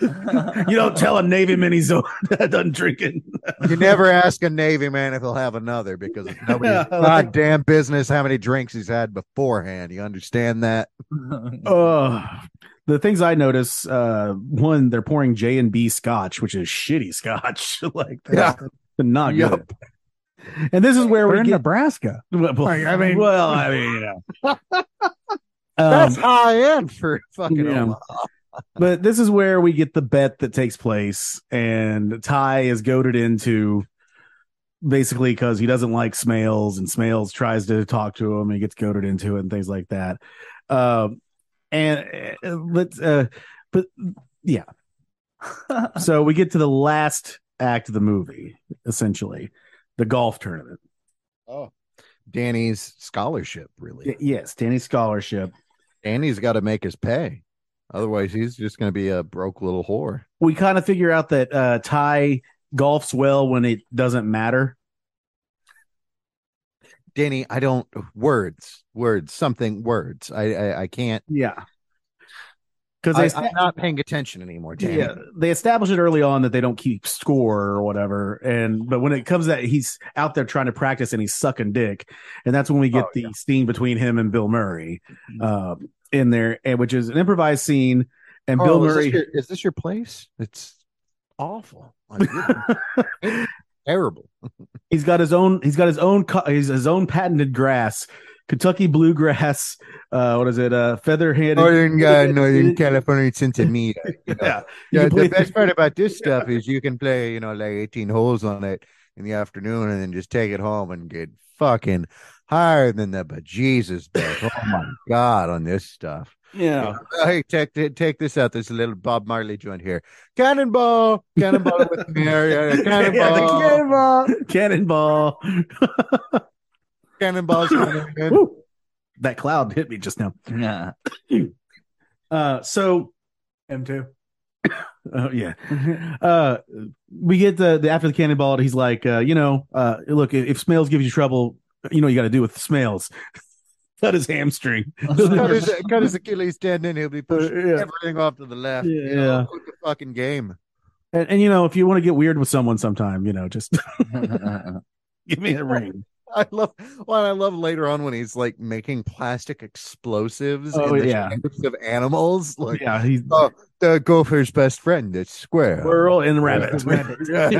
S1: You don't tell a Navy man he's done drinking.
S3: You never ask a Navy man if he'll have another because it's nobody's goddamn business how many drinks he's had beforehand. You understand that?
S1: Oh, the things I notice, uh, one, they're pouring J and B scotch, which is shitty scotch. like that's not
S3: Yup.
S1: good. And this is where
S5: We're
S1: we
S5: in
S1: get.
S5: Nebraska.
S1: Well,
S5: Like, I mean-
S1: well, I mean, you know. Um,
S3: That's high end for fucking
S1: yeah.
S3: Omaha.
S1: but this is where we get the bet that takes place, and Ty is goaded into basically because he doesn't like Smales, and Smales tries to talk to him, and he gets goaded into it, and things like that. Um, and uh, let's, uh, but yeah. so we get to the last act of the movie, essentially the golf tournament.
S3: Danny's scholarship, really.
S1: Y- yes, Danny's scholarship.
S3: Danny's got to make his pay. Otherwise, he's just going to be a broke little whore.
S1: we kind of figure out that uh, Ty golfs well when it doesn't matter.
S3: Danny, I don't words, words, something words. I I, I can't.
S1: Yeah, because
S3: I,
S1: they
S3: I'm not paying attention anymore, Danny.
S1: yeah they establish it early on that they don't keep score or whatever, and but when it comes that he's out there trying to practice and he's sucking dick, and that's when we get
S3: Oh, Mm-hmm.
S1: the scene between him and Bill Murray uh, in there, and which is an improvised scene, and Bill
S3: Carl, Oh, is this
S1: Murray.
S3: your- Is this, your, place? It's awful. Like, it's terrible.
S1: He's got his own. He's got his own. co- His, his own patented grass, Kentucky bluegrass. Uh, what is it? Uh, feather-handed.
S3: Northern,
S1: uh, Northern
S3: California, Centimita.
S1: Yeah, You
S3: Yeah,
S1: can play-
S3: the best part about this stuff is you can play, you know, like 18 holes on it in the afternoon and then just take it home and get fucking higher than the bejesus best. Oh my God, on this stuff. Oh,
S1: yeah.
S3: Hey, take, th- take this out. There's a little Bob Marley joint here. Cannonball, cannonball with me. Yeah, yeah,
S1: Yeah, the
S3: Cannonball,
S1: cannonball. Cannonball.
S3: cannonball's coming in.
S1: Woo. That cloud hit me just now.
S4: yeah.
S1: Uh, so
S5: M two.
S1: oh yeah, uh, we get the, the after the cannonball. He's like, uh, you know, uh, look, if, if Smales gives you trouble, you know, you got to do with Smales. Cut his hamstring.
S3: Cut his, cut his Achilles tendon. He'll be pushing
S1: yeah.
S3: everything off to the left. You know,
S1: Yeah.
S3: quit the fucking game.
S1: And, and you know, if you want to get weird with someone sometime, you know, just give me a ring.
S3: I love well, I love later on when he's like making plastic explosives
S1: Oh,
S3: in the
S1: yeah.
S3: shapes of animals. Like
S1: Yeah, he's
S3: Oh, the gopher's best friend, the square.
S1: squirrel and rabbit.
S3: Yeah.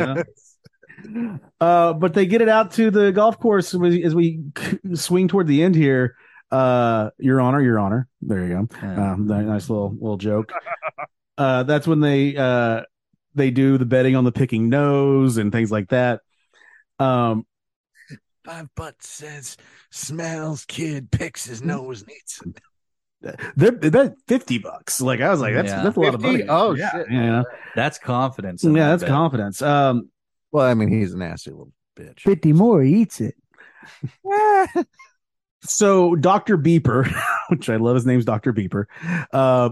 S1: Yeah. Uh, but they get it out to the golf course as we, as we swing toward the end here. Uh, Your Honor, Your Honor. There you go. Um, ni- nice little little joke. Uh, that's when they uh, they do the betting on the picking nose and things like that. Um, Mm-hmm.
S3: Five butt says smells kid picks his nose and eats it.
S1: they're, that fifty bucks. Like I was like, that's
S4: Yeah.
S1: that's a lot of
S3: 50?
S1: money.
S3: Oh,
S1: yeah,
S3: shit.
S1: yeah,
S4: That's confidence. in
S1: yeah.
S4: that
S1: That's
S4: bit.
S1: confidence. Um,
S3: Well, I mean, he's a nasty little bitch.
S5: 50 more eats it. Ah,
S1: so Doctor Beeper, which I love, his name's Doctor Beeper. Uh,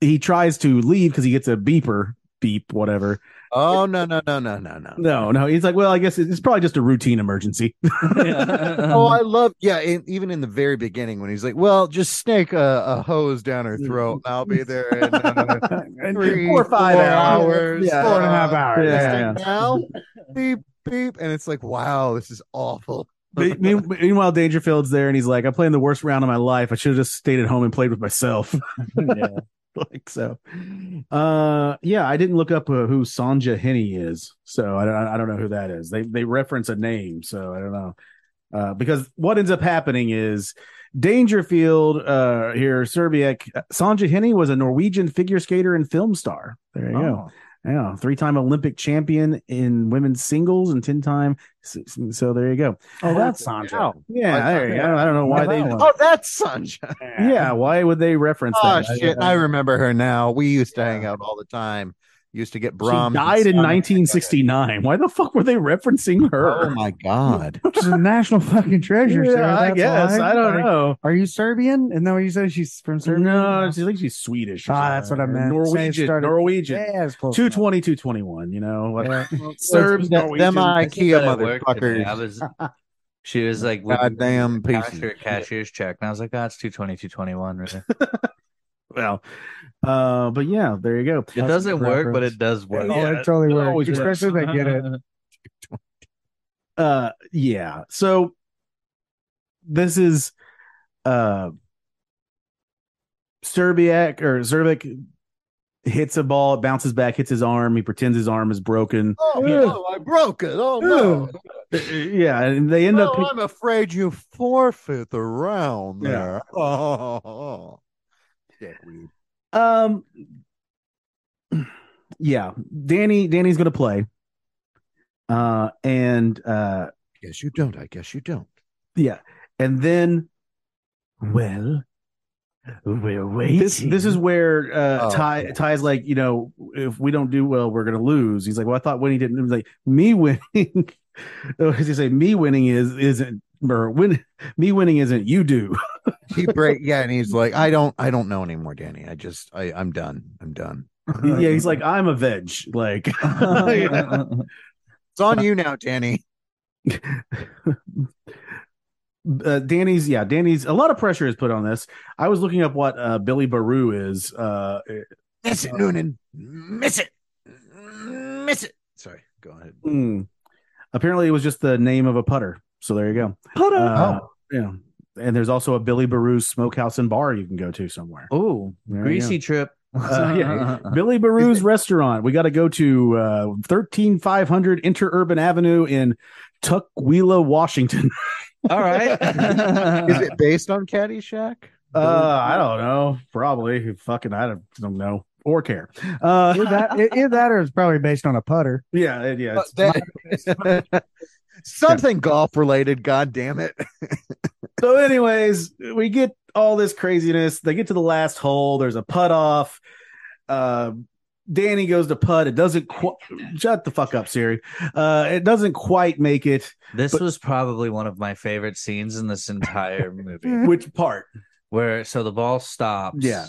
S1: he tries to leave because he gets a beeper beep, whatever.
S3: Oh no no no no no no.
S1: No, no. He's like, well, I guess it's it's probably just a routine emergency.
S3: Oh, I love yeah. In, even in the very beginning, when he's like, "Well, just snake a, a hose down her
S1: Mm-hmm.
S3: throat. I'll be there in uh, three,
S1: four or five
S3: four
S1: hours.
S3: hours,
S1: Yeah.
S3: four and a half
S1: Yeah,
S3: hours."
S1: yeah.
S3: Just like, Now, beep beep, and it's like, "Wow, this is awful."
S1: Me- me- Meanwhile, Dangerfield's there, and he's like, "I'm playing the worst round of my life. I should have just stayed at home and played with myself." like so. Uh, yeah, I didn't look up uh, who Sanja Henny is, so I don't, I don't know who that is. They they reference a name, so I don't know. Uh, because what ends up happening is Dangerfield uh, here, Serbiak. Sanja Henny was a Norwegian figure skater and film star. There you go. Yeah, three-time Olympic champion in women's singles and ten-time. So there you go.
S5: Oh, that's Sandra.
S1: Yeah, there you go. I don't- I don't know why they.
S3: Oh, that's Sanjay.
S1: Yeah, why would they reference
S3: Oh
S1: that?
S3: shit, I remember her now. We used to hang out all the time. Used to get
S1: She
S3: Brahms. and
S1: died in
S3: stuff.
S1: 1969. Why the fuck were they referencing
S3: Oh
S1: her?
S3: my god.
S5: She's a national fucking treasure, sir.
S1: Yeah, I
S5: That's
S1: guess
S5: all
S1: I don't
S5: Like,
S1: know.
S5: Are you Serbian? Isn't that what you said? She's from Serbia?
S1: No, she thinks she's Swedish. or
S5: Ah,
S1: something.
S5: that's what I meant. Say
S1: Norwegian.
S5: it started-
S1: Norwegian.
S5: Yeah, it's close.
S1: 220, 221, You know, like,
S5: enough. Yeah.
S1: Serbs,
S3: Them
S1: Norwegians.
S3: IKEA
S4: At work today, I
S3: motherfuckers.
S4: was. She was like, with-
S3: Goddamn pieces.
S4: Cashier, cashier's check, and I was like, "That's two twenty, two twenty one." Really,
S1: well, uh, but yeah, there you go.
S4: it doesn't work, but it does work.
S5: Oh, it totally
S1: it
S5: works.
S1: always works.
S5: Especially if they get it.
S1: uh yeah so this is uh Serbiak or Zerbic hits a ball it bounces back hits his arm he pretends his arm is broken
S5: Uh,
S3: Oh, no, I broke it. Oh no.
S1: Uh, yeah and they end
S3: Oh,
S1: up
S3: I'm afraid you forfeit the round
S1: Yeah.
S3: there. Oh, oh, Shit, weed.
S1: Um, yeah, Danny. Danny's gonna play. Uh, and uh,
S3: Guess you don't. I guess you don't.
S1: yeah, and then
S5: Well, we're waiting.
S1: this this is where uh,
S3: Oh,
S1: Ty
S3: yeah.
S1: Ty's like, you know, if we don't do well, we're gonna lose. He's like, well, I thought winning didn't. He's like, me winning. Oh, as you say, me winning is isn't or win me winning isn't you do.
S3: He break. Yeah, and he's like, I don't. I don't know anymore, Danny. I just. I. I'm done. I'm done.
S1: yeah, he's like, I'm a veg. Like, uh, Yeah.
S3: It's on you now, Danny.
S1: uh, Danny's yeah, Danny's a lot of pressure is put on this. I was looking up what uh, Billy Baru is. Uh,
S3: Miss it, Noonan. Miss it. Miss it. Sorry. Go ahead.
S1: mm, apparently, it was just the name of a putter. So there you go. Putter. Yeah. And there's also a Billy Baru's smokehouse and bar you can go to somewhere.
S4: Oh,
S1: There you
S4: greasy trip.
S1: Uh, yeah. Billy Baru's restaurant. We got to go to uh, 13500 Interurban Avenue in Tukwila, Washington.
S4: All right.
S3: Is it based on Caddyshack?
S1: Uh, I don't know. Probably. Fucking, I don't, don't know or care. Uh,
S5: Either that, e-, either that or it's probably based on a putter.
S1: yeah. it- Yeah. it's-
S3: Something golf related. God damn it.
S1: so anyways we get all this craziness they get to the last hole there's a putt off uh danny goes to putt it doesn't qu- shut the fuck up siri uh it doesn't quite make it
S4: this
S1: But-
S4: was probably one of my favorite scenes in this entire movie.
S1: which part
S4: Where so the ball stops.
S1: Yeah.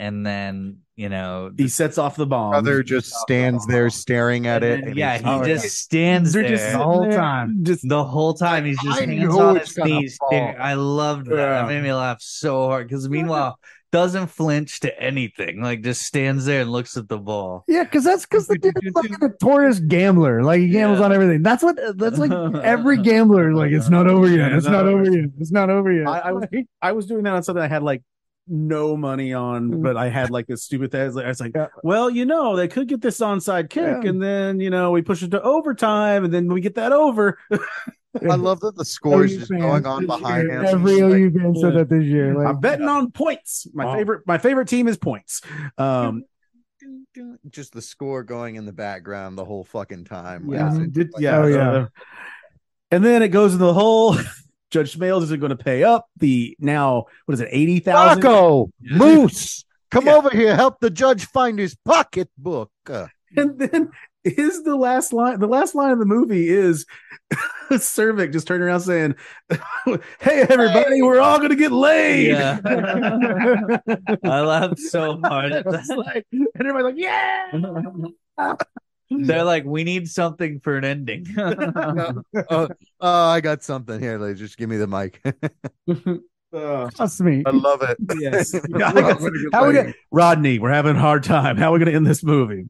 S4: And then, you know,
S1: he sets off the bomb
S3: Brother just stands there staring at
S4: and
S3: it.
S4: then-
S3: and
S4: yeah,
S3: he's-
S4: he just stands
S1: They're
S4: there
S1: just
S5: The whole
S1: Yeah.
S5: time.
S1: just
S4: the whole time. He's just
S3: I
S4: hands
S3: knew
S4: on
S3: it's
S4: his
S3: gonna
S4: knees.
S3: fall.
S4: staring. I loved that.
S1: Yeah.
S4: That made me laugh so hard because meanwhile, doesn't flinch to anything. Like just stands there and looks at the ball.
S5: Yeah, because that's because the dude's like a notorious gambler. Like he gambles
S4: Yeah.
S5: on everything. That's what. That's like every gambler. Like it's not over yet.
S1: Yeah,
S5: It's
S1: no.
S5: not over yet. It's not over yet.
S1: I, I was i was doing that on something i had like no money on but i had like this stupid thing i was like, I was like
S5: Mm-hmm. Yeah.
S1: well you know they could get this onside kick
S5: Yeah.
S1: and then you know we push it to overtime and then we get that over
S3: I love that the score is
S5: OU
S3: just
S5: fans
S3: going on
S5: this
S3: behind
S5: year.
S3: him.
S5: Every
S3: He's like,
S5: OU fan said that this year. Like,
S1: I'm betting on points. My
S5: Wow.
S1: favorite, my favorite team is points. Um,
S3: dun, dun, just the score going in the background the whole fucking time.
S1: yeah, uh,
S3: Like,
S5: Mhm.
S3: it's
S1: did-
S3: like-
S1: yeah,
S5: Oh,
S1: so-
S5: yeah.
S1: and then it goes in the hole, Judge Smales isn't going to pay up the now what is it eighty thousand?
S3: Rocco, Moose, come over here. Help the judge find his pocketbook. Uh,
S1: And then is the last line the last line of the movie is Cervic just turning around saying, Hey everybody, we're all gonna get laid.
S4: Yeah. I laughed so hard.
S1: It was like- and everybody's like, Yeah.
S4: They're like, we need something for an ending.
S3: uh, I got something here. Like, just give me the mic.
S5: Trust me.
S3: I love it.
S1: Yes.
S3: I got-
S1: How we gonna, Rodney, we're having a hard time. How are we gonna end this movie?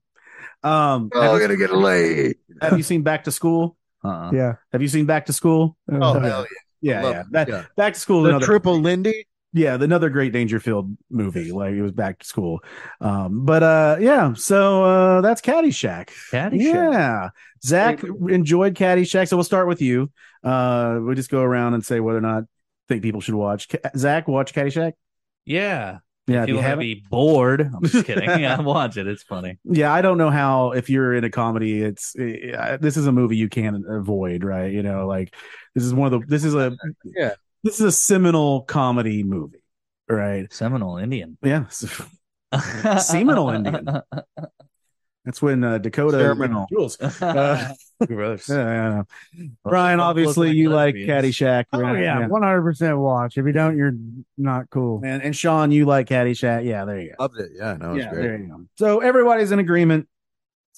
S1: Um
S3: We're all gonna get laid.
S1: have you seen Back to School?
S4: Uh-uh.
S5: Yeah.
S1: Have you seen Back to School?
S3: Oh,
S5: Uh,
S3: hell
S1: Yeah,
S3: Love
S1: yeah.
S3: it.
S1: That-
S3: Yeah.
S1: Back to School.
S3: yeah.
S1: is
S3: The
S1: another-
S3: triple Lindy.
S1: yeah the- another great dangerfield movie like it was back to school um but uh yeah so uh that's caddyshack
S4: Caddyshack.
S1: yeah zach enjoyed caddyshack so we'll start with you uh we'll just go around and say whether or not think people should watch Ca- zach watch caddyshack
S4: Yeah.
S1: yeah if
S4: People
S1: you
S4: have
S1: haven't
S4: be bored. I'm just kidding. Yeah, watch it. It's funny.
S1: yeah i don't know how if you're in a comedy it's eh, I- this is a movie you can't avoid right you know like this is one of the this is a
S3: Yeah.
S1: this is a seminal comedy movie right
S4: Seminole Indian.
S1: yeah Seminole Indian. that's when uh, dakota
S3: Seminal.
S1: Jules. Uh,
S4: Gross.
S1: Yeah, yeah, yeah. Brian, obviously you like Caddyshack.
S5: Oh yeah, one hundred percent watch. If you don't, you're not cool.
S1: And, and Sean, you like Caddyshack. Yeah, there you go.
S3: Loved it. Yeah, no, it was
S1: yeah,
S3: great.
S1: there you go. So everybody's in agreement.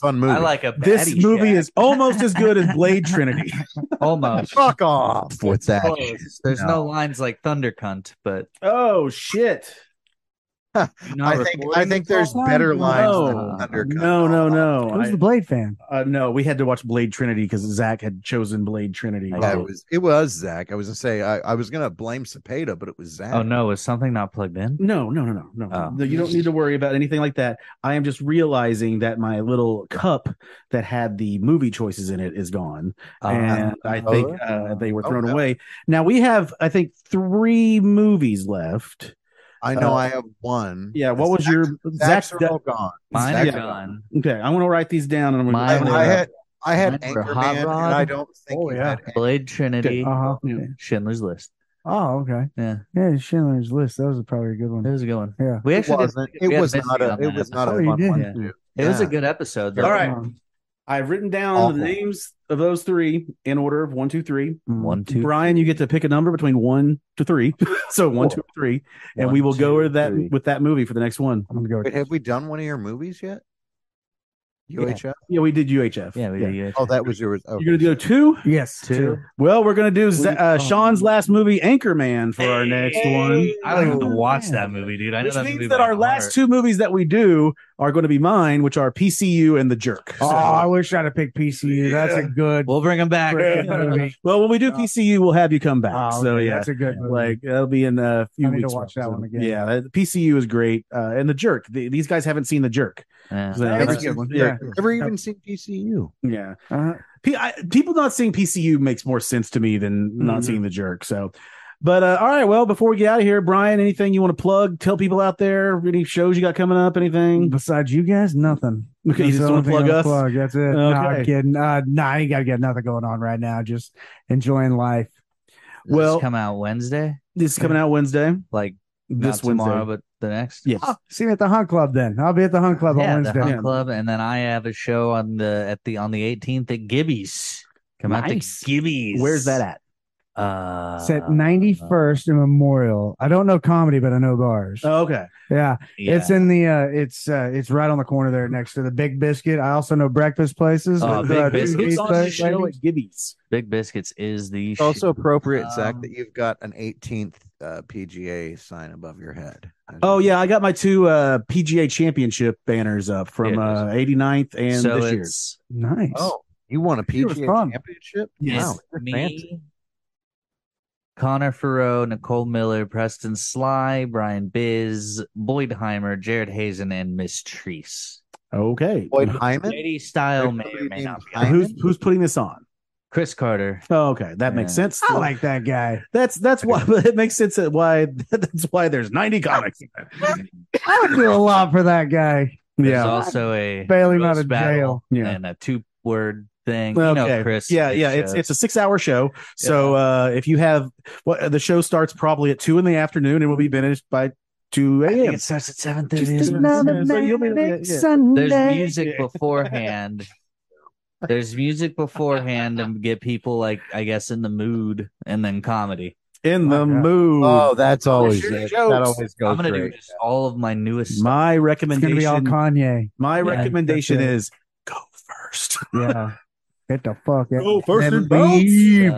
S3: Fun movie.
S4: I like a
S1: This
S4: baddie
S1: movie
S4: shack.
S1: is almost as good as Blade Trinity.
S4: almost.
S3: Fuck off with that.
S4: Close.
S3: shit.
S4: Oh, There's no. lines like thunder cunt, but
S1: Oh shit!
S4: you're not
S3: I think I
S4: recording
S3: think
S4: this
S3: there's
S4: all
S3: better
S4: time?
S3: lines
S1: No.
S3: than undercut.
S1: Oh, No, no, no.
S5: Who's
S1: I-
S5: the Blade fan?
S1: uh, no, we had to watch Blade Trinity because Zach had chosen Blade Trinity.
S3: Yeah, it was it was Zach. I was gonna say I, I was gonna blame Cepeda, but it was Zach.
S4: Oh no, is something not plugged in?
S1: No, no, no, no, no.
S4: Oh.
S1: No, You don't need to worry about anything like that. I am just realizing that my little cup that had the movie choices in it is gone,
S4: Uh,
S1: and I think uh, they were
S3: Oh,
S1: thrown
S3: no.
S1: away. Now we have, I think, three movies left.
S3: I know
S1: uh,
S3: I have one.
S1: Yeah. What was your
S3: Zach's
S1: Zach's?
S3: are
S1: de-
S3: all gone.
S4: mine
S3: Zach's
S4: are
S3: are
S4: gone.
S1: okay, I'm going to write these down, and I'm
S3: I,
S1: going
S4: Mine
S1: to.
S3: I had I had
S4: Mine were
S3: Anchorman,
S4: Hot
S3: and
S4: Rod.
S3: I don't think
S5: Oh,
S3: you
S5: yeah.
S3: had Anchorman.
S4: Blade Trinity,
S5: Uh huh.
S4: Schindler's List.
S5: Oh, okay.
S4: Yeah,
S5: Yeah, Schindler's List. That was probably a good
S4: that
S5: one.
S4: was a good one.
S5: Yeah.
S4: We
S3: It
S4: actually
S3: wasn't.
S4: did-
S3: It
S4: we had
S3: was
S4: Missy
S3: not a.
S4: on
S3: It
S4: that
S3: was not
S5: Oh,
S3: a
S5: you
S3: fun
S5: did.
S3: one.
S4: Yeah.
S3: to do.
S4: It was a
S3: Yeah.
S4: good episode.
S1: All
S4: though.
S1: right.
S5: Um,
S1: I've written down
S3: Awful.
S1: the names of those three in order of one, two, three.
S4: One, two,
S1: Brian, you get to pick a number between one to three. so one, two, three. and
S4: one,
S1: we will go
S4: two,
S1: over that
S4: three.
S1: with that movie for the next one.
S5: I'm gonna go.
S3: Wait, have we done one of your movies yet? UHF.
S1: Yeah, we did UHF.
S4: Yeah, we did. yeah.
S3: Oh, that was yours. Oh,
S1: You're gonna do two.
S5: Yes,
S4: Two.
S1: Well, we're gonna do Z-
S4: What do you-
S1: uh,
S4: oh.
S1: Sean's last movie, Anchorman, for our next one.
S4: I don't even
S5: Oh,
S4: watch
S5: man.
S4: that movie, dude. I know
S1: Which
S4: that movie
S1: means that
S4: by
S1: our last
S4: heart.
S1: two movies that we do are going to be mine, which are PCU and The Jerk.
S5: Oh,
S4: Ah.
S5: I wish I'd have picked PCU. That's a good
S4: We'll bring them back.
S5: freaking movie.
S1: well, when we do PCU, we'll have you come back.
S4: Ah,
S5: Oh,
S1: so
S5: okay,
S1: yeah,
S5: that's a good movie.
S1: like that'll be in a few
S5: I need to
S1: weeks.
S5: watch that one again.
S1: Yeah, that- PCU is great, uh, and The Jerk. The, these guys haven't seen The Jerk.
S4: Yeah.
S1: So- uh,
S3: Never
S5: Every-
S3: seen-
S5: yeah.
S3: Never even seen PCU.
S1: yeah.
S5: uh,
S1: P- I, people not seeing PCU makes more sense to me than not
S5: Mhm.
S1: seeing the jerk. So, but uh, all right, well, before we get out of here, Brian, anything you want to plug? Tell people out there any shows you got coming up? Anything?
S5: besides you guys, nothing.
S1: Okay, you
S5: That's
S1: just
S5: the
S1: want to
S5: only
S1: plug
S5: thing I'll
S1: us.
S5: Plug. That's it. No,
S1: Okay.
S5: I'm kidding. Uh, no, I ain't got to get nothing going on right now. Just enjoying life.
S4: Does
S1: well-
S4: this come out Wednesday,
S1: This is coming out Wednesday.
S4: like
S1: This
S4: not tomorrow,
S1: Wednesday.
S4: but the next.
S1: Yes.
S5: Oh, see me at the Hunt Club then. I'll be at the Hunt Club
S4: yeah,
S5: on
S4: the
S5: Wednesday.
S4: Hunt Club, and then I have a show on the at the on the 18th at Gibby's. Come out to
S1: Nice.
S4: Gibby's.
S1: Where's that at?
S4: Uh,
S5: It's at 91st and Memorial. I don't know comedy, but I know bars.
S1: Oh, okay.
S5: yeah.
S4: yeah.
S5: It's in the uh it's uh it's right on the corner there next to the Big Biscuit. I also know breakfast places.
S4: Oh,
S5: with,
S4: Big
S5: uh,
S4: Biscuit's
S5: Tuesdays,
S1: It's on the
S5: Thursdays.
S1: show at Gibby's.
S4: Big Biscuits is the
S3: It's also appropriate, Zach,
S4: Um,
S3: that you've got an 18th uh, PGA sign above your head.
S1: Oh yeah, I got my two uh, PGA Championship banners up from
S4: Yeah,
S1: uh, 89th and
S4: so
S1: this year.
S4: it's
S5: Nice.
S3: Oh, you won a
S5: It was fun.
S3: PGA championship?
S4: Yes.
S3: Wow, you're
S4: me,
S3: fancy.
S4: Connor Farrow, Nicole Miller, Preston Sly, Brian Biz, Boydheimer, Jared Hazen, and Miss Treese.
S1: Okay.
S3: Boyd Hyman.
S4: Lady Style
S3: There's
S4: may
S3: somebody
S4: or may
S3: named
S4: not be.
S3: Hyman?
S1: Who's who's putting this on?
S4: Chris Carter.
S1: Oh, okay, that makes
S4: Yeah.
S1: sense.
S5: I like that guy.
S1: That's that's why it makes sense that why that's why there's 90 comics.
S5: I would do a lot for that guy.
S4: There's
S1: Yeah.
S4: also a
S5: Bail him
S4: roast
S5: out of
S4: battle
S5: jail.
S1: Yeah.
S4: and a two word thing. You
S1: Okay.
S4: know, Chris.
S1: yeah,
S4: big
S1: yeah. It's
S4: show.
S1: it's a six hour show. So uh, if you have, well, the show starts probably at two in the afternoon and will be finished by two
S4: I think
S1: a.m.
S4: it starts at seven thirty.
S5: Just another
S1: So you'll be- yeah,
S5: manic
S1: yeah.
S5: Sunday.
S4: There's music beforehand. There's music beforehand to get people like I guess in the mood, and then comedy.
S1: In the
S5: Oh, yeah.
S1: mood.
S3: Oh, that's always
S1: Shoot
S3: it. that
S1: jokes.
S3: always goes
S4: I'm gonna do
S3: Oh, great.
S4: just all of my newest. stuff.
S1: my
S5: It's gonna
S1: recommendation.
S5: be all Kanye.
S1: my
S4: Yeah,
S1: recommendation
S5: that's it.
S1: is go first.
S5: Yeah. Get the fuck
S1: Go
S5: out.
S1: Oh, first and
S3: Leave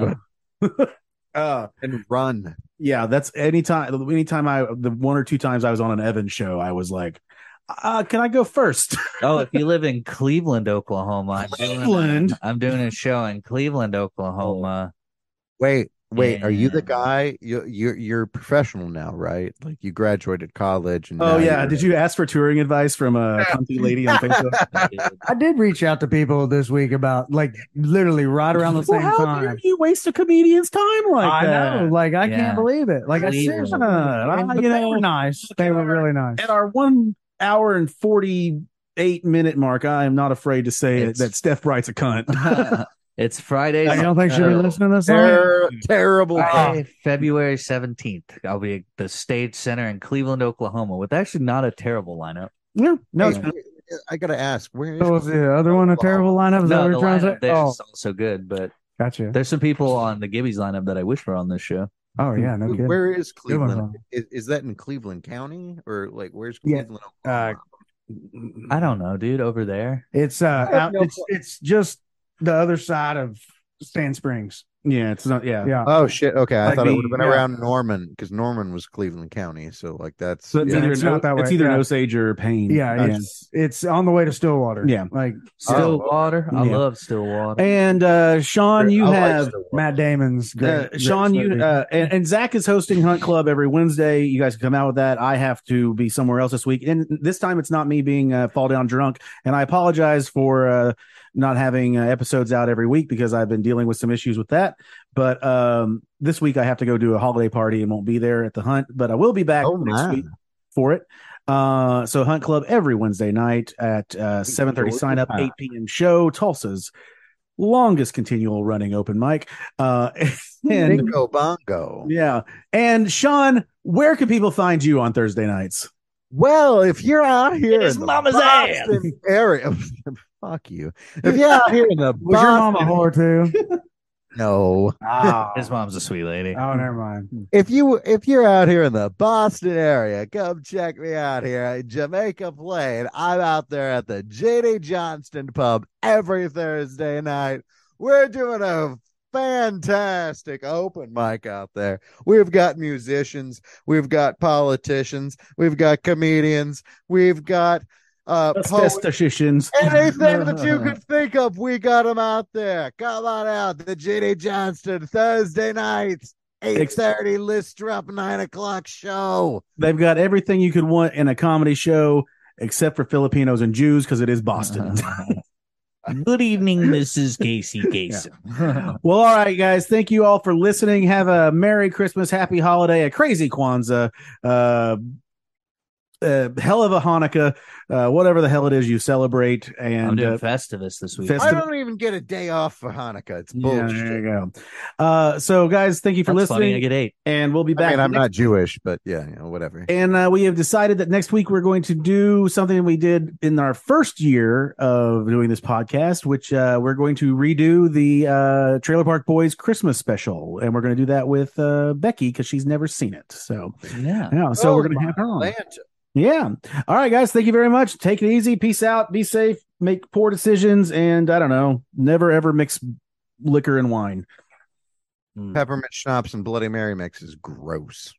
S4: bounce.
S1: Uh,
S3: and run.
S1: yeah, that's anytime. Anytime I the one or two times I was on an Evan show, I was like, uh, "Can I go first?
S4: Oh, if you live in Cleveland, Oklahoma, I'm doing-
S1: Cleveland?
S4: I'm doing a show in Cleveland, Oklahoma.
S3: Wait, wait. Are you the
S4: Yeah.
S3: guy? You you're you're professional now, right? Like you graduated college. And
S1: Oh
S3: now
S1: yeah,
S3: you're-
S1: did you ask for touring advice from a comfy lady on Facebook?
S5: I did reach out to people this week about like literally right around the
S1: Well,
S5: same
S1: how
S5: time.
S1: dare you waste a comedian's time like
S5: I
S1: that?
S5: know, like I
S4: Yeah.
S5: can't believe it. Like I
S4: Believe it.
S5: seriously,
S1: Uh, I-
S5: but
S1: you
S5: they
S1: know,
S5: were nice. They were really nice.
S1: At our one hour and forty eight minute mark, I am not afraid to say
S4: It's-
S1: that Steph Wright's a cunt.
S4: it's Friday,
S5: I don't think she'll be
S4: uh,
S5: listening to this. long.
S3: Ter- terrible.
S4: Friday, February 17th. I'll be at the Stage Center in Cleveland, Oklahoma, with actually not a terrible lineup.
S5: Yeah, no.
S3: Hey, I gotta ask. Where is
S5: So was the other one a terrible lineup? Is that
S4: No,
S5: what
S4: the
S5: you're trying to
S4: lineup
S5: say?
S4: there
S5: Oh,
S4: is also good, but
S5: gotcha.
S4: there's some people on the Gibbies lineup that I wish were on this show.
S5: Oh yeah, no kidding.
S3: Where is
S5: Good one,
S3: Cleveland? Is, is that in Cleveland County or like where's
S5: Yeah,
S3: Cleveland?
S5: uh,
S3: Oklahoma?
S4: I don't know, dude, over there.
S5: It's uh, out, it's it's just the other side of Sand Springs.
S1: yeah, it's not. Yeah,
S5: Yeah,
S3: oh shit. Okay, I
S1: like
S3: thought it
S1: the-
S3: would have been
S1: yeah.
S3: around Norman because Norman was Cleveland County. So like that's
S1: So it's
S3: yeah.
S1: either
S5: It's
S1: no,
S5: not that
S1: It's
S5: way,
S1: either
S5: yeah.
S1: Osage or Pain.
S5: yeah.
S1: Uh,
S5: It's it's on the way to Stillwater.
S1: Yeah.
S5: like Oh.
S4: Stillwater. I
S1: yeah.
S4: love Stillwater.
S1: And uh, Sean, you
S3: I like
S1: have
S3: Stillwater.
S5: Matt Damon's great.
S1: Uh,
S5: great
S1: Sean, you
S5: movie.
S1: uh, and, and Zach is hosting Hunt Club every Wednesday. You guys can come out with that. I have to be somewhere else this week, and this time it's not me being uh, fall down drunk. And I apologize for uh, not having uh, episodes out every week because I've been dealing with some issues with that. But um, this week I have to go do a holiday party and won't be there at the hunt, but I will be back
S3: Oh,
S1: next
S3: my.
S1: week for it. Uh, so Hunt Club every Wednesday night at uh, seven thirty.
S3: Enjoy
S1: Sign up
S3: your time.
S1: eight p.m. show. Tulsa's longest continual running open mic. Uh, and
S3: Bingo bongo.
S1: yeah. And Sean, where can people find you on Thursday nights?
S3: Well, if you're out here
S7: his
S3: in the
S7: mama's
S3: Boston area, fuck you. If you're out here in the
S5: was your
S3: Boston-
S5: mom a whore too?
S3: no,
S5: Ah,
S4: His mom's a sweet lady.
S5: oh, never mind.
S3: if you if you're out here in the Boston area, come check me out here at Jamaica Plain. I'm out there at the JD Johnston Pub every Thursday night. We're doing a fantastic open mic out there. We've got musicians, we've got politicians, we've got comedians, we've got uh poets.
S1: Statisticians.
S3: Anything that you could think of, we got them out there. Come on out, the JD Johnston Thursday nights, eight
S1: Ex-
S3: thirty list drop, nine o'clock show.
S1: They've got everything you could want in a comedy show, except for Filipinos and Jews, because it is Boston.
S4: Uh-huh.
S5: uh,
S4: Good evening, Mrs. Casey Kasem.
S1: well, all right, guys. Thank you all for listening. Have a Merry Christmas, Happy Holiday, a crazy Kwanzaa, uh, uh, hell of a Hanukkah, uh, whatever the hell it is you celebrate.
S4: I'm
S1: And
S4: doing
S1: uh,
S4: Festivus this week.
S1: Fest-
S3: I
S1: the-
S3: don't even get a day off for Hanukkah. It's
S1: yeah,
S3: bullshit.
S1: there you go. Uh, so, guys, thank you for
S4: That's funny, I
S1: listening,
S4: get eight.
S1: and we'll be
S3: I
S1: back.
S3: mean, I'm
S1: next
S3: not Jewish, but yeah, you know, whatever.
S1: And uh, we have decided that next week we're going to do something we did in our first year of doing this podcast, which uh, we're going to redo the uh, Trailer Park Boys Christmas special, and we're going to do that with uh, Becky because she's never seen it. So
S4: Yeah.
S1: yeah, so
S3: Oh,
S1: we're going to
S3: my
S1: have her on.
S3: Atlanta.
S1: Yeah. All right, guys. Thank you very much. Take it easy. Peace out. Be safe. Make poor decisions, and I don't know. Never ever mix liquor and wine.
S3: Peppermint schnapps and Bloody Mary mix is gross.